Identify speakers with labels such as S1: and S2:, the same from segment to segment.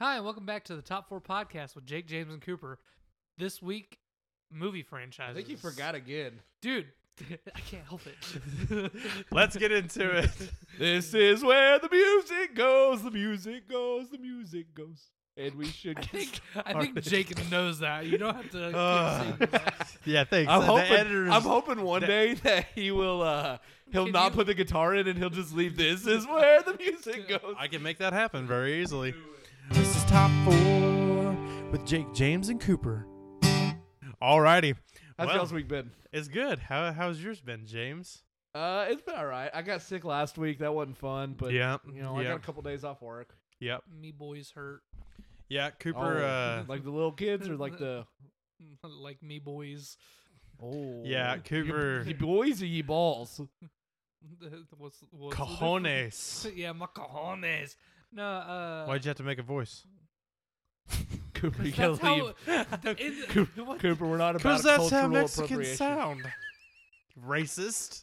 S1: Hi, and welcome back to the Top Four Podcast with Jake, James, and Cooper. This week, movie franchises.
S2: I think you forgot again.
S1: dude. I can't help it.
S3: Let's get into it.
S2: This is where the music goes. The music goes. The music goes. And we should.
S1: I
S2: Get
S1: think I
S2: started.
S1: think Jake knows that. You don't have to.
S3: Uh,
S1: keep saying that.
S3: yeah, thanks.
S2: I'm
S3: Uh, the editors,
S2: hoping, I'm hoping one
S3: the-
S2: day that he will uh he'll
S1: Can
S2: not
S1: you-
S2: put the guitar in and he'll just leave this is where the music goes.
S3: I can make that happen very easily. This is top four with Jake, James, and Cooper. Alrighty.
S2: How's
S3: Well,
S2: y'all's week been?
S3: it's good. How how's yours been, James?
S2: Uh it's been all right. I got sick last week. That wasn't fun, but
S3: yeah,
S2: you know, I
S3: yeah,
S2: got a couple days off work.
S3: yep,
S1: Me boys hurt
S3: yeah. Cooper,
S2: Oh,
S3: uh,
S2: like the little kids or like the
S1: like me boys.
S2: Oh.
S3: yeah, Cooper,
S2: You boys or ye balls?
S1: What's, what's the difference?
S3: cojones.
S1: yeah, my cojones. No, uh,
S3: Why'd you have to make a voice?
S2: Cooper, you
S1: that's
S2: gotta
S1: how.
S2: leave.
S1: in-
S2: Coop-
S1: what-
S2: Cooper, we're not about
S3: that's how
S2: cultural
S3: Mexicans
S2: appropriation.
S3: sound. Racist.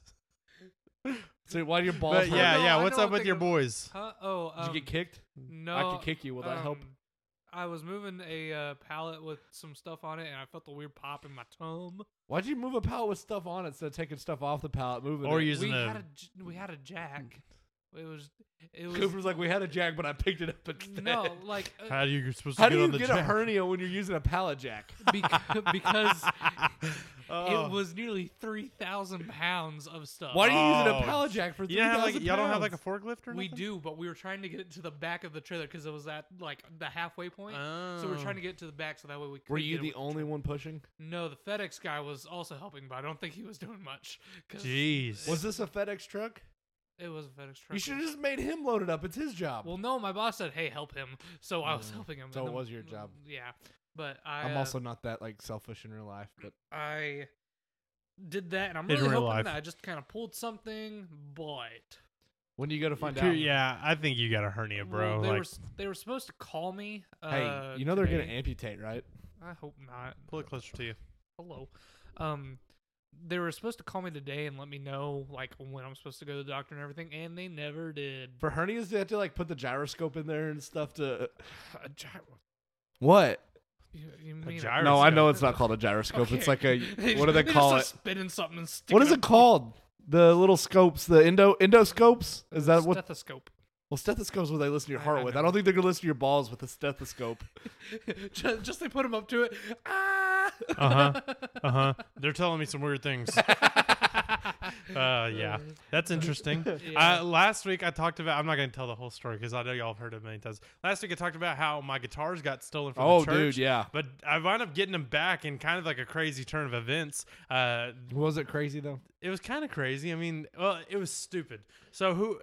S2: So why do your balls
S3: But
S2: hurt?
S3: yeah,
S1: no, I
S3: yeah. What's
S1: know
S3: up
S1: I
S3: with
S1: think
S3: your
S1: of-
S3: boys?
S1: Huh? Oh,
S2: Did
S1: um,
S2: you get kicked?
S1: no.
S2: I could kick you. Will that help?
S1: um, I was moving a uh, pallet with some stuff on it, and I felt the weird pop in my tongue.
S2: Why'd you move a pallet with stuff on it instead of taking stuff off the pallet, moving
S3: Or
S2: it?
S3: using
S1: we
S3: a
S1: had a j- we had a jack. It was it was
S2: Cooper's like, we had a jack, but I picked it up instead.
S1: no like uh,
S3: How do you supposed
S2: How do
S3: to get
S2: you
S3: on the
S2: get a
S3: jack?
S2: hernia when you're using a pallet jack?
S1: bec- because
S3: Oh.
S1: it was nearly three thousand pounds of stuff.
S2: Why are you using
S3: Oh.
S2: a pallet jack for three
S3: You don't have like
S2: thousand
S3: y'all don't have like a forklift or
S1: we
S3: nothing?
S1: do, but we were trying to get it to the back of the trailer because it was at like the halfway point. So we're trying to get it to the back so that way we could
S2: Oh. Were you
S1: get
S2: the
S1: it with
S2: only
S1: trailer.
S2: one pushing?
S1: No, the FedEx guy was also helping, but I don't think he was doing much. 'cause
S3: Jeez.
S2: Was this a FedEx truck?
S1: It was a FedEx truck.
S2: You should have just made him load it up. It's his job.
S1: Well, no, my boss said, "Hey, help him," so I was
S2: Mm.
S1: helping him.
S2: So
S1: and
S2: it
S1: the-
S2: was your job.
S1: Yeah, but I.
S2: I'm
S1: uh,
S2: also not that like selfish in real life, but
S1: I did that, and I'm
S3: In
S1: really
S3: real
S1: hoping
S3: life.
S1: that I just kind of pulled something, but
S2: when do you go to find
S3: Coo-
S2: out?
S3: Yeah, I think you got a hernia, bro.
S1: Well, they were
S3: like,
S1: s- they were supposed to call me.
S2: Hey,
S1: uh,
S2: you know they're gonna
S1: today.
S2: amputate, right?
S1: I hope not.
S3: pull it closer to you.
S1: Hello, um, they were supposed to call me today and let me know like when I'm supposed to go to the doctor and everything, and they never did.
S2: For hernias, they have to like put the gyroscope in there and stuff to.
S1: A gyro-
S2: What?
S1: you, you mean a-
S3: gyro-
S2: No, I know
S3: Gyroscope.
S2: it's not called a gyroscope. It's
S1: Okay.
S2: like a what do they
S1: just
S2: call
S1: start
S2: it?
S1: Spinning something. And
S2: What
S1: sticking
S2: is
S1: up-
S2: it called? The little scopes, the endo endoscopes. Is that Uh, what?
S1: Stethoscope.
S2: Well, stethoscopes what they listen to your
S1: I-
S2: heart
S1: I
S2: with.
S1: know.
S2: I don't think they're gonna listen to your balls with a stethoscope.
S1: just, just they put him up to it. Ah!
S3: Uh-huh. Uh huh. They're telling me some weird things. Uh, yeah, that's interesting.
S1: Yeah.
S3: Uh, last week I talked about. I'm not going to tell the whole story because I know y'all have heard it many times. Last week I talked about how my guitars got stolen from
S2: oh,
S3: the church.
S2: dude, yeah.
S3: But I wound up getting them back in kind of like a crazy turn of events. Uh,
S2: Was it crazy though?
S3: it was kind of crazy. I mean, well, it was stupid. So who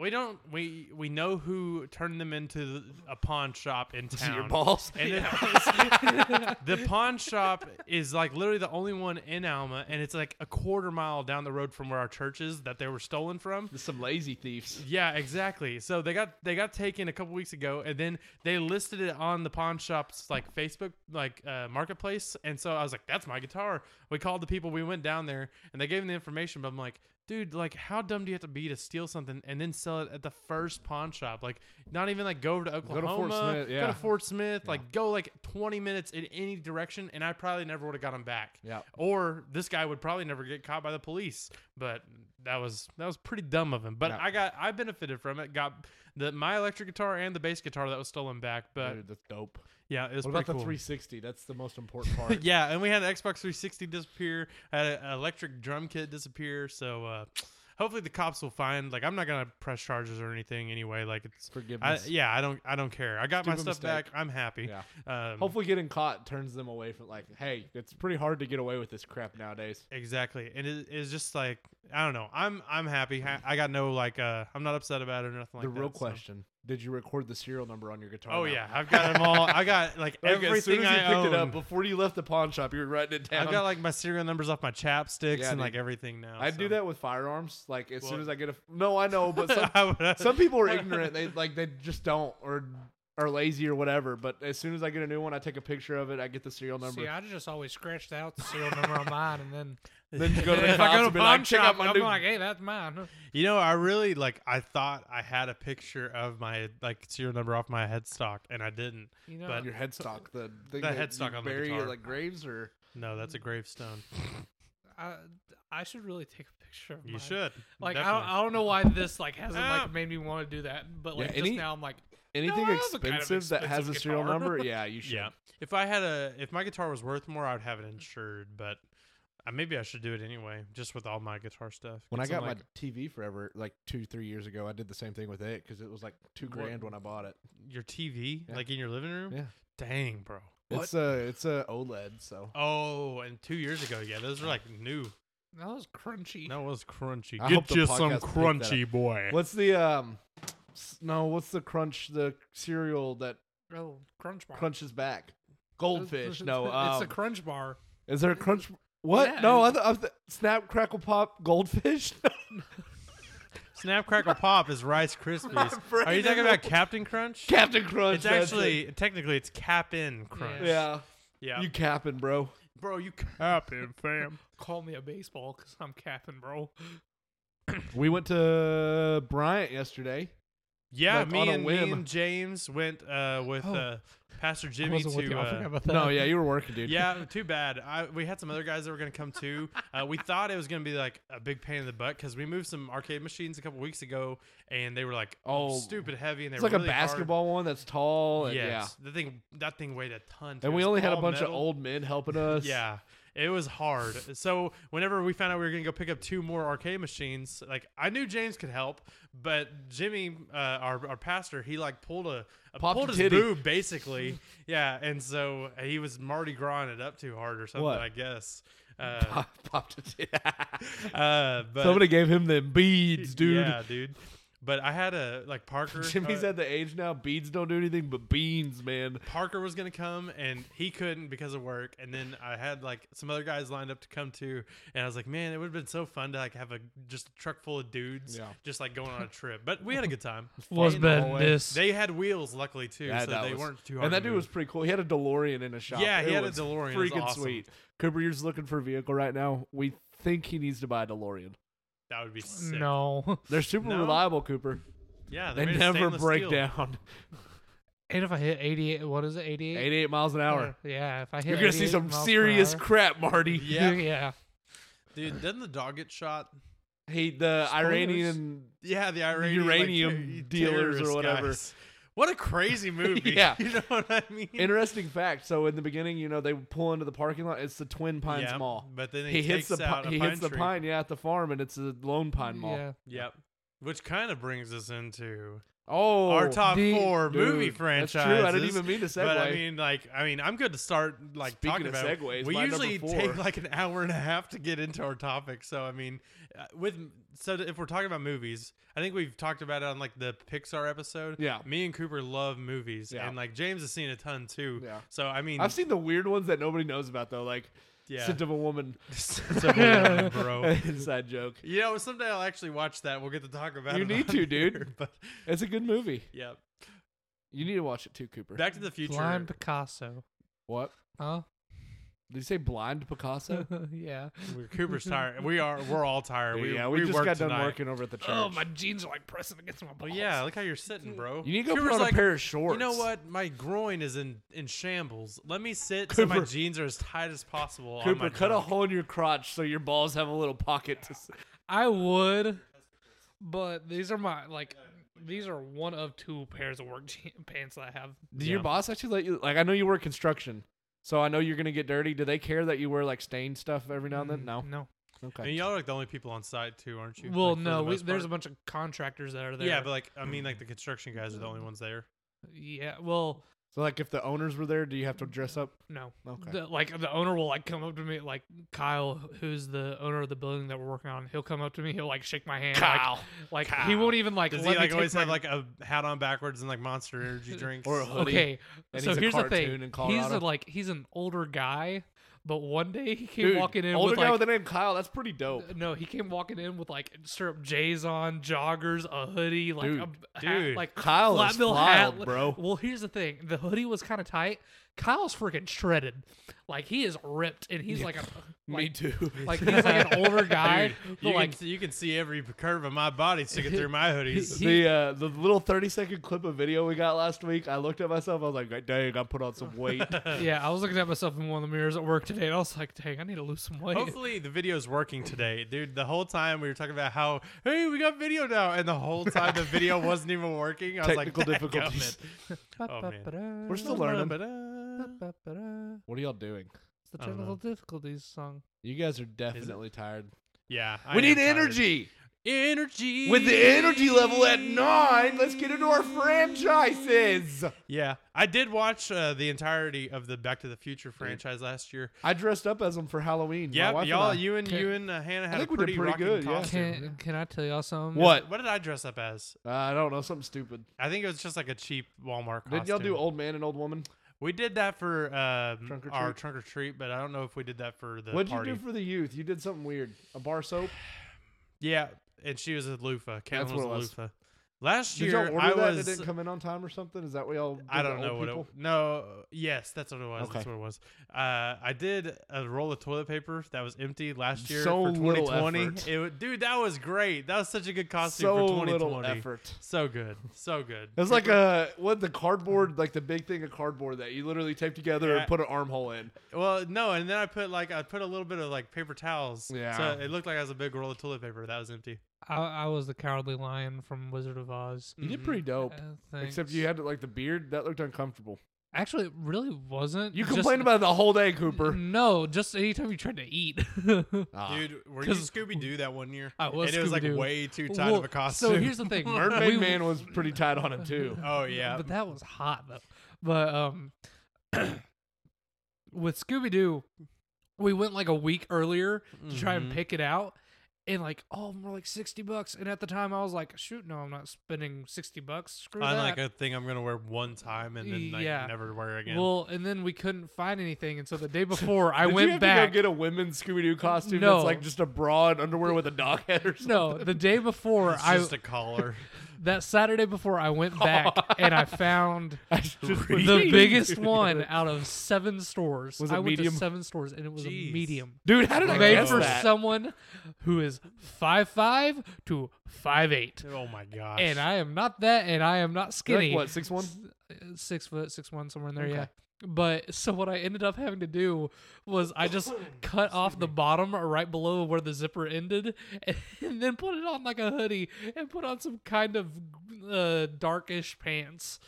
S3: we don't we we know who turned them into the, a pawn shop in
S2: Is it
S3: town.
S2: your balls?
S3: And it- the pawn shop is like literally the only one in Alma, and it's like a quarter mile down the road from where our church is that they were stolen from.
S2: There's some lazy thieves.
S3: Yeah, exactly. So they got they got taken a couple weeks ago, and then they listed it on the pawn shop's like Facebook like uh, marketplace. And so I was like, "That's my guitar." We called the people. We went down there, and they gave me the information. But I'm like, "Dude, like, how dumb do you have to be to steal something and then sell it at the first pawn shop? Like, not even like go over to
S2: Fort
S3: Oklahoma,
S2: Smith,
S3: go
S2: yeah.
S3: to Fort Smith, like go like 20 minutes in any direction, and I probably never would have got them back.
S2: Yeah.
S3: Or this guy would probably never get caught by the police. But that was that was pretty dumb of him. But
S2: Yeah.
S3: I got I benefited from it. Got the my electric guitar and the bass guitar that was stolen back. But
S2: Dude, that's dope.
S3: yeah, it was
S2: Uh, What
S3: pretty
S2: about the
S3: cool.
S2: 360? That's the most important part.
S3: yeah, and we had an Xbox 360 disappear, had an electric drum kit disappear. So uh, hopefully the cops will find. Like I'm not gonna press charges or anything anyway. Like it's. I,
S2: Forgiveness.
S3: yeah, I don't. I don't care. I got my
S2: Stupid
S3: stuff
S2: mistake.
S3: back. I'm happy.
S2: Yeah.
S3: Um,
S2: Hopefully, getting caught turns them away from like, hey, it's pretty hard to get away with this crap nowadays.
S3: Exactly, and it, it's just like I don't know. I'm I'm happy. I, I got no like. Uh, I'm not upset about it or nothing like
S2: the
S3: that.
S2: real
S3: so.
S2: question: Did you record the serial number on your guitar?
S3: Oh
S2: now?
S3: yeah, I've got them all. I got like,
S2: Like,
S3: everything
S2: as soon as you
S3: I
S2: picked
S3: own.
S2: it up before you left the pawn shop, you were writing it down.
S3: I've got like my serial numbers off my chapsticks
S2: Yeah,
S3: and
S2: dude.
S3: like everything now.
S2: I
S3: so.
S2: do that with firearms. Like as soon
S3: Well-
S2: as I get a no, I know, but some,
S3: I would- uh,
S2: some people are ignorant. They like they just don't or or lazy or whatever. But as soon as I get a new one, I take a picture of it. I get the serial number.
S1: See, I just always scratched out the serial number on mine, and then
S2: Then you go to the
S1: if I
S2: cops
S1: go
S2: and
S1: to
S2: be
S1: pawn
S2: like, check out
S1: shop,
S2: my
S1: I'm
S2: new.
S1: like, hey, that's mine.
S3: You know, I really like. I thought I had a picture of my like serial number off my headstock, and I didn't.
S1: You know,
S3: But-
S2: your headstock, the thing
S3: The
S2: that
S3: headstock
S2: you
S3: on the
S2: bury
S3: guitar.
S2: like graves or
S3: No,
S2: Mm.
S3: that's a gravestone.
S1: I, I should really take a picture. Of
S3: You
S1: mine.
S3: should.
S1: Like I don't,
S3: definitely.
S1: I don't know why this like hasn't
S3: Ah.
S1: like made me want to do that, but
S2: Yeah,
S1: like just
S2: any-
S1: now I'm like
S2: anything
S1: I have a
S2: expensive,
S1: kind of
S2: that has a
S1: expensive
S2: serial
S1: guitar.
S2: number. Yeah, you should.
S3: yeah. If I had a, if my guitar was worth more, I'd have it insured. But uh, maybe I should do it anyway, just with all my guitar stuff.
S2: When
S3: Get
S2: I
S3: some,
S2: got
S3: like,
S2: my TV forever, like two three years ago, I did the same thing with it because it was like two
S3: What-
S2: grand when I bought it.
S3: your TV,
S2: Yeah.
S3: like in your living room.
S2: Yeah.
S3: Dang, bro.
S2: It's a it's a OLED, so
S3: Oh, and two years ago, yeah, those were like new.
S1: that was crunchy.
S3: That was crunchy.
S2: I hope
S3: Get
S2: the
S3: you some
S2: podcast picked that up.
S3: crunchy, boy.
S2: What's the um? s- No, what's the crunch? The cereal that
S1: Oh, crunch bar.
S2: crunches back. Goldfish. No,
S1: it's
S2: um,
S1: a crunch bar.
S2: is there a crunch? What?
S1: Yeah,
S2: no, I,
S1: it's-
S2: th- I th- snap crackle pop goldfish.
S3: Snap Crackle Pop is Rice Krispies. Are you talking about Captain Crunch?
S2: Captain Crunch?
S3: It's
S2: that's
S3: actually
S2: it.
S3: technically it's Cap'n Crunch.
S2: yeah.
S3: Yeah.
S2: You capping, bro?
S3: bro, you Cap'n fam.
S1: Call me a baseball because I'm capping, bro.
S2: We went to Bryant yesterday.
S3: Yeah,
S2: Like,
S3: me,
S2: on a
S3: and, me
S2: whim.
S3: and James went uh, with
S2: Oh.
S3: uh, Pastor Jimmy to. Uh,
S2: No, yeah, you were working, dude.
S3: yeah, too bad. I, we had some other guys that were going to come too. Uh, we thought it was going to be like a big pain in the butt because we moved some arcade machines a couple weeks ago and they were like
S2: Oh,
S3: stupid heavy and they
S2: It's
S3: were
S2: like a
S3: really hard.
S2: basketball one that's tall. And, Yeah.
S3: Yes, the thing that thing weighed a ton. too.
S2: And we
S3: It was
S2: only had a
S3: all
S2: bunch of
S3: metal.
S2: old men helping us.
S3: Yeah. It was hard. So whenever we found out we were gonna go pick up two more arcade machines, like I knew James could help, but Jimmy, uh, our our pastor, he like pulled a, a
S2: Popped
S3: pulled
S2: a
S3: his
S2: titty.
S3: boob basically, yeah, and so he was Mardi Gras it up too hard or something,
S2: What?
S3: I guess. Uh,
S2: Popped it.
S3: uh, but
S2: Somebody gave him them beads, dude.
S3: yeah, dude. But I had a like Parker.
S2: Jimmy's
S3: uh,
S2: at the age now. Beads don't do anything but beans, man.
S3: Parker was gonna come and he couldn't because of work, and then I had like some other guys lined up to come too, and I was like, man, it would have been so fun to like have a just a truck full of dudes,
S2: Yeah.
S3: just like going on a trip. But we had a good time.
S1: Was
S3: Fun all the
S1: been
S3: way.
S1: this.
S3: They had wheels, luckily too,
S2: Yeah,
S3: so
S2: that
S3: they
S2: was-
S3: weren't too hard.
S2: And that
S3: to
S2: dude was
S3: move.
S2: pretty cool. He had a DeLorean in his shop.
S3: yeah, he
S2: It
S3: had a
S2: was
S3: DeLorean, It was
S2: Freaking
S3: awesome.
S2: sweet. Cooper, you're just looking for a vehicle right now. We think he needs to buy a DeLorean.
S3: That would be sick.
S1: No,
S2: They're super
S3: No?
S2: reliable, Cooper.
S3: yeah,
S2: They
S3: made of
S2: never
S3: stainless
S2: break
S3: steel.
S2: down.
S1: and if I hit 88, what is it? 88.
S2: 88 miles an hour.
S1: Yeah, if I hit,
S2: You're gonna see
S1: 88
S2: some
S1: miles per
S2: serious
S1: hour.
S2: crap, Marty.
S1: Yeah.
S3: Yeah, dude, didn't the dog get shot?
S2: He the Iranian
S3: Yeah, the Iranian like,
S2: uranium
S3: ter-
S2: dealers or
S3: terrorist
S2: whatever.
S3: guys. What a crazy movie!
S2: Yeah.
S3: you know what I mean.
S2: interesting fact. So in the beginning, you know, they pull into the parking lot. It's the Twin Pines
S3: Yeah,
S2: Mall.
S3: But then
S2: He, hits the
S3: takes out
S2: pi-
S3: a
S2: he
S3: pine
S2: hits the
S3: tree.
S2: pine, yeah, at the farm, and it's a Lone Pine Mall.
S1: Yeah.
S3: Yep. Which kind of brings us into
S2: Oh,
S3: our top
S1: the-
S3: four movie
S2: dude,
S3: franchises.
S2: That's true. I didn't even mean to segue.
S3: But I mean, like, I mean, I'm good to start like
S2: Speaking
S3: talking
S2: of
S3: about. it.
S2: segues,
S3: we
S2: my number
S3: usually
S2: four.
S3: take like an hour and a half to get into our topic. So I mean, uh, with so if we're talking about movies, I think we've talked about it on like the Pixar episode.
S2: Yeah.
S3: Me and Cooper love movies,
S2: Yeah.
S3: and like James has seen a ton too.
S2: Yeah.
S3: So I mean,
S2: I've seen the weird ones that nobody knows about though, like
S3: yeah. Oh.
S2: scent of a woman
S3: It's a weird one, bro.
S2: inside joke.
S3: You know, someday I'll actually watch that. We'll get to talk about
S2: You
S3: it.
S2: need
S3: on
S2: to, dude.
S3: here, But
S2: It's a good movie.
S3: yeah,
S2: You need to watch it too, Cooper.
S3: Back to the Future.
S1: Blind Picasso.
S2: what?
S1: Huh?
S2: Did you say blind Picasso?
S1: yeah.
S3: We're Cooper's tired. We are. We're all tired. We,
S2: yeah, we, just
S3: worked
S2: got done
S3: tonight.
S2: working over at the church.
S1: Oh, my jeans are like pressing against my
S3: Well,
S1: balls.
S3: yeah, look how you're sitting, bro.
S2: You need to go
S3: Cooper's
S2: put on
S3: like,
S2: a pair of shorts.
S3: You know what? My groin is in in shambles. Let me sit so my
S2: Cooper-
S3: jeans are as tight as possible. on my
S2: Cooper, cut a
S3: junk."
S2: hole in your crotch so your balls have a little pocket. To s-
S1: I would, but these are my like. These are one of two pairs of work je- pants that I have.
S2: Do
S3: Yeah.
S2: your boss actually let you? Like, I know you work construction, so I know you're gonna get dirty. Do they care that you wear like stained stuff every now and then? No.
S1: No.
S2: Okay.
S3: And y'all are like the only people on site too, aren't you?
S1: Well,
S3: Like, for the
S1: no. we,
S3: most
S1: there's a
S3: part?
S1: bunch of contractors that are there.
S3: Yeah, but like I mean, like the construction guys are the only ones there.
S1: yeah. Well,
S2: So, like, if the owners were there, do you have to dress up?
S1: no.
S2: Okay.
S1: The, like the owner will like come up to me, like Kyle, who's the owner of the building that we're working on. He'll come up to me. He'll like shake my hand. like- Like, he
S3: Kyle.
S1: won't even like.
S3: Does
S1: let
S3: he
S1: me
S3: like
S1: take
S3: always
S1: my-
S3: have like a hat on backwards and like Monster Energy drinks
S2: Or a hood. hoodie,
S1: Okay,
S2: and
S1: so
S2: he's a
S1: here's the
S2: cartoon
S1: thing.
S2: in
S1: he's a,
S2: Colorado.
S1: like he's an older guy, But one day he came walking in
S2: older
S1: with
S2: guy
S1: like,
S2: with the name Kyle. That's pretty dope.
S1: no, he came walking in with like syrup J's on, joggers, a hoodie, like
S2: Dude,
S1: a b- hat,
S3: dude.
S1: like
S2: Kyle
S1: flat
S2: is
S1: bill hat.
S2: wild, bro.
S1: Well, here's the thing: the hoodie was kind of tight. Kyle's freaking shredded, like he is ripped, and he's
S2: Yeah.
S1: like a
S2: Me
S1: like,
S2: too.
S1: like he's like an older guy,
S3: Dude,
S1: but
S3: you,
S1: like
S3: can see, you can see every curve of my body sticking through my hoodies.
S1: he-
S2: the uh, the little thirty second clip of video we got last week. I looked at myself. I was like, dang, I put on some weight.
S1: yeah, I was looking at myself in one of the mirrors at work today, and I was like, dang, I need to lose some weight.
S3: Hopefully the video's working today, dude. The whole time we were talking about how hey we got video now, and the whole time the video wasn't even working. I was
S2: Technical
S3: like,
S2: difficulties.
S3: oh, man.
S2: We're still learning.
S3: Ba-da.
S1: It's
S2: What are y'all doing?
S1: the
S3: I don't
S1: technical
S3: know.
S1: difficulties song.
S2: You guys are definitely tired.
S3: Yeah, I
S2: we
S3: am
S2: need
S3: tired.
S2: energy.
S3: Energy
S2: With the energy level at nine, let's get into our franchises.
S3: Yeah, I did watch uh, the entirety of the Back to the Future franchise last year.
S2: I dressed up as them for Halloween. My
S3: Yeah,
S2: wife and
S3: y'all,
S2: I-
S3: you and
S1: Okay.
S3: you and uh, Hannah had
S2: think
S3: a
S2: we did
S3: pretty,
S2: pretty
S3: rocking
S2: good, yeah.
S3: costume.
S1: Can Can I tell y'all something?
S2: What?
S3: What did I dress up as?
S2: Uh, I don't know. Something stupid.
S3: I think it was just like a cheap Walmart costume.
S2: Did y'all do old man and old woman?
S3: We did that for um,
S2: Trunk or
S3: our
S2: treat?
S3: trunk or treat, but I don't know if we did that for the
S2: What'd
S3: party.
S2: you do for the youth? You did something weird. A bar soap.
S3: yeah, and she was a loofah. Caitlin
S2: That's
S3: was
S2: what
S3: a
S2: it was.
S3: loofah. Last
S2: Did
S3: year
S2: y'all order
S3: I
S2: that and it
S3: was.
S2: didn't come in on time or something? Is that what y'all? Did
S3: I
S2: to
S3: don't know
S2: old
S3: what
S2: people?
S3: it. No, yes, that's what it was. That's
S2: Okay.
S3: what it was. Uh, I did a roll of toilet paper that was empty last year
S2: So
S3: for
S2: little
S3: 2020.
S2: effort.
S3: It wa- dude, that was great. That was such a good costume
S2: So
S3: for 2020.
S2: little effort.
S3: So good, so good.
S2: It was like a what the cardboard, like the big thing of cardboard that you literally tape together
S3: Yeah.
S2: and put an armhole in.
S3: Well, no, and then I put like I put a little bit of like paper towels.
S2: Yeah.
S3: So it looked like I was a big roll of toilet paper that was empty.
S1: I, I was the cowardly lion from Wizard of Oz.
S2: You
S3: Mhm.
S2: did pretty dope.
S1: Uh,
S2: Except
S1: thanks.
S2: you had like the beard that looked uncomfortable.
S1: actually it really wasn't.
S2: You
S1: Just-
S2: complained about it the whole day, Cooper. Ah,
S1: No, just anytime you tried to eat.
S3: Dude, were you
S1: 'Cause-
S3: Scooby Doo that one year?
S1: Ah. I was
S3: And it was like
S1: Scooby-Doo.
S3: way too tight
S1: Well,
S3: of a costume.
S1: So here's the thing,
S2: Mermaid
S1: we-
S2: Man was pretty tight on it too.
S3: oh yeah,
S1: But that was hot though. But um, with Scooby Doo, we went like a week earlier to try and
S2: Mm-hmm.
S3: Mhm.
S1: pick it out. And like all of them were like sixty bucks, and at the time I was like, "Shoot, no, I'm not spending sixty bucks. Screw
S3: I
S1: that."
S3: like a thing I'm gonna wear one time and then like
S1: Yeah.
S3: never wear again.
S1: Well, and then we couldn't find anything, and so the day before I
S2: Did you
S1: went
S2: have
S1: back.
S2: to go get a women's Scooby Doo costume
S1: No.
S2: that's like just a bra and underwear with a dog head or something?
S1: no, the day before
S3: it's
S1: I
S3: just a collar.
S1: that Saturday before I went back and I found
S2: I just
S1: the biggest one out of seven stores.
S2: Was it
S1: I went
S2: medium?
S1: to seven stores and it was
S3: Jeez.
S1: a medium.
S2: Dude, how did I
S1: Made
S2: guess
S1: for
S2: that?
S1: someone who is five five to five eight,
S3: oh my gosh!
S1: and I am not that, and I am not skinny.
S2: Like what, six one?
S1: S- Six foot, six one, somewhere in there,
S2: Okay.
S1: yeah. But so what I ended up having to do was I just cut off the bottom right below where the zipper ended, and then put it on like a hoodie and put on some kind of uh, darkish pants.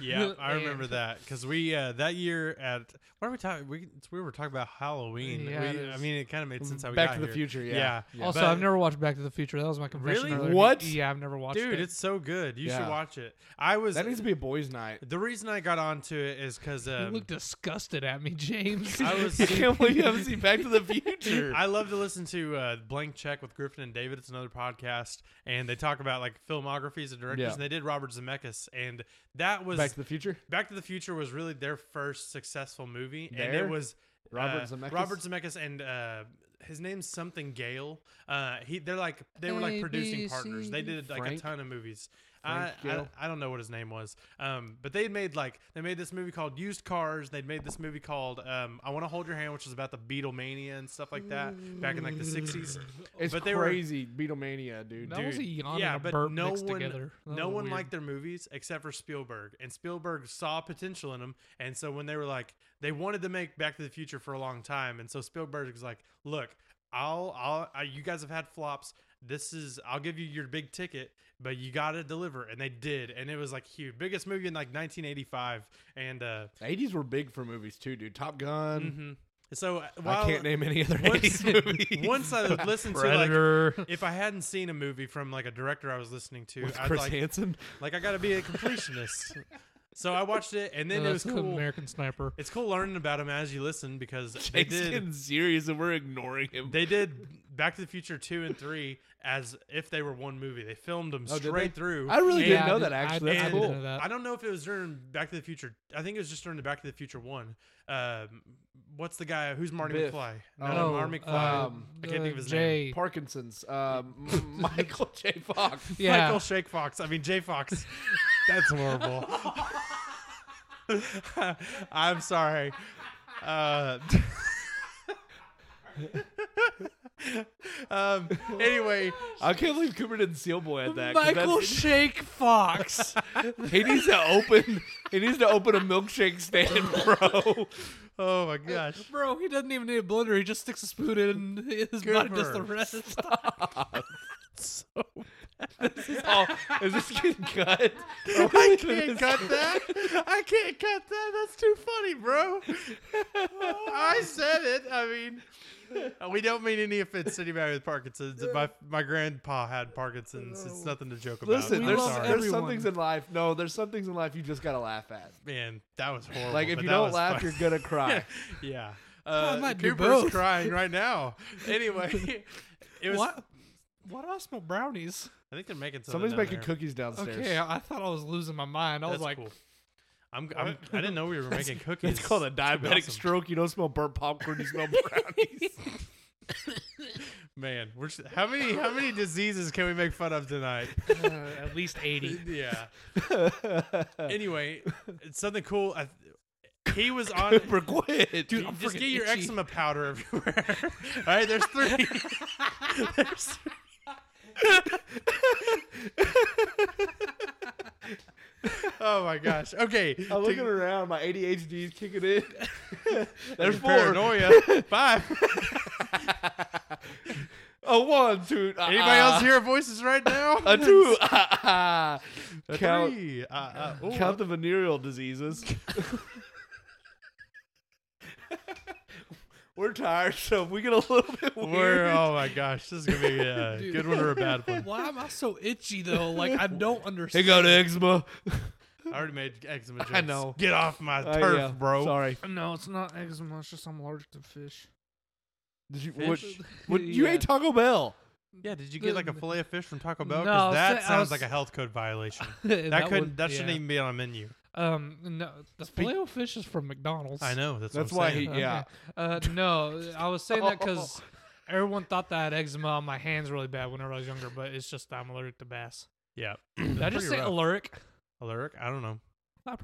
S3: yeah, I remember
S1: And-
S3: that because we uh, that year at what are we talking? We we were talking about Halloween.
S1: Yeah,
S3: we,
S1: it
S3: I
S1: is.
S3: mean, it kind of made sense how we
S2: Back
S3: got
S2: to the
S3: here.
S2: Future, yeah.
S3: Yeah.
S2: Yeah.
S1: Also,
S3: But-
S1: I've never watched Back to the Future. That was my confession.
S3: Really?
S1: earlier.
S2: What?
S1: Yeah, I've never watched
S3: dude,
S1: it.
S3: it's so good. You should
S2: Yeah.
S3: watch it. I was
S2: That needs to be a boys' night.
S3: the reason I got onto it is because
S1: You
S3: um,
S1: look disgusted at me, James.
S3: I was
S2: I can't believe you haven't seen Back to the Future.
S3: I love to listen to uh, Blank Check with Griffin and David. It's another podcast, and they talk about like filmographies of directors.
S2: Yeah.
S3: And they did Robert Zemeckis, and that was
S2: Back to the Future?
S3: Back to the Future was really their first successful movie, and
S2: There?
S3: it was
S2: Robert
S3: uh,
S2: Zemeckis?
S3: Robert Zemeckis and uh, his name's something Gale. Uh, he they're like they were like
S1: A,
S3: producing
S1: B,
S3: partners. They
S1: C,
S3: did like
S2: Frank?
S3: a ton of movies. I,
S2: Frank
S3: I
S2: Gale?
S3: I don't know what his name was, um, but they had made like they made this movie called Used Cars. They'd made this movie called um, I Want to Hold Your Hand, which was about the Beatlemania and stuff like that back in like the sixties.
S2: It's
S3: but they were
S2: crazy Beatlemania, dude.
S1: that was a
S3: dude.
S1: yawn
S3: Yeah,
S1: and a
S3: but
S1: burp
S3: no
S1: mixed
S3: one-
S1: together. That
S3: no
S1: was
S3: one
S1: weird.
S3: liked their movies except for Spielberg, and Spielberg saw potential in them. And so when they were like, they wanted to make Back to the Future for a long time, and so Spielberg was like, "Look, I'll, I'll, I, you guys have had flops. This is, I'll give you your big ticket, but you got to deliver." And they did, and it was like huge, biggest movie in like 1985. And uh,
S2: 80s were big for movies too, dude. Top
S1: Mm-hmm.
S2: Gun.
S3: mhm. so uh, while,
S2: I can't name any other
S3: once,
S2: 80s movies.
S3: once I listened to like.
S1: Predator.
S3: If I hadn't seen a movie from like a director I was listening to,
S2: With
S3: I'd
S2: Chris
S3: like
S2: Hansen.
S3: like I gotta be a completionist. so I watched it, and then
S1: No,
S3: it was
S1: that's
S3: cool.
S1: American Sniper.
S3: It's cool learning about him as you listen because they
S2: Jake's
S3: did.
S2: getting serious and we're ignoring him.
S3: They did. Back to the Future two and three as if they were one movie. They filmed them
S2: Oh, did they?
S3: straight through.
S2: I really
S1: Yeah,
S2: didn't know
S1: dude,
S2: that
S1: I-
S2: actually. That's
S1: I
S3: and
S1: didn't
S2: cool.
S1: know that.
S3: I don't know if it was during Back to the Future. I think it was just during the Back to the Future one. Um, what's the guy who's Marty
S2: Biff.
S3: McFly? No,
S2: Oh,
S3: Marty McFly.
S2: um,
S3: I can't think of his
S1: Uh, Jay.
S2: Parkinson's. Um, M- Michael J. Fox.
S3: name.
S1: Yeah.
S3: Michael Shake Fox. I mean Jay Fox. That's horrible. I'm sorry. Uh, um, anyway,
S2: I can't believe Cooper didn't seal boy at that. 'cause
S1: Michael
S2: that's-
S1: Shake Fox.
S2: he needs to open. He needs to open a milkshake stand, bro.
S3: oh my gosh.
S1: Bro, he doesn't even need a blender. He just sticks a spoon in and his body does the
S3: Cooper.
S1: rest.
S3: So
S2: Oh, is this getting cut?
S3: I can't cut that. I can't cut that. That's too funny, bro. I said it. I mean, we don't mean any offense to anybody with Parkinson's. My my grandpa had Parkinson's. It's nothing to joke about.
S2: Listen,
S1: We
S2: there's,
S1: love
S3: sorry.
S2: there's some
S1: everyone.
S2: things in life. No, there's some things in life you just gotta laugh at.
S3: man, that was horrible.
S2: Like if
S3: but
S2: you
S3: that
S2: don't
S3: was
S2: laugh,
S3: fun.
S2: you're gonna cry.
S3: yeah. Uh,
S1: might do
S3: Cooper's
S1: both.
S3: crying right now. Anyway, it was.
S1: What? Why do I smell brownies?
S3: I think they're making something
S2: Somebody's
S3: down
S2: making
S3: there.
S2: cookies downstairs.
S1: Okay, I I thought I was losing my mind. I was
S3: That's
S1: like,
S3: cool. I'm, I'm, I didn't know we were making cookies.
S2: It's called a
S3: That's pretty
S2: diabetic
S3: awesome.
S2: stroke. You don't smell burnt popcorn. You smell brownies.
S3: Man, we're just, how many how many diseases can we make fun of tonight?
S1: uh, at least 80.
S3: Yeah. Anyway, it's something cool. I, he was on.
S2: Cooper quit.
S1: Dude,
S3: You
S1: I'm
S3: just
S1: freaking
S3: get your
S1: itchy.
S3: eczema powder everywhere. All right, there's three. there's three. oh my gosh. Okay.
S2: I'm
S3: to-
S2: looking around. My ADHD is kicking in. There's
S3: there's
S2: four.
S3: paranoia. Five.
S2: A one, two. ah,
S3: Anybody
S2: ah.
S3: else hear our voices right now?
S2: A two. ah, ah.
S3: A
S2: count,
S3: three. Uh, uh, ooh,
S2: count the venereal diseases. We're tired, so if we get a little bit weird.
S3: We're, oh my gosh, this is gonna be a
S1: Dude.
S3: good one or a bad one.
S1: Why am I so itchy though? Like I don't
S2: Here
S1: understand.
S2: go the eczema.
S3: I already made eczema jokes.
S2: I know.
S3: Get off my
S2: Uh,
S3: turf,
S2: yeah,
S3: bro.
S2: Sorry.
S1: No, it's not eczema. It's just I'm allergic to fish.
S2: Did you, what,
S3: Fish?
S2: what, you
S1: Yeah.
S2: ate Taco Bell.
S3: Yeah, did you get like a
S1: Mm.
S3: fillet of fish from Taco Bell?
S1: No,
S3: Because that
S1: sa- I
S3: sounds
S1: was-
S3: like a health code violation.
S1: that
S3: That, couldn't.
S1: would-
S3: that shouldn't
S1: yeah.
S3: even be on a menu.
S1: Um, no, the
S2: Speak-
S1: filet fish is from McDonald's.
S3: I know. That's,
S2: That's
S3: what I'm
S2: why
S3: saying.
S2: he- Yeah.
S1: Uh, no, I was saying that because everyone thought that I had eczema on my hands really bad whenever I was younger, but it's just I'm allergic to bass.
S3: Yeah.
S1: Did I just say
S3: pretty rough.
S1: allergic?
S3: Alaric? I don't know.
S1: I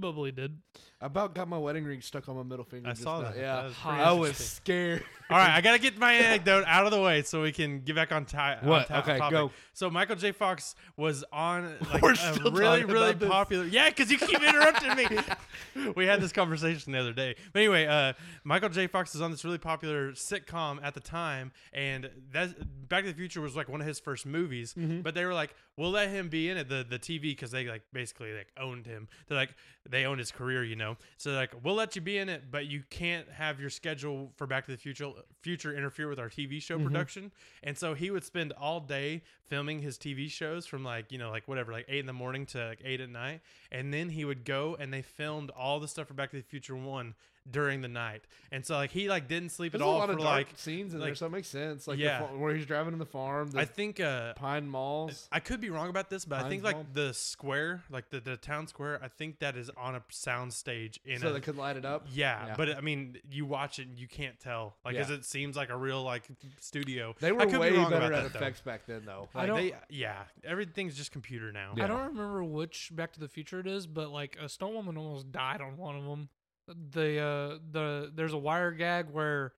S1: probably did.
S2: I about got my wedding ring stuck on my middle finger.
S3: I
S2: just
S3: saw
S2: now.
S3: that.
S2: Yeah.
S3: That was pretty
S2: I was
S3: interesting.
S2: scared.
S3: All right, I gotta get my anecdote out of the way so we can get back on time.
S2: What? Okay, go.
S3: So Michael J. Fox was on like
S2: We're
S3: a
S2: still
S3: really,
S2: talking
S3: really
S2: about this.
S3: popular. Yeah, because you keep interrupting me. we had this conversation the other day. But anyway, uh, Michael J. Fox was on this really popular sitcom at the time, and that Back to the Future was like one of his first movies.
S2: Mm-hmm.
S3: But they were like, "We'll let him be in it." The the TV because they like basically like owned him. They're like they owned his career, you know. So they're like, "We'll let you be in it, but you can't have your schedule for Back to the Future future interfere with our TV show
S2: Mm-hmm.
S3: production." And so he would spend all day filming his TV shows from like you know like whatever like eight in the morning to like eight at night, and then he would go and they filmed all the stuff for Back to the Future one during the night. And so like he like didn't sleep
S2: There's
S3: at
S2: a
S3: all
S2: lot
S3: for
S2: of dark
S3: like
S2: scenes in there,
S3: like-
S2: so it makes sense. Like
S3: Yeah.
S2: the, fa- where he's driving in the farm, the
S3: I think uh
S2: pine malls.
S3: I could be wrong about this, but I think
S2: Pines
S3: like
S2: Mall?
S3: the square, like the, the town square, I think that is on a sound stage in
S2: so
S3: a
S2: they could light it up.
S3: yeah,
S2: Yeah.
S3: but I mean, you watch it and you can't tell, like,
S2: Yeah.
S3: because it seems like a real like studio.
S2: They
S3: I
S2: were
S3: could
S2: way
S3: be wrong
S2: better
S3: about
S2: at
S3: that, though.
S2: effects back then, though.
S1: I
S3: Like,
S1: don't-
S3: they, yeah, everything's just computer now.
S2: Yeah.
S1: I don't remember which Back to the Future it is, but like a Stone Woman almost died on one of them. The uh the there's a wire gag where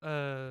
S1: uh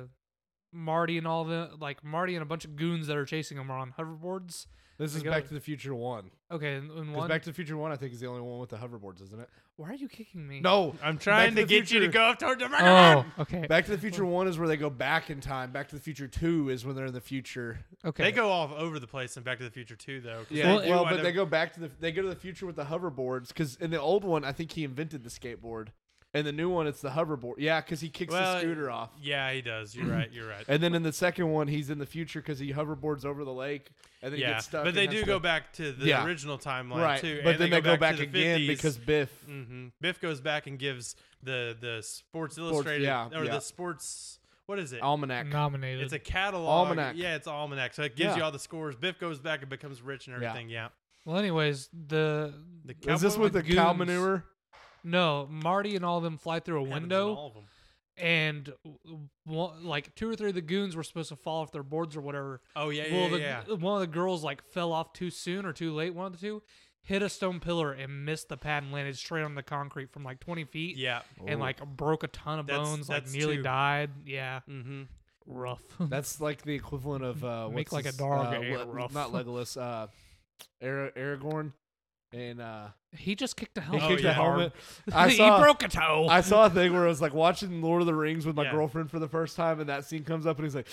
S1: Marty and all the like Marty and a bunch of goons that are chasing him are on hoverboards.
S2: This
S1: They
S2: is
S1: go-
S2: Back to the Future One.
S1: Okay, and, and
S2: Because
S1: one.
S2: Back to the Future One, I think, is the only one with the hoverboards, isn't it?
S1: why are you kicking me?
S2: No,
S3: I'm trying
S2: Back
S3: to,
S2: to the
S3: get you to
S2: Future-
S3: go up toward the
S1: Oh, okay.
S2: Back to the Future One is where they go back in time. Back to the Future Two is when they're in the future.
S1: Okay.
S3: They go all over the place in Back to the Future too, though. 'cause
S2: Yeah,
S3: they
S2: well,
S3: do wind
S2: but
S3: up-
S2: they go back to the they go to the future with the hoverboards because in the old one, I think he invented the skateboard, and the new one it's the hoverboard. Yeah, because he kicks
S3: Well,
S2: the scooter off.
S3: Yeah, he does. You're right. You're right.
S2: And then in the second one, he's in the future because he hoverboards over the lake, and then he
S3: yeah,
S2: gets stuck.
S3: but they do go back to the
S2: Yeah.
S3: original timeline
S2: right,
S3: too,
S2: but
S3: and
S2: then
S3: they go
S2: back,
S3: back, to the Mm.
S2: again
S3: 50s.
S2: because Biff.
S3: Mm-hmm. hmm Biff goes back and gives the the Sports Illustrated
S2: yeah,
S3: or
S2: yeah.
S3: the Sports what is it?
S2: Almanac.
S1: Nominated.
S3: It's a catalog.
S2: Almanac.
S3: Yeah, it's almanac. So it gives
S2: Yeah.
S3: you all the scores. Biff goes back and becomes rich and
S2: Yeah.
S3: everything. Yeah.
S1: well, anyways, the
S3: The
S2: Is this
S3: cowboy
S2: with the
S1: Goons.
S2: cow manure?
S1: no Marty and all them fly through a
S3: happens in
S1: window,
S3: all of 'em.
S1: and w- one, like two or three of the goons were supposed to fall off their boards or whatever.
S3: Oh yeah, yeah,
S1: well,
S3: yeah,
S1: the,
S3: yeah.
S1: one of the girls like fell off too soon or too late. One of the two hit a stone pillar and missed the pad and landed straight on the concrete from like 20 feet.
S3: Yeah.
S1: And
S2: Ooh.
S1: like broke a ton of
S3: That's-
S1: bones, like
S3: that's
S1: nearly
S3: two.
S1: died. Yeah,
S3: Mm-hmm.
S1: rough.
S2: That's like the equivalent of uh,
S1: Make
S2: what's
S1: like a
S2: his-
S1: dog
S2: uh,
S1: a
S2: what-
S1: rough.
S2: Not Legolas. Uh, Ara- Aragorn. And uh,
S1: he just kicked a
S2: he
S1: helmet.
S3: Oh,
S2: kicked
S3: yeah.
S2: the helmet. I
S1: he
S2: saw-
S1: broke a toe.
S2: I saw a thing where I was like watching Lord of the Rings with my
S3: Yeah.
S2: girlfriend for the first time, and that scene comes up, and he's like,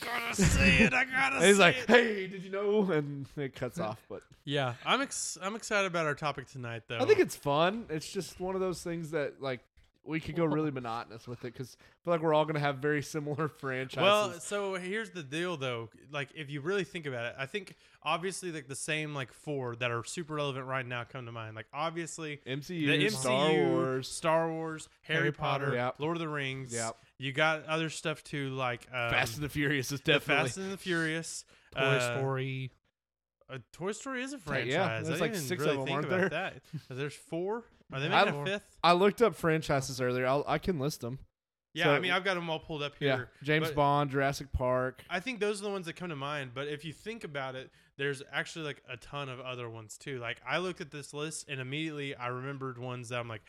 S3: Gotta see it. I gotta.
S2: and he's like, "Hey, did you know?" And it cuts off. But
S3: Yeah, I'm ex- I'm excited about our topic tonight,
S1: Oh.
S3: though.
S2: I think it's fun. It's just one of those things that like we could go really monotonous with it because I feel like we're all gonna have very similar franchises.
S3: well. So here's the deal, though. Like, if you really think about it, I think obviously like the same like four that are super relevant right now come to mind. Like, obviously
S2: MCU,
S3: the MCU,
S2: Star Wars,
S3: Star Wars, Harry,
S1: Harry
S3: Potter,
S1: Potter.
S2: Yep.
S3: Lord of the Rings.
S2: Yep.
S3: You got other stuff too, like um,
S2: Fast and the Furious is
S3: the
S2: definitely
S3: Fast and the Furious,
S1: Toy
S3: uh,
S1: Story.
S3: Uh, Toy Story is a
S2: Ta- yeah,
S3: franchise. I
S2: there's
S3: didn't
S2: like
S3: even
S2: six of
S3: really
S2: them,
S3: think
S2: aren't
S3: about that. There's four. Are they
S2: I
S3: making a
S2: don't-
S3: fifth?
S2: I looked up franchises earlier. I'll, I can list them.
S3: Yeah,
S2: So-
S3: I mean, I've got them all pulled up
S2: Yeah,
S3: here.
S2: James
S3: but-
S2: Bond, Jurassic Park.
S3: I think those are the ones that come to mind. But if you think about it, there's actually like a ton of other ones too. Like I looked at this list and immediately I remembered ones that I'm like,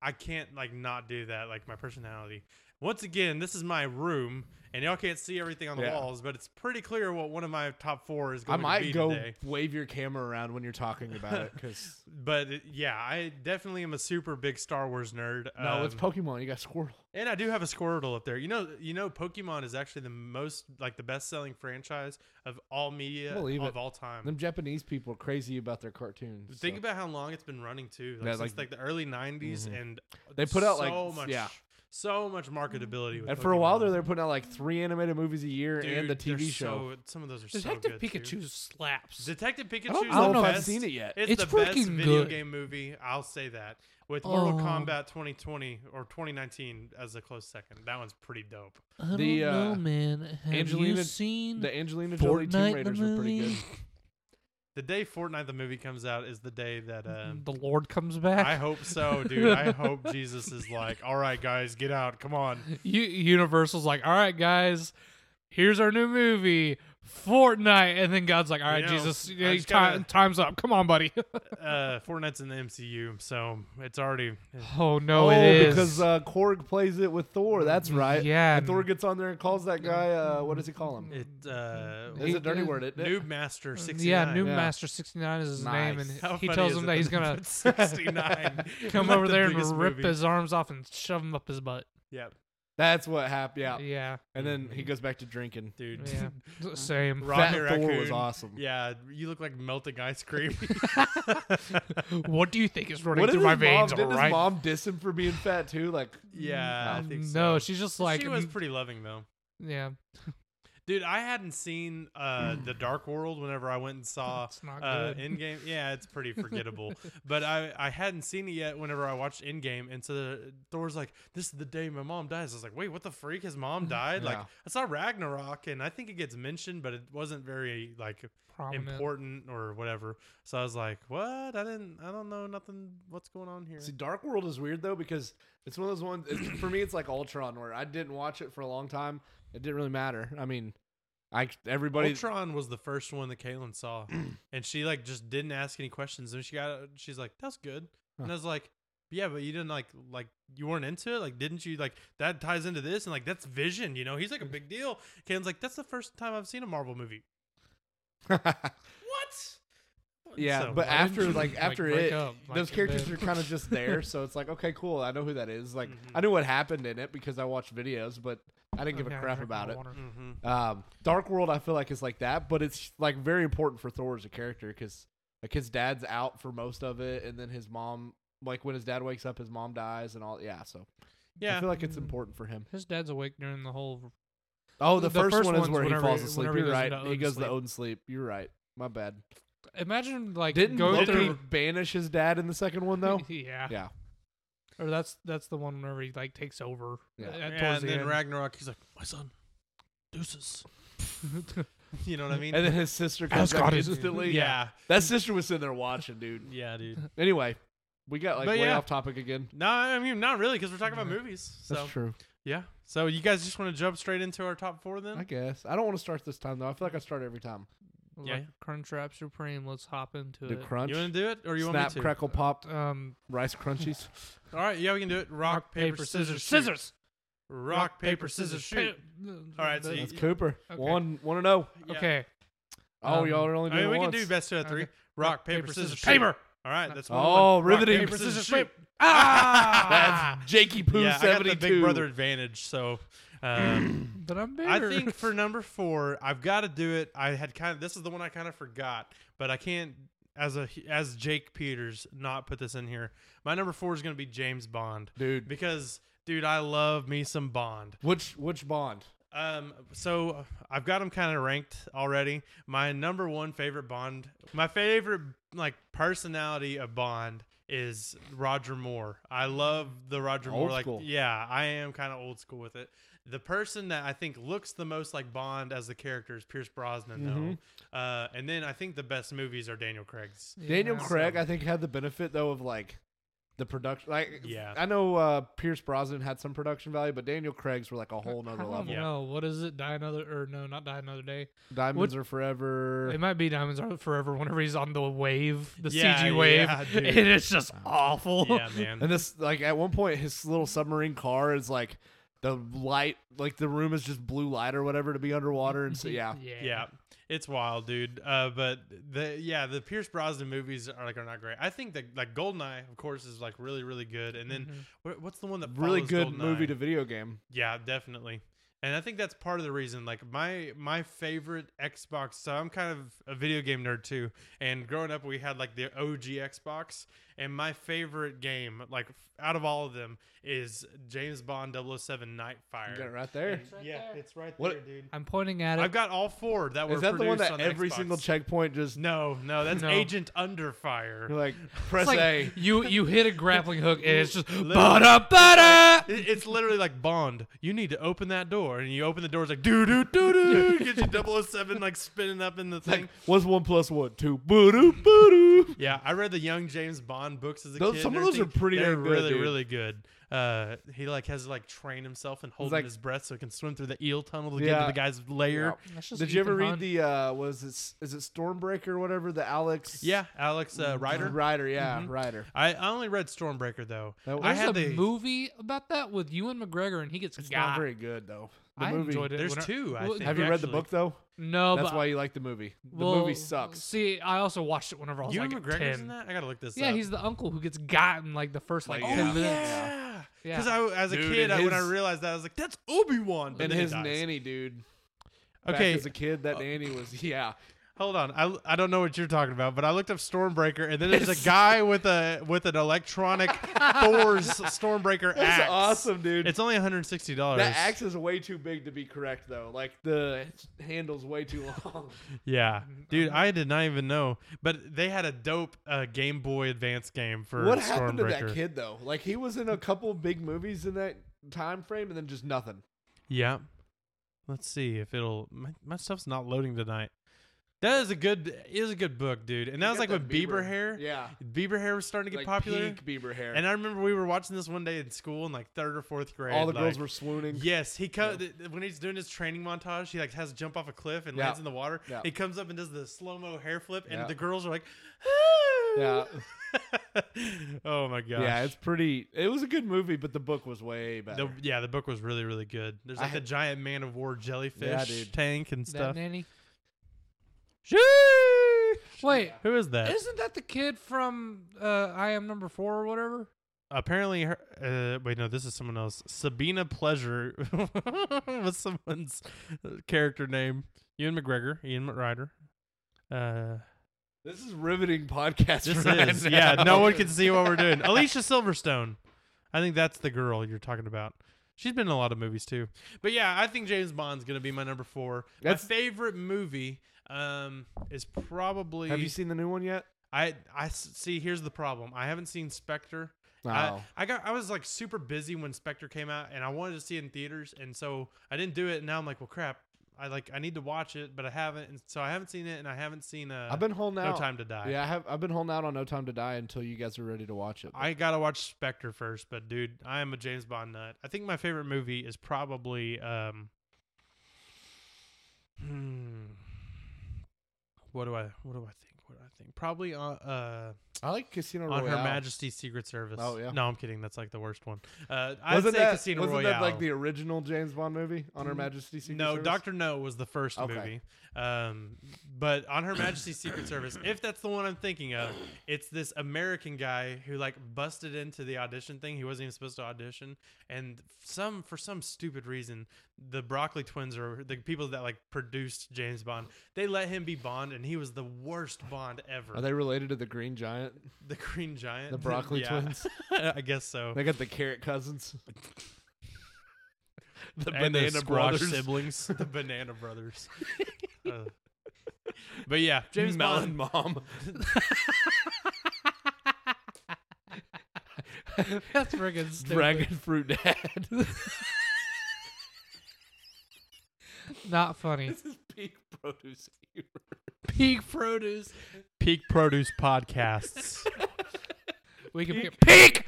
S3: I can't like not do that. Like my personality. Once again, this is my room, and y'all can't see everything on the
S2: Yeah.
S3: walls, but it's pretty clear what one of my top four is
S2: I
S3: going to
S2: might
S3: be
S2: go
S3: today.
S2: wave your camera around when you're talking about it because
S3: But it- yeah, I definitely am a super big Star Wars nerd.
S2: no, it's
S3: Um,
S2: Pokemon. You got Squirtle.
S3: And I do have a Squirtle up there. You know, you know, Pokemon is actually the most like the best selling franchise of all media
S2: Believe
S3: of
S2: it.
S3: all time.
S2: Them Japanese people are crazy about their cartoons.
S3: Think
S2: so.
S3: about how long it's been running too. Like,
S2: Yeah,
S3: since
S2: like-
S3: like the early '90s,
S2: Mhm.
S3: and
S2: They put out, like,
S3: so
S2: s-
S3: much,
S2: yeah.
S3: so much marketability. With
S2: and for a while
S3: Pokemon.
S2: there, they're putting out like three animated movies a year and the
S3: Dude, they're
S2: TV show.
S3: So, some of those are
S1: Detective
S3: so good,
S1: Pikachu
S3: Too.
S1: slaps.
S3: Detective Pikachu.
S2: I don't,
S1: Pikachu's
S2: know
S1: the
S2: if I've
S1: best.
S2: seen it yet.
S3: It's,
S1: It's
S3: the best
S1: freaking
S3: video
S1: good.
S3: game movie. I'll say that with Mortal
S1: Oh.
S3: Kombat 2020 or 2019 as a close second. That one's pretty dope.
S1: I don't
S2: The, uh,
S1: know, man. Have
S2: Angelina-
S1: you seen
S2: The Angelina Jolie Tomb
S1: Fortnite, the
S2: Raiders were pretty good.
S1: movie?
S3: The day Fortnite the movie comes out is the day that
S2: Mm-hmm.
S3: um,
S1: the Lord comes back?
S3: I hope so, dude. I hope Jesus is like, all right, guys, get out, come on.
S1: U- Universal's like, all right, guys, here's our new movie, Fortnite, and then God's like, all right,
S3: You know,
S1: Jesus,
S3: I
S1: yeah,
S3: just
S1: ti-
S3: gotta-
S1: time's up. Come on, buddy.
S3: Uh, Fortnite's in the MCU, so it's already.
S1: oh no,
S2: oh,
S1: it is
S2: because uh, Korg plays it with Thor. That's right.
S1: Yeah,
S2: And Thor
S1: and-
S2: gets on there and calls that guy. Uh, what does he call him?
S3: It uh,
S2: It's a dirty
S1: uh,
S2: word, isn't it?
S3: Noob Master sixty
S1: yeah,
S3: nine.
S1: New
S2: Yeah.
S1: Master sixty nine is his name, and
S2: Nice.
S1: he tells him that he's gonna
S3: sixty nine.
S1: come over there and rip his arms off and shove him up his butt.
S3: Yeah,
S2: That's what happened. Yeah.
S1: Yeah,
S2: And then
S1: Mm-hmm.
S2: he goes back to drinking.
S3: dude.
S1: yeah, same.
S2: Fat
S3: Rocket
S2: Thor was
S3: Raccoon.
S2: awesome.
S3: Yeah, you look like melting ice cream.
S1: What do you think is running
S2: What
S1: through
S2: did his
S1: my
S2: mom,
S1: veins?
S2: didn't
S1: all
S2: his
S1: right.
S2: mom diss him for being fat too? Like,
S3: yeah, I think so.
S1: no, she's just like,
S3: she was
S1: "Mm,
S3: pretty loving though.
S1: yeah,
S3: Dude, I hadn't seen uh, the Dark World whenever I went and saw
S1: It's not
S3: uh,
S1: good.
S3: Endgame. Yeah, it's pretty forgettable. but I, I hadn't seen it yet whenever I watched Endgame. And so the, Thor's like, this is the day my mom dies. I was like, wait, what the freak? His mom
S1: Mm-hmm.
S3: died? Like,
S2: Yeah.
S3: I saw Ragnarok and I think it gets mentioned, but it wasn't very, like,
S1: prominent.
S3: important or whatever. So I was like, what? I didn't, I don't know nothing. What's going on here?
S2: See, Dark World is weird though because it's one of those ones. It's, for me, it's like Ultron, where I didn't watch it for a long time. It didn't really matter. I mean, I everybody.
S3: Ultron was the first one that Caitlin saw, and she like just didn't ask any questions. And she got, she's like, "That's good," and I was like, "Yeah, but you didn't like, like you weren't into it. Like, didn't you like that ties into this? And like that's Vision, you know, he's like a big deal." Caitlin's like, "That's the first time I've seen a Marvel movie." What?
S2: yeah,
S3: So,
S2: but
S1: why didn't
S2: after
S1: you,
S2: like
S1: like,
S2: after
S1: break
S2: it,
S1: up, like,
S2: those
S1: and
S2: characters
S1: then-
S2: are kind of just there. So it's like, okay, cool. I know who that is. Like,
S3: Mhm.
S2: I knew what happened in it because I watched videos, but I didn't give
S1: Mm-hmm. Okay,
S2: a
S1: I'm
S2: crap
S1: drinking
S2: about
S1: my
S2: it.
S1: water.
S3: mhm.
S2: Um, Dark World, I feel like is like that, but it's like very important for Thor as a character because like his dad's out for most of it, and then his mom, like when his dad wakes up, his mom dies, and all. Yeah, so I
S3: yeah,
S2: feel like it's
S1: Mm.
S2: important for him.
S1: His dad's awake during the whole.
S2: Oh, the,
S1: The
S2: first,
S1: first
S2: one is
S1: one's
S2: where he
S1: whenever
S2: falls
S1: he-
S2: asleep.
S1: whenever he
S2: You're
S1: goes
S2: right.
S1: into
S2: He
S1: Odin's
S2: goes to
S1: sleep.
S2: Odin sleep. You're right. My bad.
S1: Imagine like
S2: Didn't
S1: going
S2: Loki
S1: through.
S2: banish his dad in the second one though?
S1: yeah.
S2: yeah.
S1: Or that's that's the one whenever he like takes over.
S2: Yeah.
S1: uh,
S3: Yeah,
S1: towards
S3: and
S1: the
S3: then
S1: end.
S3: Ragnarok, he's like, my son, deuces. you know what I mean?
S2: And then his sister comes
S1: Asgard
S2: out
S1: is-
S2: instantly.
S3: yeah,
S2: That sister was sitting there watching, dude.
S3: yeah, dude.
S2: Anyway, we got like
S3: But
S2: way
S3: yeah.
S2: off topic again.
S3: No, I mean not really, because we're talking about
S1: Yeah.
S3: movies. So
S2: true.
S3: yeah, so you guys just want to jump straight into our top four
S1: um,
S3: then?
S2: I guess. I don't want to start this time though. I feel like I start every time.
S1: Like,
S3: Yeah.
S1: Crunchwrap Supreme. Let's hop into
S2: Do
S1: it.
S2: crunch,
S3: You want to do it, or you
S2: snap,
S3: want me to?
S2: crackle, pop,
S1: um,
S2: rice crunchies.
S3: All right, yeah, we can do it. Rock, paper, scissors, shoot.
S1: scissors.
S3: Rock, paper, scissors, shoot. All right, so
S2: That's
S3: Yeah.
S2: Cooper.
S1: Okay.
S2: One, one and zero.
S3: Yeah.
S1: okay.
S2: Oh,
S1: Um,
S2: y'all are only
S3: I
S2: doing
S3: mean, we
S2: it
S3: can do
S2: once.
S3: best two out of three.
S1: Okay.
S3: Rock, paper, scissors, shoot.
S1: paper.
S3: All right, that's one.
S2: Oh,
S3: one.
S2: riveting.
S3: Rock, paper,
S1: Scissors,
S3: scissors, shoot.
S1: Ah!
S2: That's Jakey Poo
S3: yeah, I got
S2: seventy
S3: the
S2: two.
S3: big brother advantage, so. Um,
S1: But I'm
S3: I
S1: bigger.
S3: think for number four, I've got to do it. I had kind of this is the one I kind of forgot, but I can't as a as Jake Peters not put this in here. My number four is gonna be James Bond
S2: dude.
S3: because dude, I love me some Bond.
S2: Which which Bond?
S3: Um, so I've got them kind of ranked already. My number one favorite Bond, my favorite like personality of Bond is Roger Moore. I love the Roger
S2: Old
S3: Moore. Like,
S2: school.
S3: yeah, I am kind of old school with it. The person that I think looks the most like Bond as the character is Pierce Brosnan,
S2: Mm-hmm.
S3: though. Uh, and then I think the best movies are Daniel Craig's.
S2: Daniel
S1: Yeah.
S2: Craig, I think, had the benefit though of like the production. Like,
S3: Yeah.
S2: I know uh, Pierce Brosnan had some production value, but Daniel Craig's were like a whole
S1: I
S2: nother
S1: don't
S2: level.
S3: Yeah.
S1: know. What is it? Die another or no, not die another day.
S2: Diamonds
S1: What-
S2: are forever.
S1: It might be Diamonds Are Forever whenever he's on the wave, the
S3: Yeah,
S1: CG wave.
S3: yeah, dude.
S1: and it's just awful.
S3: Yeah, man.
S2: And this, like, at one point, his little submarine car is like the light, like the room is just blue light or whatever to be underwater. And so, yeah,
S1: yeah.
S3: yeah it's wild dude uh but the yeah the pierce brosnan movies are like are not great i think that like goldeneye of course is like really really good and then
S2: Mm-hmm.
S3: wh- what's the one that
S2: really
S3: follows
S2: good
S3: Goldeneye?
S2: movie to video game.
S3: yeah definitely and i think that's part of the reason like my my favorite xbox so i'm kind of a video game nerd too and growing up we had like the og xbox and my favorite game like out of all of them is james bond 007 nightfire
S2: You got it right there.
S3: And- yeah it's right
S2: What-
S3: there dude
S1: I'm pointing at it.
S3: I've got all four that were
S2: Is that the one
S3: produced
S2: that
S3: on
S2: every
S3: Xbox.
S2: single checkpoint just
S3: No, no, that's
S1: No.
S3: Agent Under
S2: you're
S3: Fire.
S2: like press
S1: it's like
S2: A?
S1: you you hit a grappling hook and it's just
S3: Literally.
S1: bada bada.
S3: It- It's literally like Bond. You need to open that door, and you open the door. It's like doo doo doo doo. Get you 007 like spinning up in the
S2: It's
S3: thing.
S2: like what's one plus one? Two. Boo-doo, boo-doo.
S3: yeah, I read the young James Bond books as a
S2: Those-
S3: kid.
S2: some
S3: and
S2: of those are
S3: everything.
S2: pretty
S3: They're
S2: dang good,
S3: really,
S2: dude.
S3: really good. Uh, he like has to like train himself and hold in
S2: like-
S3: his breath so he can swim through the eel tunnel to get to
S2: Yeah.
S3: the guy's lair.
S1: That's just
S2: Did you ever
S1: Ethan
S2: read
S1: Hunt.
S2: the uh was it is it Stormbreaker or whatever the Alex
S3: Yeah, Alex
S2: Mm-hmm.
S3: uh, Ryder.
S2: Ryder yeah
S3: Mhm.
S2: Ryder
S3: I I only read Stormbreaker though.
S2: That
S3: I
S1: There's
S3: had
S1: a
S3: the
S1: movie about that with Ewan McGregor and he gets
S2: it's
S1: got.
S2: not very good though the
S1: I
S2: movie
S1: enjoyed it.
S3: There's
S1: when I-
S3: two, I
S1: well,
S3: think.
S2: have you read the
S3: actually.
S2: book though
S1: No,
S2: that's
S1: but
S2: why you like the movie the
S1: well,
S2: movie sucks
S1: See, I also watched it whenever I was
S3: Ewan
S1: like
S3: McGregor's
S1: 10.
S3: in that. I gotta look this
S1: Yeah,
S3: up. oh,
S1: he's the uncle who gets gotten like the first like
S2: Like,
S1: ten
S2: yeah.
S1: minutes.
S3: Yeah.
S1: Yeah.
S3: Because I, as a
S2: Dude,
S3: kid,
S2: and
S3: I, when I
S2: his-
S3: realized that, I was like, "That's Obi Wan."
S2: and his nanny dude
S3: Okay. uh,
S2: back as a kid that nanny was yeah
S3: Hold on, I, I don't know what you're talking about, but I looked up Stormbreaker, and then there's a guy with a with an electronic Thor's Stormbreaker
S2: that's
S3: axe.
S2: awesome dude
S3: It's only 160 dollars.
S2: that axe is way too big to be correct though like the handle's way too long
S3: Yeah,
S2: Mm-hmm.
S3: dude, I did not even know. But they had a dope uh, Game Boy Advance game for
S2: what
S3: Stormbreaker.
S2: happened to that kid though like he was in a couple big movies in that time frame and then just nothing
S3: Yeah. Let's see if it'll my, my stuff's not loading tonight. That is a good is a good book, dude. And that
S2: He
S3: was
S2: got
S3: like with Bieber, hair.
S2: yeah
S3: Bieber hair was starting to get
S2: like
S3: popular.
S2: peak Bieber hair
S3: And I remember we were watching this one day in school in like third or fourth grade.
S2: all the girls
S3: like-
S2: were swooning
S3: Yes, he co- th- th- when he's doing his training montage, he like has to jump off a cliff and
S2: Yeah.
S3: lands in the water.
S2: Yeah.
S3: He comes up and does the slow mo hair flip, and
S2: Yeah.
S3: the girls are like,
S2: Yeah.
S3: oh my gosh.
S2: Yeah, it's pretty. It was a good movie, but the book was way better.
S3: the, yeah, the book was really really good. There's
S2: I
S3: like the
S2: had-
S3: giant man of war jellyfish
S2: dude.
S3: tank and
S1: That
S3: stuff.
S1: nanny.
S3: Sheesh.
S1: Wait,
S3: Who is that?
S1: isn't that the kid from uh, I Am Number Four or whatever?
S3: Apparently, her, uh, wait, no, this is someone else. Sabina Pleasure was someone's uh, character name. Ewan McGregor, Ian McRider. Uh,
S2: this is riveting podcast.
S3: this
S2: right
S3: is,
S2: now.
S3: yeah, no one can see what we're doing. Alicia Silverstone. I think that's the girl you're talking about. She's been in a lot of movies too. But yeah, I think James Bond's going to be my number four.
S2: That's-
S3: my favorite movie um, is probably.
S2: Have you seen the new one yet?
S3: I I s- see. Here's the problem. I haven't seen Spectre. I,
S2: Wow.
S3: I got I was like super busy when Spectre came out, and I wanted to see it in theaters, and so I didn't do it. And now I'm like, well, crap. I like I need to watch it, but I haven't, and so I haven't seen it, and I haven't seen uh,
S2: I've been holding
S3: No
S2: out.
S3: Time to Die.
S2: Yeah, I have. I've been holding out on No Time to Die until you guys are ready to watch it.
S3: I gotta watch Spectre first, but dude, I am a James Bond nut. I think my favorite movie is probably um. Hmm, what do I what do I think? What do I think? Probably uh, uh
S2: I like Casino
S3: on
S2: Royale.
S3: Her Majesty's Secret Service.
S2: Oh, yeah.
S3: No, I'm kidding. That's like the worst one. Uh, I'd say
S2: Wasn't that
S3: Casino
S2: wasn't
S3: Royale.
S2: that like the original James Bond movie on Her
S3: Mm,
S2: Majesty's Secret
S3: no,
S2: Service?
S3: Doctor No was the first
S2: Okay.
S3: movie. Um, but on Her Majesty's Secret Service, if that's the one I'm thinking of, it's this American guy who like busted into the audition thing. He wasn't even supposed to audition, and some for some stupid reason, the Broccoli twins are the people that like produced James Bond. They let him be Bond, and he was the worst Bond ever.
S2: Are they related to the Green Giant,
S3: the Green Giant,
S2: the Broccoli
S3: Yeah,
S2: Twins?
S3: I guess so.
S2: They got the Carrot Cousins. the
S3: and the
S2: Banana
S3: Squash
S2: Brothers.
S3: siblings, the Banana Brothers. Uh, but yeah, James
S2: Melon
S3: Bond.
S2: Mom.
S1: That's freaking stupid.
S2: Dragon Fruit Dad.
S1: Not funny.
S2: this is peak produce humor.
S1: Peak produce.
S3: Peak Produce podcasts.
S1: We can
S2: Peak.
S1: pick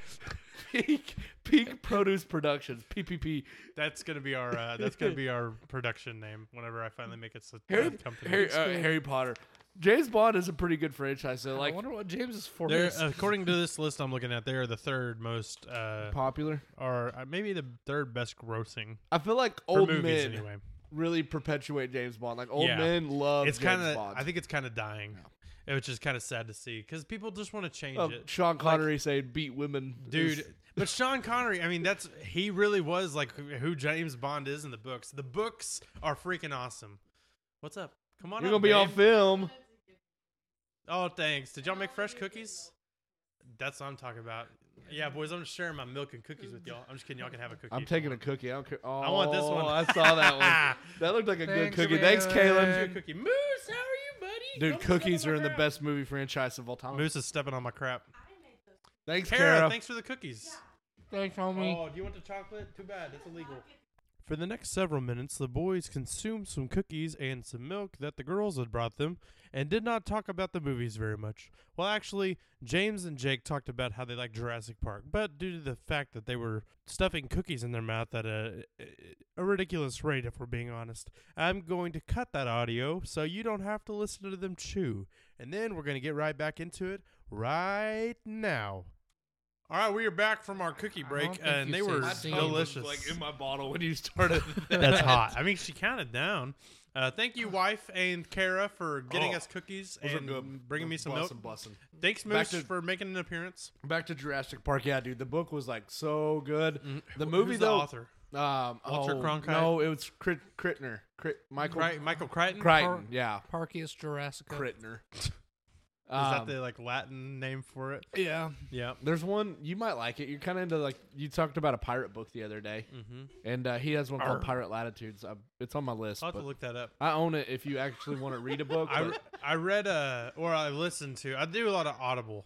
S1: peak.
S2: Peak peak produce productions. PPP.
S3: that's gonna be our uh, that's gonna be our production name whenever I finally make it a
S2: Harry,
S3: company.
S2: Harry, uh,
S1: Squid.
S2: Harry Potter. James Bond is a pretty good franchise. So
S1: Like, uh,
S2: like
S1: I wonder what James is for.
S3: They're-
S1: this.
S3: according to this list I'm looking at, they are the third most, uh,
S2: popular.
S3: or uh, maybe the third best grossing
S2: I feel like
S3: for
S2: old
S3: movies
S2: men
S3: anyway.
S2: really perpetuate James Bond. Like old
S3: Yeah.
S2: men love
S3: It's
S2: James
S3: kind of
S2: Bond.
S3: I think it's kind of dying, which is kind of sad to see because people just want to change
S2: Uh,
S3: it.
S2: Sean Connery saying beat women, is-
S3: dude. But Sean Connery, I mean, that's he really was like who James Bond is in the books. The books are freaking awesome. What's up? Come on,
S2: You're
S3: up,
S2: gonna be on
S3: babe.
S2: film.
S3: Oh, thanks. Did y'all make fresh cookies? That's what I'm talking about. Yeah, boys, I'm sharing my milk and cookies with y'all. I'm just kidding. Y'all can have a cookie.
S2: I'm
S3: if you
S2: taking a
S3: want.
S2: cookie. I don't care. Oh,
S3: I want this one.
S2: I saw that one. That looked like a
S1: Thanks,
S2: good cookie. Thanks,
S1: man.
S2: Caleb.
S3: Good cookie. Moose, how are you, buddy?
S2: Dude,
S3: Don't step on
S2: cookies
S3: my
S2: are in the
S3: crap.
S2: best movie franchise of all time.
S3: Moose is stepping on my crap.
S2: Thanks,
S3: Kara,
S2: Kara.
S3: thanks for the cookies.
S1: Thanks, homie.
S3: Oh, do you want the chocolate? Too bad. It's illegal. For the next several minutes, the boys consumed some cookies and some milk that the girls had brought them and did not talk about the movies very much. Well, actually, James and Jake talked about how they like Jurassic Park, but due to the fact that they were stuffing cookies in their mouth at a, a ridiculous rate, if we're being honest, I'm going to cut that audio so you don't have to listen to them chew. And then we're going to get right back into it right now. All right, we are back from our cookie
S1: I
S3: break,
S1: don't think
S3: and
S1: you
S3: they
S1: said
S3: were
S1: My
S2: tongue was,
S3: delicious.
S2: Like in my bottle when you started.
S3: That's hot. I mean, she counted down. Uh, thank you, wife and Kara, for getting
S2: Oh,
S3: us cookies
S2: Those are
S3: and
S2: good.
S3: bringing me some milk.
S2: Bussin', bussin'.
S3: Thanks,
S2: Back
S3: Moose,
S2: to-
S3: for making an appearance.
S2: Back to Jurassic Park. Yeah, dude, the book was like so good. The
S3: Wh-
S2: movie
S3: Who's
S2: though,
S3: Mm-hmm. the author,
S2: um,
S3: Walter
S2: oh,
S3: Cronkite?
S2: No, it was Crit- Crittner. Crit- Michael
S3: Cri- Michael Crichton.
S2: Crichton. Yeah,
S1: Parkius Jurassica.
S2: Crittner.
S3: Is
S2: Um,
S3: that the like Latin name for it?
S1: Yeah.
S3: Yeah.
S2: There's one you might like it. You're kind of into like you talked about a pirate book the other day,
S3: Mm-hmm.
S2: and uh, he has one
S1: Arr.
S2: called Pirate Latitudes. I, it's on my list.
S3: I'll have to
S2: but
S3: look that up.
S2: I own it if you actually want to read a book.
S3: I,
S2: but-
S3: re- I read uh or I listened to. I do a lot of Audible.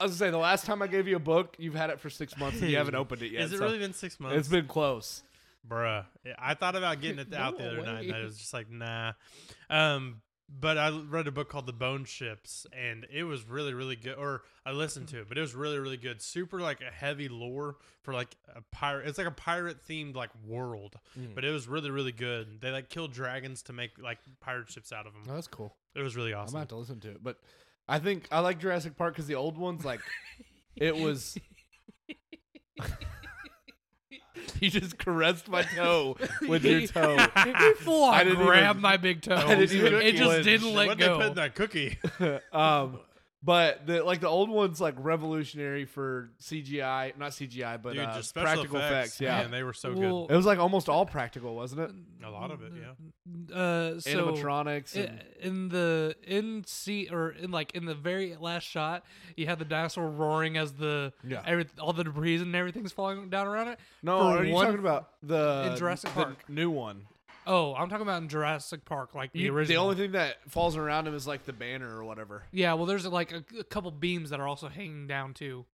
S2: I was gonna say the last time I gave you a book, you've had it for six months and you haven't opened it yet.
S3: Has it
S2: so
S3: really been six months?
S2: It's been close.
S3: bruh i thought about getting it
S1: No
S3: out the other night and i
S1: way.
S3: was just like nah um but i read a book called the bone ships and it was really really good or i listened to it but it was really really good super like a heavy lore for like a pirate it's like a pirate themed like world
S2: Mm.
S3: but it was really really good they like killed dragons to make like pirate ships out of them
S2: that's cool.
S3: it was really
S2: Oh. I'm gonna
S3: awesome
S2: have to listen to it, but I think I like Jurassic Park because the old ones like it was. you just caressed my toe with your toe.
S1: He full
S2: I
S1: on
S2: didn't
S1: grabbed
S2: even-
S1: my big toe.
S2: I didn't even
S1: it just
S2: flinch.
S1: didn't let
S3: what they put
S1: go.
S3: in that cookie
S2: um, but the like the old ones like revolutionary for CGI, not CGI, but
S3: dude
S2: uh,
S3: just special
S2: practical effects. yeah,
S3: man, they were so
S1: Well,
S2: it was like almost all practical, wasn't it?
S3: good a lot of it yeah
S1: Uh, so
S2: Animatronics.
S1: i-
S2: and-
S1: in the in sea or in like in the very last shot, you have the dinosaur roaring as the
S2: Yeah.
S1: every, all the debris and everything's falling down around it.
S2: no,
S1: for
S2: are you
S1: one-
S2: talking about the
S1: in Jurassic
S2: the
S1: Park.
S2: new one?
S1: Oh, I'm talking about in Jurassic Park, like the
S2: You-
S1: original.
S2: the only thing that falls around him is like the banner or whatever.
S1: yeah, well, there's like a, a couple beams that are also hanging down too.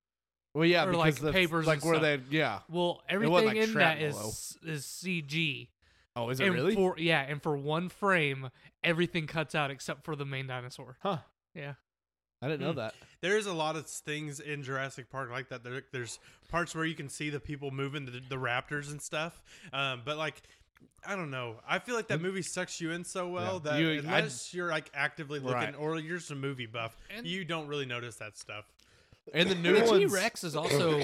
S2: Well, yeah,
S1: Or,
S2: because
S1: like,
S2: the,
S1: papers
S2: like
S1: and
S2: where
S1: stuff.
S2: they, yeah.
S1: Well,
S2: wasn't,
S1: everything
S2: like,
S1: in that is
S2: shrapnel,
S1: is CG.
S2: Oh, is
S1: and For, yeah, and for one frame, everything cuts out except for the main dinosaur.
S2: huh.
S1: Yeah.
S2: I didn't know
S3: Hmm.
S2: that.
S3: There is a lot of things in Jurassic Park like that. There, there's parts where you can see the people moving the, the raptors and stuff. Um, but like, I don't know. I feel like that movie sucks you in so well
S2: Mm. Yeah.
S3: that
S2: You- I-
S3: unless you're like actively looking
S2: Right.
S3: or you're just a movie buff,
S1: And-
S3: you don't really notice that stuff.
S2: And the
S1: The
S2: new
S1: T
S2: ones,
S1: Rex is also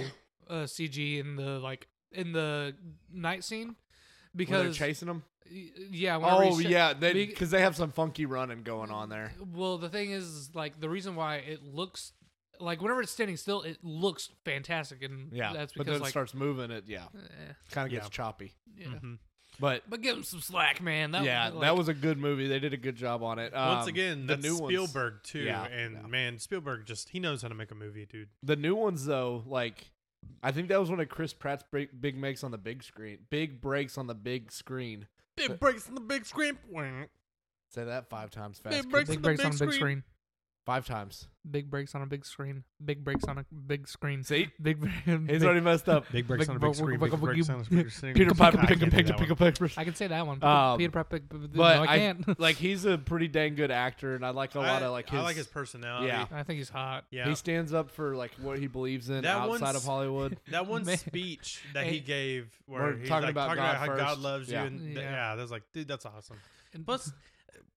S1: uh, CG in the like in the night scene
S2: when they're
S1: because y-
S2: chasing them.
S1: yeah. whenever he's
S2: Oh
S1: ch-
S2: yeah, they
S1: be-
S2: because they have some funky running going on there.
S1: Well, the thing is, like, the reason why it looks like whenever it's standing still, it looks fantastic, and
S2: Yeah,
S1: that's
S2: but
S1: because
S2: then it
S1: like,
S2: starts moving. It yeah,
S1: eh,
S2: kind of gets
S3: Yeah.
S2: choppy.
S1: yeah.
S3: Mhm.
S2: Mm-hmm. But
S1: But give him some slack, man. That
S2: yeah,
S1: like,
S2: that was a good movie. They did a good job on it.
S3: Once
S2: Um,
S3: again,
S2: the
S3: that's
S2: new ones-
S3: Spielberg too,
S2: Yeah,
S3: and
S2: yeah.
S3: man, Spielberg just he knows how to make a movie, dude.
S2: The new ones though, like I think that was one of Chris Pratt's big, big makes on the big screen. Big breaks on the big screen.
S3: Big breaks on the big screen.
S2: Say that five times fast.
S3: Big
S2: kids.
S3: breaks-
S1: big breaks
S3: big
S1: on a big
S3: screen.
S1: screen.
S2: Five times.
S1: Big breaks on a big screen. Big breaks on a big screen.
S2: See,
S1: Big.
S2: he's
S1: big
S2: already messed up.
S3: Big
S1: breaks Big on a big bro- screen, big bro- breaks on a big
S2: Peter
S1: Pick a
S2: Piper, pick a
S1: pick
S2: pick a pick a pick.
S1: I can say that one.
S2: Um,
S1: Peter Pratt. But, but no,
S2: but
S1: I
S2: I-
S1: can't.
S2: Like he's a pretty dang good actor, and I like a lot of like his.
S3: I like his personality.
S2: Yeah.
S1: I think he's hot.
S3: yeah.
S2: He stands up for like what he believes in
S3: That
S2: outside
S3: one's-
S2: of Hollywood.
S3: That one
S1: Man.
S3: speech that he
S1: And-
S3: gave, where
S2: We're
S3: he's
S2: talking
S3: like,
S2: about
S3: talking
S2: God
S3: about how God
S2: first.
S3: loves
S2: Yeah.
S3: you, and th-
S1: Yeah.
S3: yeah, that's like, dude, that's awesome.
S1: And-
S3: Plus,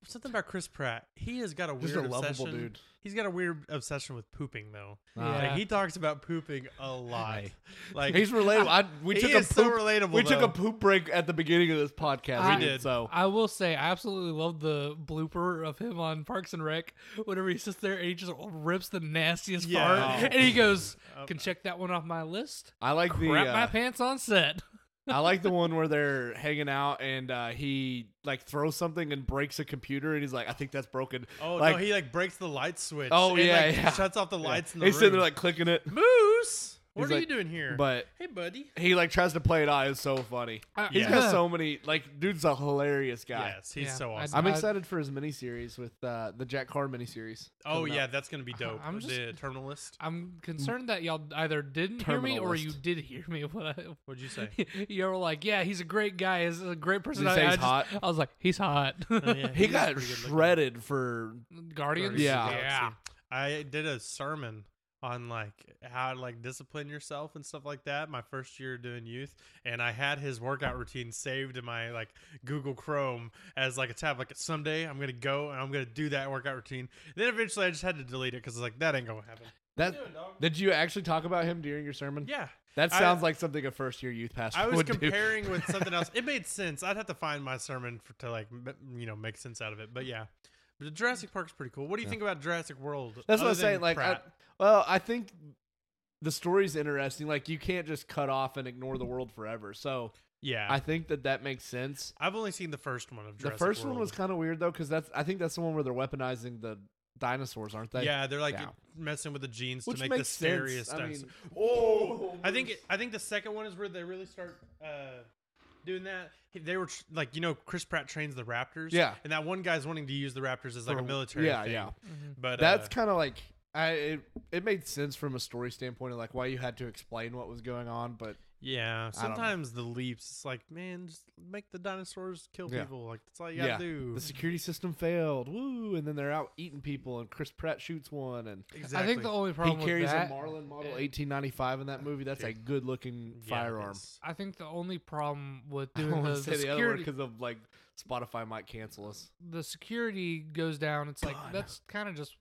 S3: something about Chris Pratt, he has got a weird
S2: Just a lovable
S3: obsession.
S2: dude.
S3: He's got a weird obsession with pooping, though.
S1: Yeah.
S3: Like, he talks about pooping a lot.
S2: Hey.
S3: Like um,
S2: He's relatable. I, we
S3: he
S2: took
S3: is
S2: a poop.
S3: so relatable.
S2: we took
S3: though.
S2: a poop break at the beginning of this podcast.
S1: We
S2: dude,
S3: did.
S2: So
S1: I will say, I absolutely love the blooper of him on Parks and Rec. Whenever he sits there and he just rips the nastiest
S3: Yeah.
S1: part,
S2: Oh.
S1: and he goes,
S3: Oh.
S1: "Can check that one off my list."
S2: I like the
S1: Crap
S2: uh,
S1: my pants on set.
S2: I like the one where they're hanging out and uh, he like throws something and breaks a computer and he's like, I think that's broken.
S3: Oh
S2: like,
S3: no, he like breaks the light switch.
S2: Oh,
S3: and,
S2: yeah,
S3: like,
S2: yeah.
S3: shuts off the
S2: yeah.
S3: lights. In the
S2: he's sitting there
S3: room.
S2: like clicking it,
S3: Moose. What
S2: He's
S3: are
S2: like-
S3: you doing here?
S2: but
S3: hey, buddy.
S2: he like tries to play it out. It's so funny.
S1: I-
S2: He's
S3: Yeah.
S2: got so many like dude's a hilarious guy.
S3: Yes, he's
S1: Yeah,
S3: so
S1: I-
S3: awesome.
S2: I'm excited for his miniseries with uh, the Jack Carr miniseries.
S3: oh
S2: coming
S3: yeah,
S2: up.
S3: that's gonna be dope.
S1: I'm just-
S3: the terminalist.
S1: I'm concerned that y'all either didn't hear me or you
S2: Terminalist.
S1: did hear me. What I,
S3: What'd you say?
S1: you were like, "Yeah, he's a great guy. He's a great person."
S2: Did
S1: I,
S2: he say
S1: I
S2: he's
S1: just-
S2: hot?
S1: I was like, "He's hot."
S2: he got shredded for
S1: Guardians.
S2: Guardians of the
S1: yeah.
S3: I did a sermon on like how to like discipline yourself and stuff like that my first year doing youth and i had his workout routine saved in my like google chrome as like a tab like someday i'm gonna go and i'm gonna do that workout routine then eventually i just had to delete it because like that ain't gonna happen
S2: that.
S3: Doing, dog?
S2: Did you actually talk about him during your sermon?
S3: yeah
S2: That
S3: I-
S2: sounds like something a first year youth pastor
S3: i was
S2: would do.
S3: comparing with something else it made sense i'd have to find my sermon for, to like m- you know make sense out of it but yeah but the jurassic park's pretty cool what do you think about jurassic world
S2: That's what
S3: other
S2: I'm
S3: than
S2: saying. Like, I,
S3: Pratt?
S2: well, I think the story's interesting. Like, you can't just cut off and ignore the world forever. So
S3: yeah
S2: I think that that makes sense.
S3: I've only seen the first one of Jurassic
S2: the first one
S3: World.
S2: was kind of weird though, because that's I think that's the one where they're weaponizing the dinosaurs, aren't they?
S3: yeah, they're like
S2: yeah.
S3: messing with the genes
S2: Which
S3: to make the
S2: makes sense.
S3: scariest
S2: I
S3: dinosaur.
S2: mean-
S3: oh, I think I think the second one is where they really start uh, doing that. They were tr- like, you know, Chris Pratt trains the raptors.
S2: Yeah.
S3: and that one guy's wanting to use the raptors as like a
S2: For-
S3: military.
S2: oh, yeah,
S3: thing.
S2: yeah.
S3: But
S2: That's
S3: uh,
S2: kind of like I it, it made sense from a story standpoint of like why you had to explain what was going on, but
S3: yeah.
S2: don't know.
S3: Sometimes the leaps, it's like, man, just make the dinosaurs kill
S2: Yeah.
S3: people. Like that's all you gotta
S2: Yeah.
S3: do.
S2: the security system failed. Woo! And then they're out eating people, and Chris Pratt shoots one, and
S3: Exactly.
S1: I think the only problem
S2: he carries
S1: with that, eh,
S2: a Marlin model
S1: Yeah.
S2: 1895 in that movie. That's a good looking
S3: Yeah,
S2: firearm.
S3: it's-
S1: I think the only problem with
S2: I
S1: doing
S2: don't
S1: the,
S2: want
S1: the
S2: to say the other word
S1: security
S2: because of like Spotify might cancel us.
S1: the security goes down, it's like
S2: Done.
S1: that's kind of just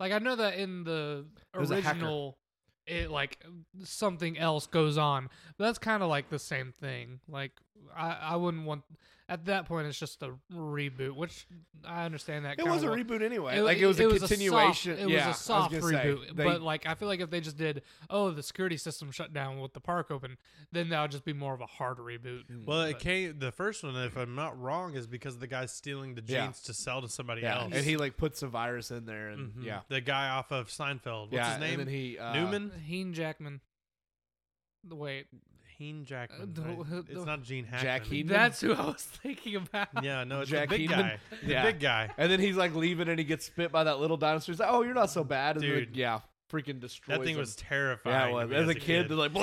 S1: like I know that in the
S2: was a hacker.
S1: original, it like something else goes on. But that's kind of like the same thing. Like I, I wouldn't want at that point. It's just a reboot, which I understand that
S2: It
S1: kinda
S2: was a
S1: wa-
S2: reboot anyway.
S1: it-
S2: like it was a
S1: soft-
S2: continuation.
S1: it
S2: yeah, I
S1: was
S2: was
S1: a soft
S2: gonna say,
S1: reboot.
S2: they-
S1: but like I feel like if they just did, oh, the security system shut down with the park open, then that would just be more of a hard reboot.
S2: Hmm.
S3: Well, it
S1: But-
S3: came. The first one, if I'm not wrong, is because of the guy's stealing the genes
S2: Yeah.
S3: to sell to somebody
S2: yeah,
S3: else.
S2: and he like puts a virus in there, and
S1: Mm-hmm.
S3: Mhm.
S2: yeah,
S3: the guy off of Seinfeld. What's
S2: yeah,
S3: his name?
S2: and then he uh,
S3: Newman.
S1: Heen Jackman. Wait,
S3: Gene Jackman.
S1: Uh,
S3: right?
S1: no,
S3: It's
S1: no.
S3: not Gene Hackman.
S2: Jack Heaton?
S1: That's who I was thinking about.
S3: Yeah, no, it's
S2: Jack
S3: the big
S2: Heaton?
S3: guy. The
S2: Yeah.
S3: big guy.
S2: And then he's like leaving, and he gets spit by that little dinosaur. He's like, "Oh, you're not so bad." And Dude,
S3: Dude.
S2: yeah, freaking destroys.
S3: That thing
S2: him.
S3: was terrifying.
S2: Yeah, it
S3: to
S2: was.
S3: me
S2: As a kid, they're like,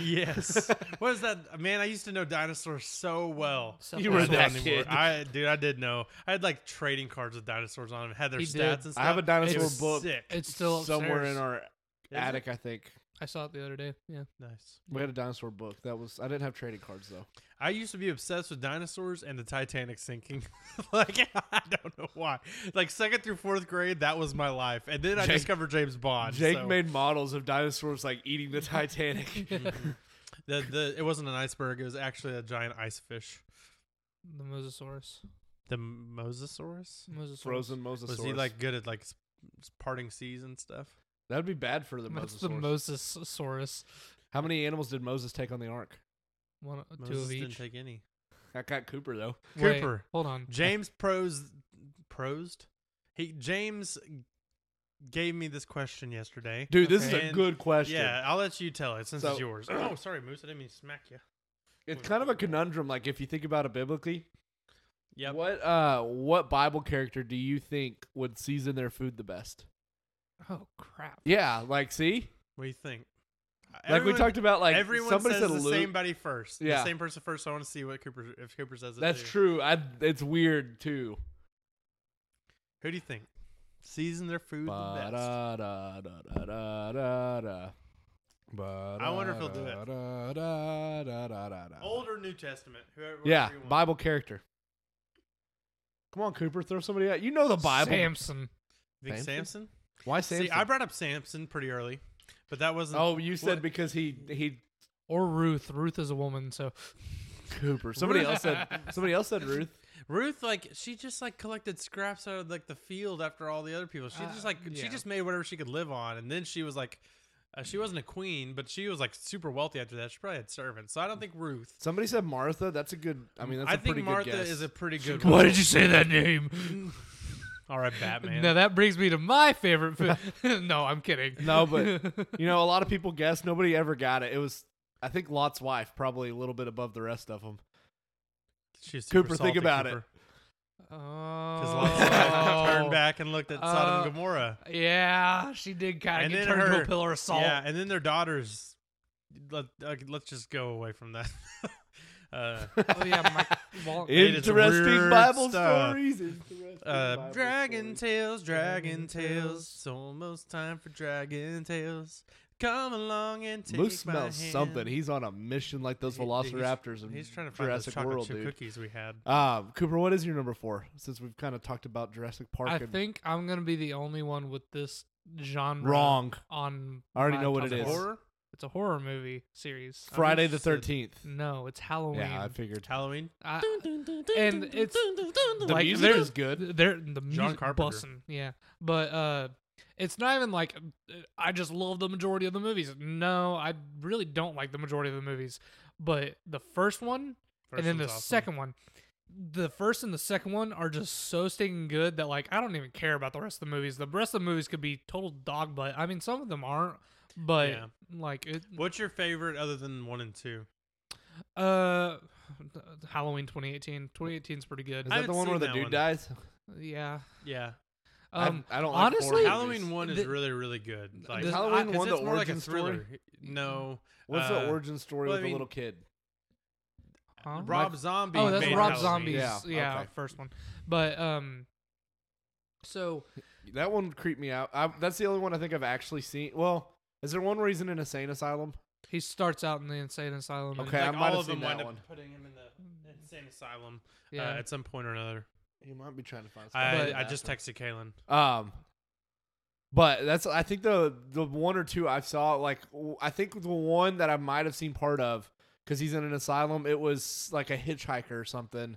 S3: yes. What is that? Man, I used to know dinosaurs so well.
S1: So
S2: You were
S1: that's
S3: That's
S1: what
S2: that
S1: I'm-
S3: what I
S2: kid.
S3: remember. I dude, I did know. I had like trading cards with dinosaurs on them. Had their
S1: He
S3: stats
S1: did.
S3: and stuff.
S2: I have a dinosaur
S3: It was
S2: book
S3: Sick.
S1: It's still upstairs.
S2: somewhere in our
S3: it?
S2: attic, I think.
S1: I saw it the other day. Yeah.
S3: nice.
S2: We had a dinosaur book. That was I didn't have trading cards though.
S3: I used to be obsessed with dinosaurs and the Titanic sinking. like I don't know why. Like second through fourth grade, that was my life. And then I
S2: Jake-
S3: discovered James Bond.
S2: Jake
S3: so
S2: made models of dinosaurs like eating the Titanic.
S3: Mm-hmm. the, the, it wasn't an iceberg. It was actually a giant ice fish.
S1: The Mosasaurus.
S3: The Mosasaurus.
S1: Mosasaurus.
S2: Frozen Mosasaurus.
S3: Was he like good at like s- s- parting seas and stuff?
S2: That'd be bad for the
S1: That's
S2: Mosasaurus.
S1: the Mosasaurus.
S2: How many animals did Moses take on the ark?
S1: One, two
S3: Moses
S1: of
S3: didn't
S1: each.
S3: take any.
S2: That got Cooper though.
S1: Wait,
S3: Cooper.
S1: hold on.
S3: James prosed, prosed. He James gave me this question yesterday.
S2: Dude, this is a
S3: Okay. And-
S2: good question.
S3: Yeah, I'll let you tell it since
S2: So-
S3: it's yours. Oh, sorry, Moose. I didn't mean to smack you.
S2: It's kind of a conundrum. Like if you think about it biblically,
S3: Yep.
S2: what uh what Bible character do you think would season their food the best?
S1: Oh crap.
S2: Yeah, like see,
S3: What do you think?
S2: like we talked about, like
S3: everyone
S2: somebody
S3: says
S2: said
S3: the
S2: Luke.
S3: same body first.
S2: Yeah.
S3: The same person first. So I want to see what Cooper if Cooper says it.
S2: That's
S3: too.
S2: true. I it's weird too.
S3: Who do you think? Season their food the best.
S2: uh, Ba-da-da-da-da-da-da.
S3: I wonder if he'll do it.
S2: Ba-da-da-da-da-da-da.
S3: Old or New Testament? Whoever.
S2: Yeah,
S3: whatever you want.
S2: Bible character. Come on, Cooper, throw somebody out. You know the Bible.
S1: Samson.
S3: Think
S2: Samson?
S3: Samson?
S2: Why Samson?
S3: See, I brought up Samson pretty early, but that wasn't.
S2: oh, you said
S3: What?
S2: because he he
S1: Or Ruth. Ruth is a woman, so
S2: Cooper. Somebody else said somebody else said Ruth.
S3: Ruth, like she just like collected scraps out of like the field after all the other people. She
S1: Uh,
S3: just like
S1: yeah.
S3: she just made whatever she could live on, and then she was like, uh, she wasn't a queen, but she was like super wealthy after that. She probably had servants, so I don't think Ruth.
S2: Somebody said Martha. That's a good. I mean, that's
S3: I
S2: a pretty
S3: think Martha
S2: good guess.
S3: is a pretty good.
S1: Why
S3: one.
S1: did you say that name?
S3: All right, Batman.
S1: Now that brings me to my favorite food. no, I'm kidding.
S2: No, but- you know, a lot of people guessed. Nobody ever got it. It was, I think, Lot's wife, probably a little bit above the rest of them.
S3: She's super
S2: Cooper, think
S3: salty,
S2: about
S3: Cooper. Because
S1: oh,
S3: turned back and looked at Sodom
S1: Oh.
S3: and Gomorrah.
S1: Yeah, she did kind
S3: And
S1: of get
S3: then
S1: turned into
S3: her-
S1: a pillar of salt.
S3: Yeah, and then their daughters. Let, uh, let's just go away from that. uh,
S1: Oh, yeah, Mike Wal-
S3: It- it's
S2: Interesting
S3: weird
S2: Bible
S3: stuff.
S2: stories. Interesting
S3: Uh,
S2: Bible
S3: dragon
S2: stories.
S3: tails, dragon
S1: Dragon
S3: tails.
S1: Tales.
S3: It's almost time for dragon tails. Come along and take
S2: Moose
S3: my
S2: smells
S3: hand.
S2: something. He's on a mission like those
S3: He- dude, he's-
S2: Velociraptors in
S3: He's trying to find those
S2: Jurassic
S3: chocolate
S2: World,
S3: chip
S2: dude.
S3: cookies we had.
S2: Um, Cooper, what is your number four? Since we've kind of talked about Jurassic Park.
S1: I
S2: and
S1: think uh, I'm gonna be the only one with this genre
S2: wrong.
S1: on.
S2: I already
S1: my
S2: know what
S1: top
S2: it
S1: list.
S2: is.
S3: Horror?
S1: It's a horror movie series. Uh,
S3: I'm
S2: Friday the
S3: interested.
S2: Thirteenth.
S1: No, it's Halloween.
S2: Yeah, I figured.
S3: Halloween.
S1: I- and it's
S2: The
S1: like
S2: music
S1: there-
S2: is good.
S1: They're the music
S3: Carpenter.
S1: bussin', yeah. But uh, it's not even like uh, I just love the majority of the movies. No, I really don't like the majority of the movies. But the first one and then the second one, the first and the second one are just so stinking good that like I don't even care about the rest of the movies. The rest of the movies could be total dog butt. I mean, some of them aren't, but
S3: Yeah.
S1: like it,
S3: What's your favorite other than one and two?
S1: uh, Halloween 2018. 2018 is pretty good.
S2: Is
S3: I
S2: that the
S3: haven't
S2: one where
S3: seen
S2: the
S3: that
S2: dude
S3: one.
S2: dies?
S1: yeah.
S3: Yeah.
S2: I-
S1: Um,
S2: I, don't.
S1: honestly-
S2: like horror
S3: Halloween
S2: movies.
S3: one is
S1: The-
S3: really, really good. Like,
S1: the-
S3: Halloween
S2: Halloween
S1: I-
S2: one, the
S3: it's more like
S2: origin
S3: a
S2: story.
S3: thriller. No.
S2: What's
S3: uh,
S2: the origin story
S3: well, I
S2: with the
S3: mean-
S2: little kid?
S1: huh?
S3: Rob Zombie.
S1: Oh, that's
S3: made
S1: Rob
S3: Halloween.
S1: Zombie's
S2: Yeah,
S1: yeah,
S2: okay.
S1: first one. But um so
S2: That one creeped me out. I, that's the only one I think I've actually seen. Well, is there one reason in insane asylum?
S1: he starts out in the insane asylum. and-
S2: Okay, I
S3: Like,
S2: might
S3: all
S2: have
S3: of them
S2: seen that
S3: wind
S2: one.
S3: up putting him in the insane asylum uh,
S1: yeah.
S3: at some point or another.
S2: You might be trying to find.
S3: I,
S1: But-
S3: I just texted Kalen.
S2: Um, but that's I think the the one or two I saw like w- I think the one that I might have seen part of because he's in an asylum. It was like a hitchhiker or something.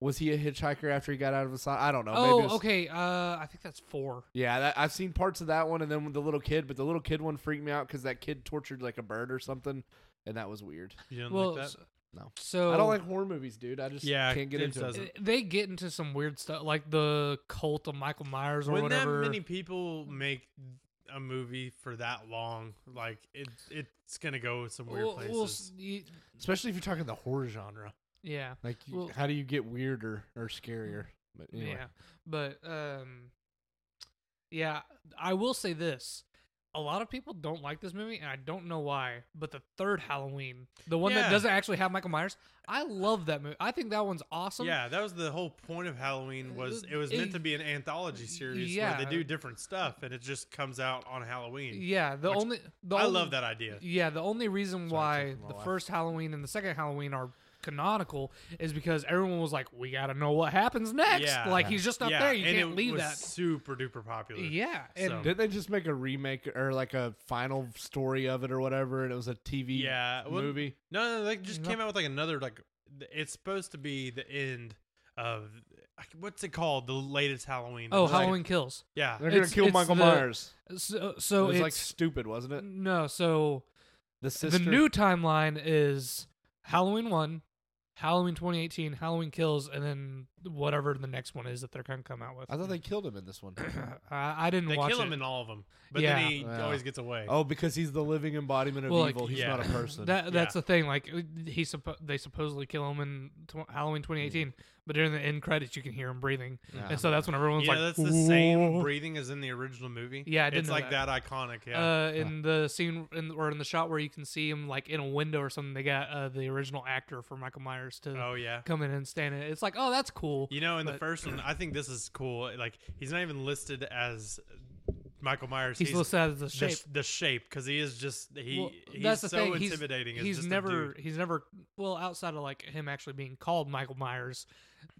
S2: Was he a hitchhiker after he got out of asylum? I don't know.
S1: oh,
S2: it was-
S1: okay. Uh, I think that's four.
S2: Yeah, that, I've seen parts of that one, and then with the little kid. But the little kid one freaked me out because that kid tortured like a bird or something, and that was weird.
S3: You didn't
S1: well,
S3: like that?
S1: s-
S2: No.
S1: So
S2: I don't like horror movies, dude. I just
S3: Yeah,
S2: can't get
S3: James
S2: into
S3: doesn't.
S2: it.
S1: uh, They get into some weird stuff, like the cult of Michael Myers or
S3: when
S1: whatever.
S3: that many people make a movie for that long, like it it's gonna go some weird
S1: Well,
S3: places.
S1: well, s- y-
S2: Especially if you're talking the horror genre.
S1: yeah,
S2: Like, you,
S1: Well-
S2: how do you get weirder or scarier? But anyway.
S1: yeah, but um, yeah, I will say this: a lot of people don't like this movie, and I don't know why. But the third Halloween, the one
S3: Yeah.
S1: that doesn't actually have Michael Myers, I love that movie. I think that one's awesome.
S3: yeah, that was the whole point of Halloween was it was meant to be an anthology series where
S1: yeah.
S3: they do different stuff and it just comes out on Halloween.
S1: yeah. The
S3: Which-
S1: only the
S3: I
S1: only-
S3: love that idea.
S1: Yeah, the only reason
S2: Sorry, it's
S1: why
S2: like my
S1: the
S2: wife.
S1: first Halloween and the second Halloween are canonical is because everyone was like, "We gotta know what happens next."
S3: Yeah.
S1: like he's just up
S3: yeah,
S1: there; you
S3: and
S1: can't
S3: it
S1: leave
S3: was
S1: that.
S3: super duper popular.
S1: Yeah, and
S3: So-
S2: Didn't they just make a remake or like a final story of it or whatever? And it was a TV
S3: Yeah, well,
S2: movie.
S3: No, no, they just
S1: No.
S3: came out with like another like th- it's supposed to be the end of what's it called? The latest Halloween.
S1: oh,
S3: It's like-
S1: Halloween Kills.
S3: Yeah.
S2: They're gonna
S1: uh, It's-
S2: kill
S1: it's
S2: Michael
S1: the-
S2: Myers.
S1: So,
S2: It
S1: so
S2: was
S1: it's
S2: like stupid, wasn't it?
S1: no. So
S2: The sister.
S1: the new timeline is Halloween one, Halloween 2018, Halloween Kills, and then whatever the next one is that they're gonna come out with.
S2: I thought they killed him in this one.
S1: I, I didn't
S3: They
S1: watch
S3: kill
S1: it.
S3: him in all of them, but
S1: Yeah.
S3: then he
S2: Yeah.
S3: always gets away.
S2: oh, because he's the living embodiment of
S1: Well, like,
S2: evil. he's
S3: yeah.
S2: not a person.
S1: That that's
S3: Yeah.
S1: the thing. Like uh, he suppo- they supposedly kill him in tw- Halloween 2018, but during the end credits you can hear him breathing,
S2: Yeah.
S1: and so that's when everyone's
S3: Mm. yeah,
S1: like,
S3: that's the same
S1: "Whoa."
S3: breathing as in the original movie.
S1: Yeah, I did
S3: it's
S1: know
S3: like
S1: that.
S3: that. iconic. Yeah,
S1: Uh, in the scene, in, or in the shot where you can see him like in a window or something, they got uh, the original actor for Michael Myers to
S3: oh yeah.
S1: come in and stand in. it. It's like, oh, that's cool.
S3: You know, in the
S1: but-
S3: first one, I think this is cool. Like he's not even listed as Michael Myers.
S1: he's listed as the
S3: the,
S1: shape.
S3: sh- the shape because he is just he.
S1: Well,
S3: he's
S1: that's the
S3: so
S1: thing. He's-
S3: intimidating. as
S1: He's,
S3: just a
S1: never
S3: dude.
S1: he's never well outside of like him actually being called Michael Myers,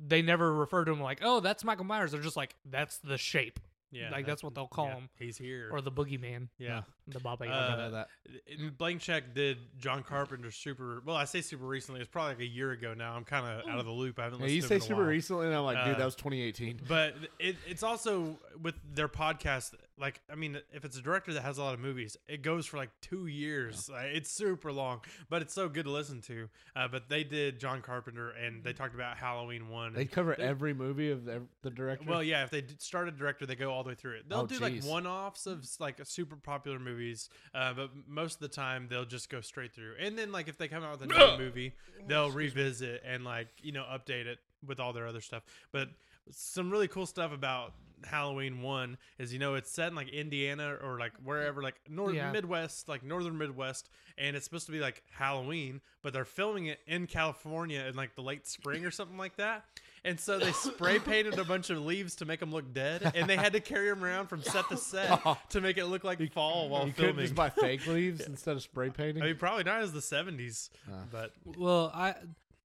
S1: they never refer to him like, oh, that's Michael Myers. They're just like, that's the shape.
S3: Yeah,
S1: like that's what they'll call
S3: yeah,
S1: him.
S3: He's here.
S1: or the boogeyman,
S3: yeah.
S1: the Baba
S2: I
S1: Yaga.
S2: know
S3: uh,
S2: that.
S3: In Blank Check did John Carpenter super. Well, I say super recently. It's probably like a year ago now. I'm kind
S1: Hmm.
S3: of out of the loop. I haven't.
S2: Yeah,
S3: listened
S2: you
S3: to
S2: say
S3: him in a
S2: super
S3: while.
S2: recently, and I'm like, dude,
S3: Uh,
S2: that was 2018.
S3: But it, it's also with their podcast. Like, I mean, if it's a director that has a lot of movies, it goes for like two years. Like, It's super long, but it's so good to listen to. Uh, but they did John Carpenter, and they talked about Halloween one.
S2: They cover every movie of the, the director.
S3: well, yeah, if they d- start a director, they go all the way through it. They'll
S2: Oh,
S3: do
S2: geez.
S3: like one-offs of s- like super popular movies, uh, but most of the time they'll just go straight through. And then like if they come out with another movie, they'll revisit and like you know update it with all their other stuff. But some really cool stuff about Halloween one is you know it's set in like Indiana or like wherever like north
S1: Yeah.
S3: Midwest like northern Midwest and it's supposed to be like Halloween but they're filming it in California in like the late spring or something like that and so they spray painted a bunch of leaves to make them look dead and they had to carry them around from set to set to make it look like fall while
S2: you couldn't
S3: filming
S2: just buy fake leaves instead of spray painting.
S3: I mean probably not as the 70s
S2: Ah.
S3: but
S1: well, I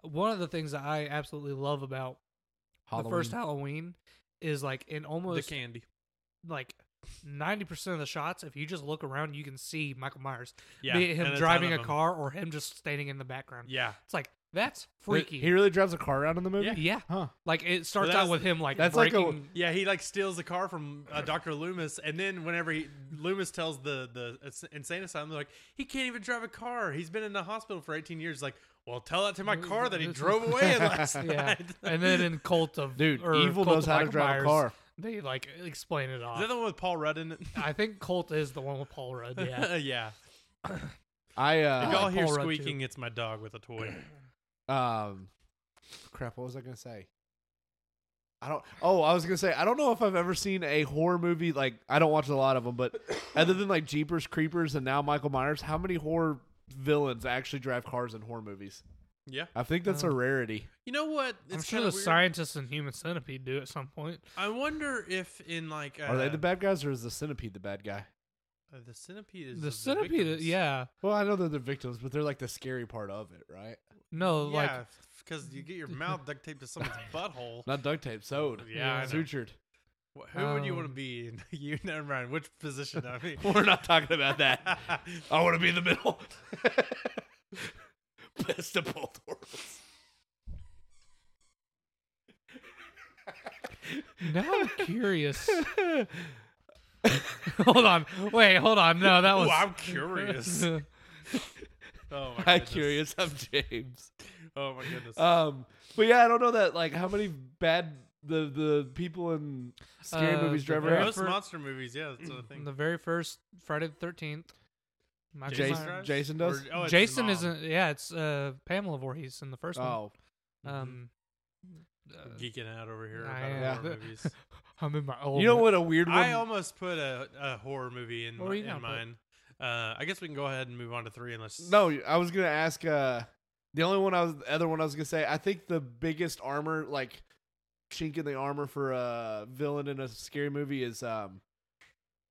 S1: one of the things that I absolutely love about
S2: Halloween.
S1: the first Halloween is like in
S3: the
S1: almost
S3: candy
S1: like ninety percent of the shots, if you just look around, you can see Michael Myers,
S3: yeah
S1: be it
S3: and
S1: him
S3: ton
S1: driving
S3: of
S1: a
S3: them.
S1: car or him just standing in the background.
S3: yeah
S1: It's like that's
S2: Wait,
S1: freaky.
S2: He really drives a car around in the movie.
S3: Yeah.
S1: yeah,
S2: Huh.
S1: like it starts
S3: that's-
S1: out with him like
S2: that's like a-
S1: breaking.
S3: Yeah, he like steals the car from uh, Dr. Loomis, and then whenever he, Loomis tells the the ins- insane asylum, they're like, he can't even drive a car. He's been in the hospital for 18 years. Like, well, tell that to my car that he drove away in last
S1: yeah,
S3: night.
S1: and then in Cult of
S2: Dude,
S1: or
S2: evil
S1: Cult
S2: knows
S1: of
S2: how to
S1: Michael
S2: drive a
S1: Myers,
S2: car.
S1: They like explain it off.
S3: Is that the one with Paul Rudd in it?
S1: I think Colt is the one with Paul Rudd. Yeah.
S3: Yeah. yeah.
S2: I uh,
S3: If y'all
S1: like
S3: hear
S1: Paul Rudd, too.
S3: squeaking, it's my dog with a toy.
S2: Um, crap. What was I gonna say? I don't. Oh, I was gonna say I don't know if I've ever seen a horror movie like I don't watch a lot of them, but other than like Jeepers Creepers and now Michael Myers, how many horror villains actually drive cars in horror movies?
S3: Yeah.
S2: I think that's a
S1: Uh,
S2: rarity.
S3: You know what?
S1: I'm
S3: It's
S1: sure
S3: kinda
S1: the
S3: weird.
S1: scientists in Human Centipede do at some point.
S3: I wonder if in like. Uh,
S2: Are they the bad guys or is the centipede the bad guy?
S3: uh, the centipede is.
S1: The
S3: of
S1: centipede,
S3: victims.
S1: yeah.
S2: Well, I know they're the victims, but they're like the scary part of it, right?
S1: No, like
S3: Yeah, because you get your mouth duct taped to someone's butthole.
S2: Not duct tape, sewed,
S3: Yeah, I know.
S2: sutured.
S3: Wh- Who would you want to
S1: Um,
S3: be? in? you never mind. Which position? I mean,
S2: We're not talking about that. I want to be in the middle. Best of both worlds.
S1: now I'm curious. hold on. Wait, hold on. No, that was
S3: Ooh, I'm curious. oh my
S2: I'm
S3: goodness.
S2: curious. I'm James.
S3: Oh my goodness.
S1: Uh,
S2: Um, but yeah, I don't know that. Like, how many bad the the people in scary
S1: Uh,
S2: movies
S1: the
S2: Trevor
S1: very
S2: Harris-
S1: first-
S3: Most monster movies, yeah, that's the
S1: In
S3: thing.
S1: the very first Friday the Thirteenth, Michael
S2: Jason-
S1: Myers-
S3: drives?
S2: Jason does?
S3: Or- oh, it's his
S1: Jason
S3: mom.
S1: isn't. Yeah, it's uh, Pamela Voorhees in the first
S2: Oh,
S3: mm-hmm.
S1: one. Um, uh,
S3: geeking out over here
S1: I uh,
S3: about
S1: am.
S3: horror movies.
S1: I'm in my old.
S2: you know what a weird one.
S3: I almost put a, a horror movie in,
S1: What
S3: my,
S1: were you
S3: in
S1: gonna put?
S3: mine. Uh, I guess we can go ahead and move on to three, unless
S2: No, I was gonna ask. Uh, the only one I was, the other one I was gonna say. I think the biggest armor, like chink in the armor for a villain in a scary movie, is um,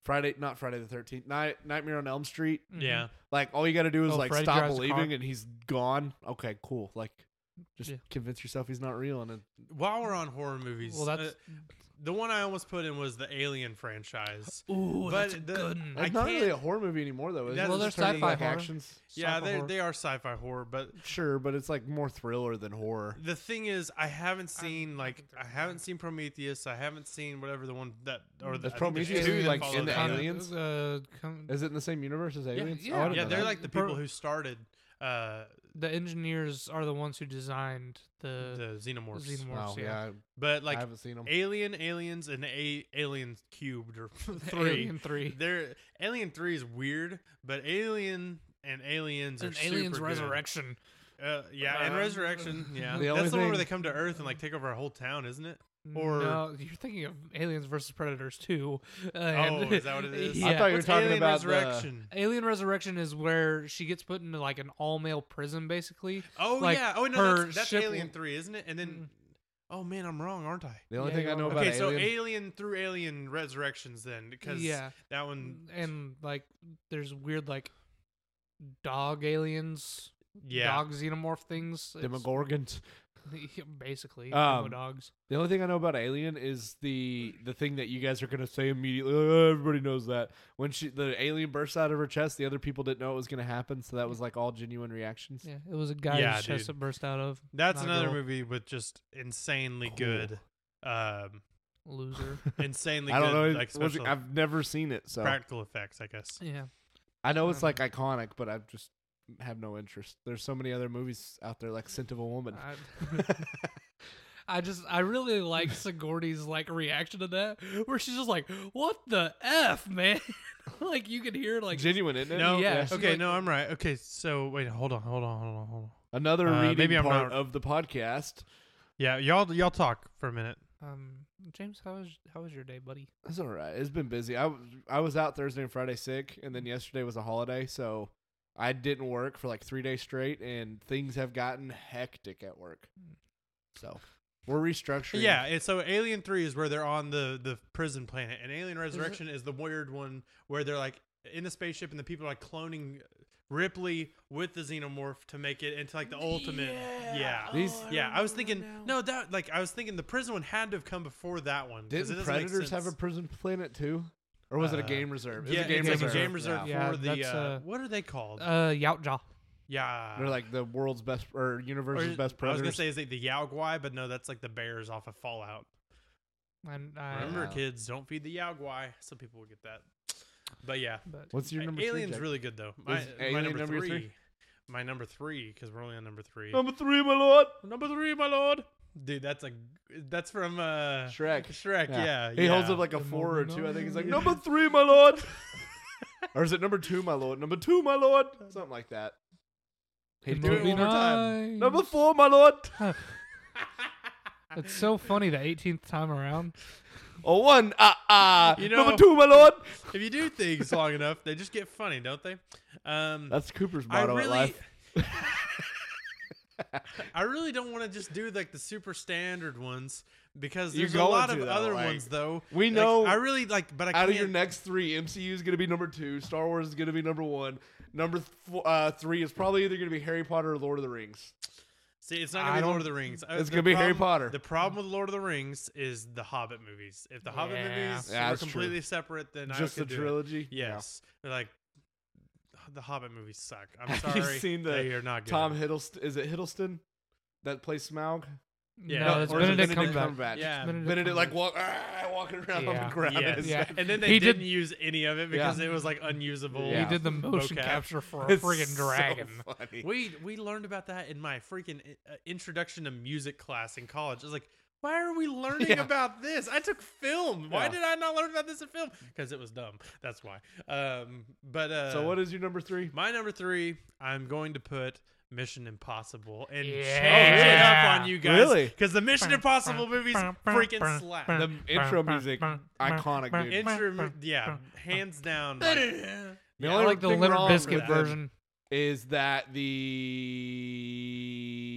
S2: Friday, not Friday the Thirteenth, Night Nightmare on Elm Street.
S1: mm-hmm.
S3: Yeah,
S2: Like all you gotta do is
S1: Oh,
S2: like
S1: Freddy
S2: stop
S1: drives a car.
S2: believing, and he's gone. Okay, cool. Like, just
S1: Yeah.
S2: convince yourself he's not real, and then
S3: while we're on horror movies,
S1: mm-hmm. Well, that's
S3: uh, the one I almost put in was the Alien franchise.
S1: ooh,
S3: but
S1: that's a
S3: the-
S1: good. one.
S3: I
S2: it's not really
S3: can't-
S2: a horror movie anymore, though. is it?
S3: That's- Well,
S2: It's
S1: they're
S2: just turning into,
S1: sci-fi
S2: like,
S1: horror.
S2: actions.
S3: Yeah,
S1: Sci-fi
S3: they
S1: horror.
S3: they are sci-fi horror, but
S2: Sure, but it's like more thriller than horror.
S3: the thing is, I haven't
S1: I-
S3: seen
S1: I
S3: like
S1: think they're
S3: I haven't
S1: fine.
S3: seen Prometheus. I haven't seen whatever the one that or the
S2: Is
S3: I think there's
S2: Prometheus
S3: two that
S2: like
S3: follow
S2: in the
S3: that.
S2: alien? Aliens?
S1: Uh, com-
S2: Is it in the same universe as Aliens? Oh, I
S1: yeah.
S2: didn't
S3: Yeah,
S2: know
S3: they're
S2: that.
S3: like the
S1: Pro-
S3: people who started uh,
S1: the engineers are the ones who designed the,
S3: the xenomorphs.
S1: xenomorphs.
S2: Wow,
S1: yeah.
S2: yeah,
S3: But
S2: I
S3: like
S2: haven't seen them.
S3: Alien, Aliens, and a- Alien Cubed or
S1: the
S3: three.
S1: Alien three.
S3: They're Alien Three is weird, but Alien and Aliens
S1: And
S3: are
S1: Aliens
S3: super good.
S1: Resurrection.
S3: Uh, yeah, and
S1: Um,
S3: Resurrection. Yeah,
S2: The only
S3: that's the one where
S2: thing-
S3: they come to Earth and like take over a whole town, isn't it? Or-
S1: no, you're thinking of Aliens versus Predators too.
S3: Oh, is that what it is?
S1: Yeah.
S2: I thought you were
S3: What's
S2: talking
S3: Alien
S2: about the-
S3: Resurrection.
S1: Alien Resurrection is where she gets put into like an all male prison, basically.
S3: Oh
S1: like,
S3: yeah. Oh no,
S1: her
S3: that's, that's
S1: ship
S3: Alien
S1: w-
S3: Three, isn't it? And then, oh man, I'm wrong, aren't I?
S2: The only
S1: Yeah,
S2: thing
S1: you
S2: I know
S1: are.
S2: about
S3: Okay, so
S2: Alien,
S3: Alien through Alien Resurrections, then because
S1: yeah,
S3: that one,
S1: and like there's weird like dog aliens,
S3: yeah,
S1: dog xenomorph things, It's-
S2: Demogorgons.
S1: basically
S2: Um,
S1: demo dogs.
S2: The only thing I know about Alien is the the thing that you guys are gonna say immediately. "Oh, everybody knows that when she the alien bursts out of her chest, the other people didn't know it was gonna happen, so that was like all genuine reactions.
S1: Yeah, it was a guy's
S3: Yeah,
S1: chest
S3: dude.
S1: that burst out of
S3: that's
S1: not a
S3: another
S1: girl.
S3: movie with just insanely
S2: Cool.
S3: good, um,
S1: loser.
S3: insanely
S2: I don't
S3: good
S2: know.
S3: like
S2: it was-
S3: special
S2: I've never seen it, so
S3: practical effects, I guess.
S1: yeah,
S2: I know it's
S1: Um,
S2: like iconic, but I just have no interest. There's so many other movies out there, like Scent of a Woman.
S1: I, I just I really like Sigourney's like reaction to that, where she's just like, "What the f, man!" like you could hear like
S2: genuine, isn't it?
S3: No,
S1: Yeah,
S2: Yeah.
S1: she's
S3: Okay,
S1: like-
S3: no, I'm right. Okay, so wait, hold on, hold on, hold on, hold on.
S2: Another
S3: Uh,
S2: reading
S3: maybe I'm
S2: part
S3: not-
S2: of the podcast.
S3: Yeah, y'all, y'all talk for a minute.
S1: Um, James, how was how was your day, buddy?
S2: That's all right. It's been busy. I w- I was out Thursday and Friday sick, and then yesterday was a holiday, so I didn't work for like three days straight, and things have gotten hectic at work. So we're restructuring.
S3: Yeah, and so Alien Three is where they're on the the prison planet, and Alien Resurrection is, the weird one where they're like in the spaceship, and the people are like cloning Ripley with the xenomorph to make it into like the ultimate. Yeah.
S2: These- Oh,
S3: Yeah, I was thinking no that like I was thinking the prison one had to have come before that one. 'cause it
S2: Didn't
S3: doesn't make
S2: Predators have a
S3: sense.
S2: prison planet too, or was it a
S3: Uh,
S2: game reserve? It was
S3: yeah,
S2: a game
S3: it's like
S2: reserve.
S3: a game reserve
S1: Yeah.
S3: for
S1: Yeah,
S3: the uh,
S1: that's, uh,
S3: what are they called?
S1: Uh, Yautja.
S3: yeah,
S2: They're like the world's best or
S3: Or
S2: universe's
S3: is-
S2: best
S3: I was
S2: predators.
S3: gonna say is it the Yao Guai, but no, that's like the bears off of Fallout.
S1: And uh, I,
S3: Remember,
S2: Yeah.
S3: kids, don't feed the Yao Guai. Some people will get that, but yeah.
S1: but
S2: What's your
S3: Uh,
S2: number?
S3: Alien's
S2: three, Jack?
S3: really good though. My,
S2: Is
S3: my
S2: Alien
S3: number,
S2: number
S3: three,
S2: three? Um,
S3: My number three, because we're only on number three.
S2: number three, my lord.
S3: number three, my lord. Dude, that's a that's from uh
S2: Shrek.
S3: Shrek, yeah.
S2: He holds
S3: yeah.
S2: up like a
S1: The
S2: four or
S1: moment
S2: two. I think he's like
S1: I-
S2: number three, my lord. or is it number two, my lord? Number two, my lord. Something like that. He'd do it
S1: movie
S2: one more time.
S1: night.
S2: Number four, my lord.
S1: It's so funny the 18th time around.
S2: Oh, one. Ah, ah.
S3: You know-
S2: number two, my lord.
S3: if you do things long enough, they just get funny, don't they? Um
S2: That's Cooper's
S3: I
S2: motto at
S3: really
S2: life.
S3: I really don't want to just do like the super standard ones because
S2: You're
S3: there's a
S2: going
S3: lot
S2: to,
S3: of
S2: though,
S3: other
S2: like,
S3: ones though.
S2: we
S3: Like,
S2: know
S3: I really like but I
S2: Out
S3: can't
S2: of your next three, MCU is going to be number two. Star Wars is going to be number one. Number th- fo- uh, three is probably either going to be Harry Potter or Lord of the Rings.
S3: See, it's not
S1: I
S3: gonna be
S1: don't-
S3: Lord of the Rings. Uh,
S2: It's
S3: the
S2: gonna be Harry
S3: problem-
S2: Potter.
S3: The problem with Lord of the Rings is the Hobbit movies. If the Hobbit
S1: Yeah.
S3: movies
S2: Yeah,
S3: were
S2: that's true.
S3: completely separate, then
S2: Just
S3: I
S2: the
S3: could do it.
S2: trilogy. Yeah.
S3: Yes, they're like the Hobbit movies suck. I'm
S2: Have you
S3: sorry,
S2: seen the
S3: they are not good.
S2: Tom Hiddleston. Is it Hiddleston that plays Smaug?
S3: Yeah.
S1: No,
S3: No,
S1: it's
S3: or is it
S1: Benedict
S3: Benedict
S1: Cumberbatch.
S3: yeah,
S1: Benedict
S2: Benedict like
S1: Cumberbatch.
S2: walk, ah, walking around on
S1: Yeah.
S2: the ground.
S3: yes.
S2: It's-
S1: Yeah.
S3: and then they
S1: He did-
S3: didn't use any of it because it was like unusable.
S2: Yeah.
S1: He did the motion
S3: Vocab.
S1: capture for a
S2: it's
S1: friggin'
S2: so
S1: dragon.
S2: funny.
S3: We we learned about that in my freaking uh, introduction to music class in college. I was like, Why are we learning
S2: Yeah.
S3: about this? I took film. Why
S2: Yeah.
S3: did I not learn about this in film? Because it was dumb. That's why. Um, but uh,
S2: so what is your number three?
S3: my number three? I'm going to put Mission Impossible and
S1: Yeah.
S3: change it
S1: Oh,
S3: up
S1: really?
S3: on you guys.
S2: Really?
S3: Because the Mission Impossible movies freaking slap.
S2: The intro music, iconic, dude.
S3: Intro, yeah, hands down. like-
S2: The
S1: I like the
S2: thing
S1: Limp
S2: wrong with
S1: Biscuit
S2: them
S1: version.
S2: Is that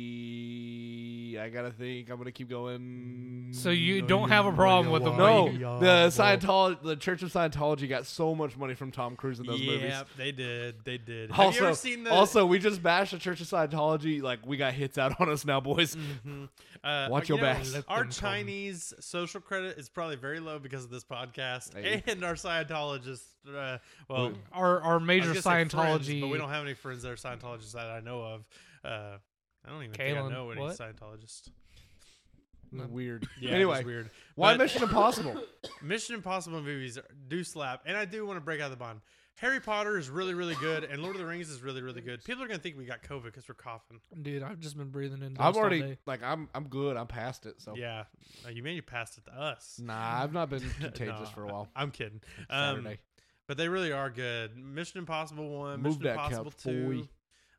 S2: the? I gotta think. I'm gonna keep going.
S1: So you don't have a problem with them.
S2: No,
S1: but you-
S2: the Scientology, the Church of Scientology got so much money from Tom Cruise in those
S3: yeah,
S2: movies.
S3: they did. They did. Have you
S2: Also,
S3: ever seen the
S2: also, we just bashed the Church of Scientology. Like we got hits out on us now, boys.
S1: Mm.
S3: Mhm. Uh,
S2: Watch
S3: you
S2: your
S3: know,
S2: backs. Let
S3: Our
S1: them come.
S3: Chinese social credit is probably very low because of this podcast
S2: Hey.
S3: and our Scientologists. Uh, well,
S2: We-
S1: Our our
S3: I was
S1: major
S3: gonna say friends,
S1: Scientology.
S3: but we don't have any friends that are Scientologists that I know of. Uh, I don't even think I
S1: Kalen,
S3: know any
S1: what?
S3: Scientologists.
S2: Weird.
S3: Yeah,
S2: anyway,
S3: it's weird.
S2: why
S3: But-
S2: Mission Impossible?
S3: Mission Impossible movies do slap, and I do want to break out of the bond. Harry Potter is really, really good, and Lord of the Rings is really, really good. People are gonna think we got COVID because we're coughing.
S1: Dude, I've just been breathing in.
S2: I'm
S1: dust all
S2: already
S1: day.
S2: like I'm. I'm good. I'm past it. So
S3: Yeah, Uh, you maybe passed it to us.
S2: nah, I've not been contagious
S3: No,
S2: for a while.
S3: I'm kidding. Um,
S2: Saturday.
S3: but they really are good. Mission Impossible one,
S2: Move
S3: Mission
S2: that
S3: Impossible
S2: couch,
S3: two,
S2: boy.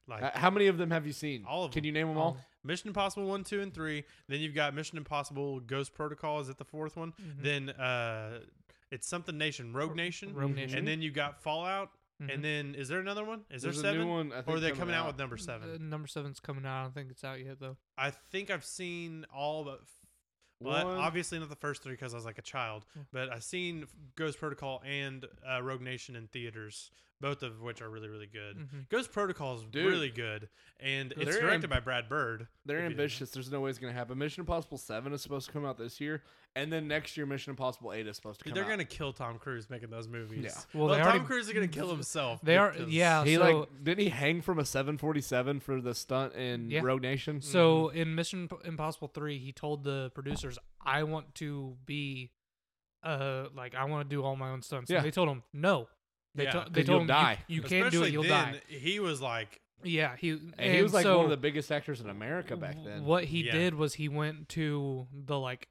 S3: like
S2: Uh, how many of them have you seen?
S3: All of
S2: Can
S3: them.
S2: you name them
S1: All
S2: all?
S1: of
S3: Mission Impossible one, two, and three. Then you've got Mission Impossible Ghost Protocol. Is that the fourth one?
S1: Mm-hmm.
S3: Then uh, it's something Nation, Rogue Nation,
S1: Rogue
S2: Mhm.
S1: Nation.
S3: and then you got Fallout.
S1: Mhm.
S3: And then is there another one? Is
S2: There's
S3: there
S2: a
S3: seven?
S2: new one. I think,
S3: or are they coming out with number seven?
S1: Uh, number seven's coming out. I don't think it's out yet though.
S3: I think I've seen all but,
S2: One-
S3: but obviously not the first three because I was like a child. But I've seen Ghost Protocol and uh, Rogue Nation in theaters, both of which are really really good.
S1: Mhm.
S3: Ghost Protocol is
S2: Dude.
S3: really good, and it's
S2: They're
S3: directed
S2: amb-
S3: by Brad Bird.
S2: They're
S3: if you didn't know.
S2: ambitious. There's no way it's gonna happen. Mission Impossible Seven is supposed to come out this year, and then next year Mission Impossible Eight is supposed to come
S3: They're
S2: out.
S3: gonna kill Tom Cruise making those movies.
S2: Yeah.
S1: Well,
S3: Well,
S1: they
S3: Tom
S1: already-
S3: Cruise is gonna kill himself.
S1: They are-
S3: because-
S1: yeah.
S2: He
S1: so-
S2: like didn't he hang from a 747 for the stunt in
S1: Yeah.
S2: Rogue Nation?
S1: So in Mission P- Impossible Three, he told the producers, "I want to be, uh, like I want to do all my own stunts."
S2: Yeah.
S1: And they told him no. They,
S3: Yeah,
S1: to-
S3: 'cause
S1: they
S2: you'll
S1: told him
S2: die.
S1: you, you can't do it.
S3: Especially
S1: You'll
S3: then,
S1: die.
S3: He was like,
S1: Yeah, he
S2: and he was like one
S1: so
S2: of the biggest actors in America back then.
S1: What he
S3: Yeah.
S1: did was he went to the like,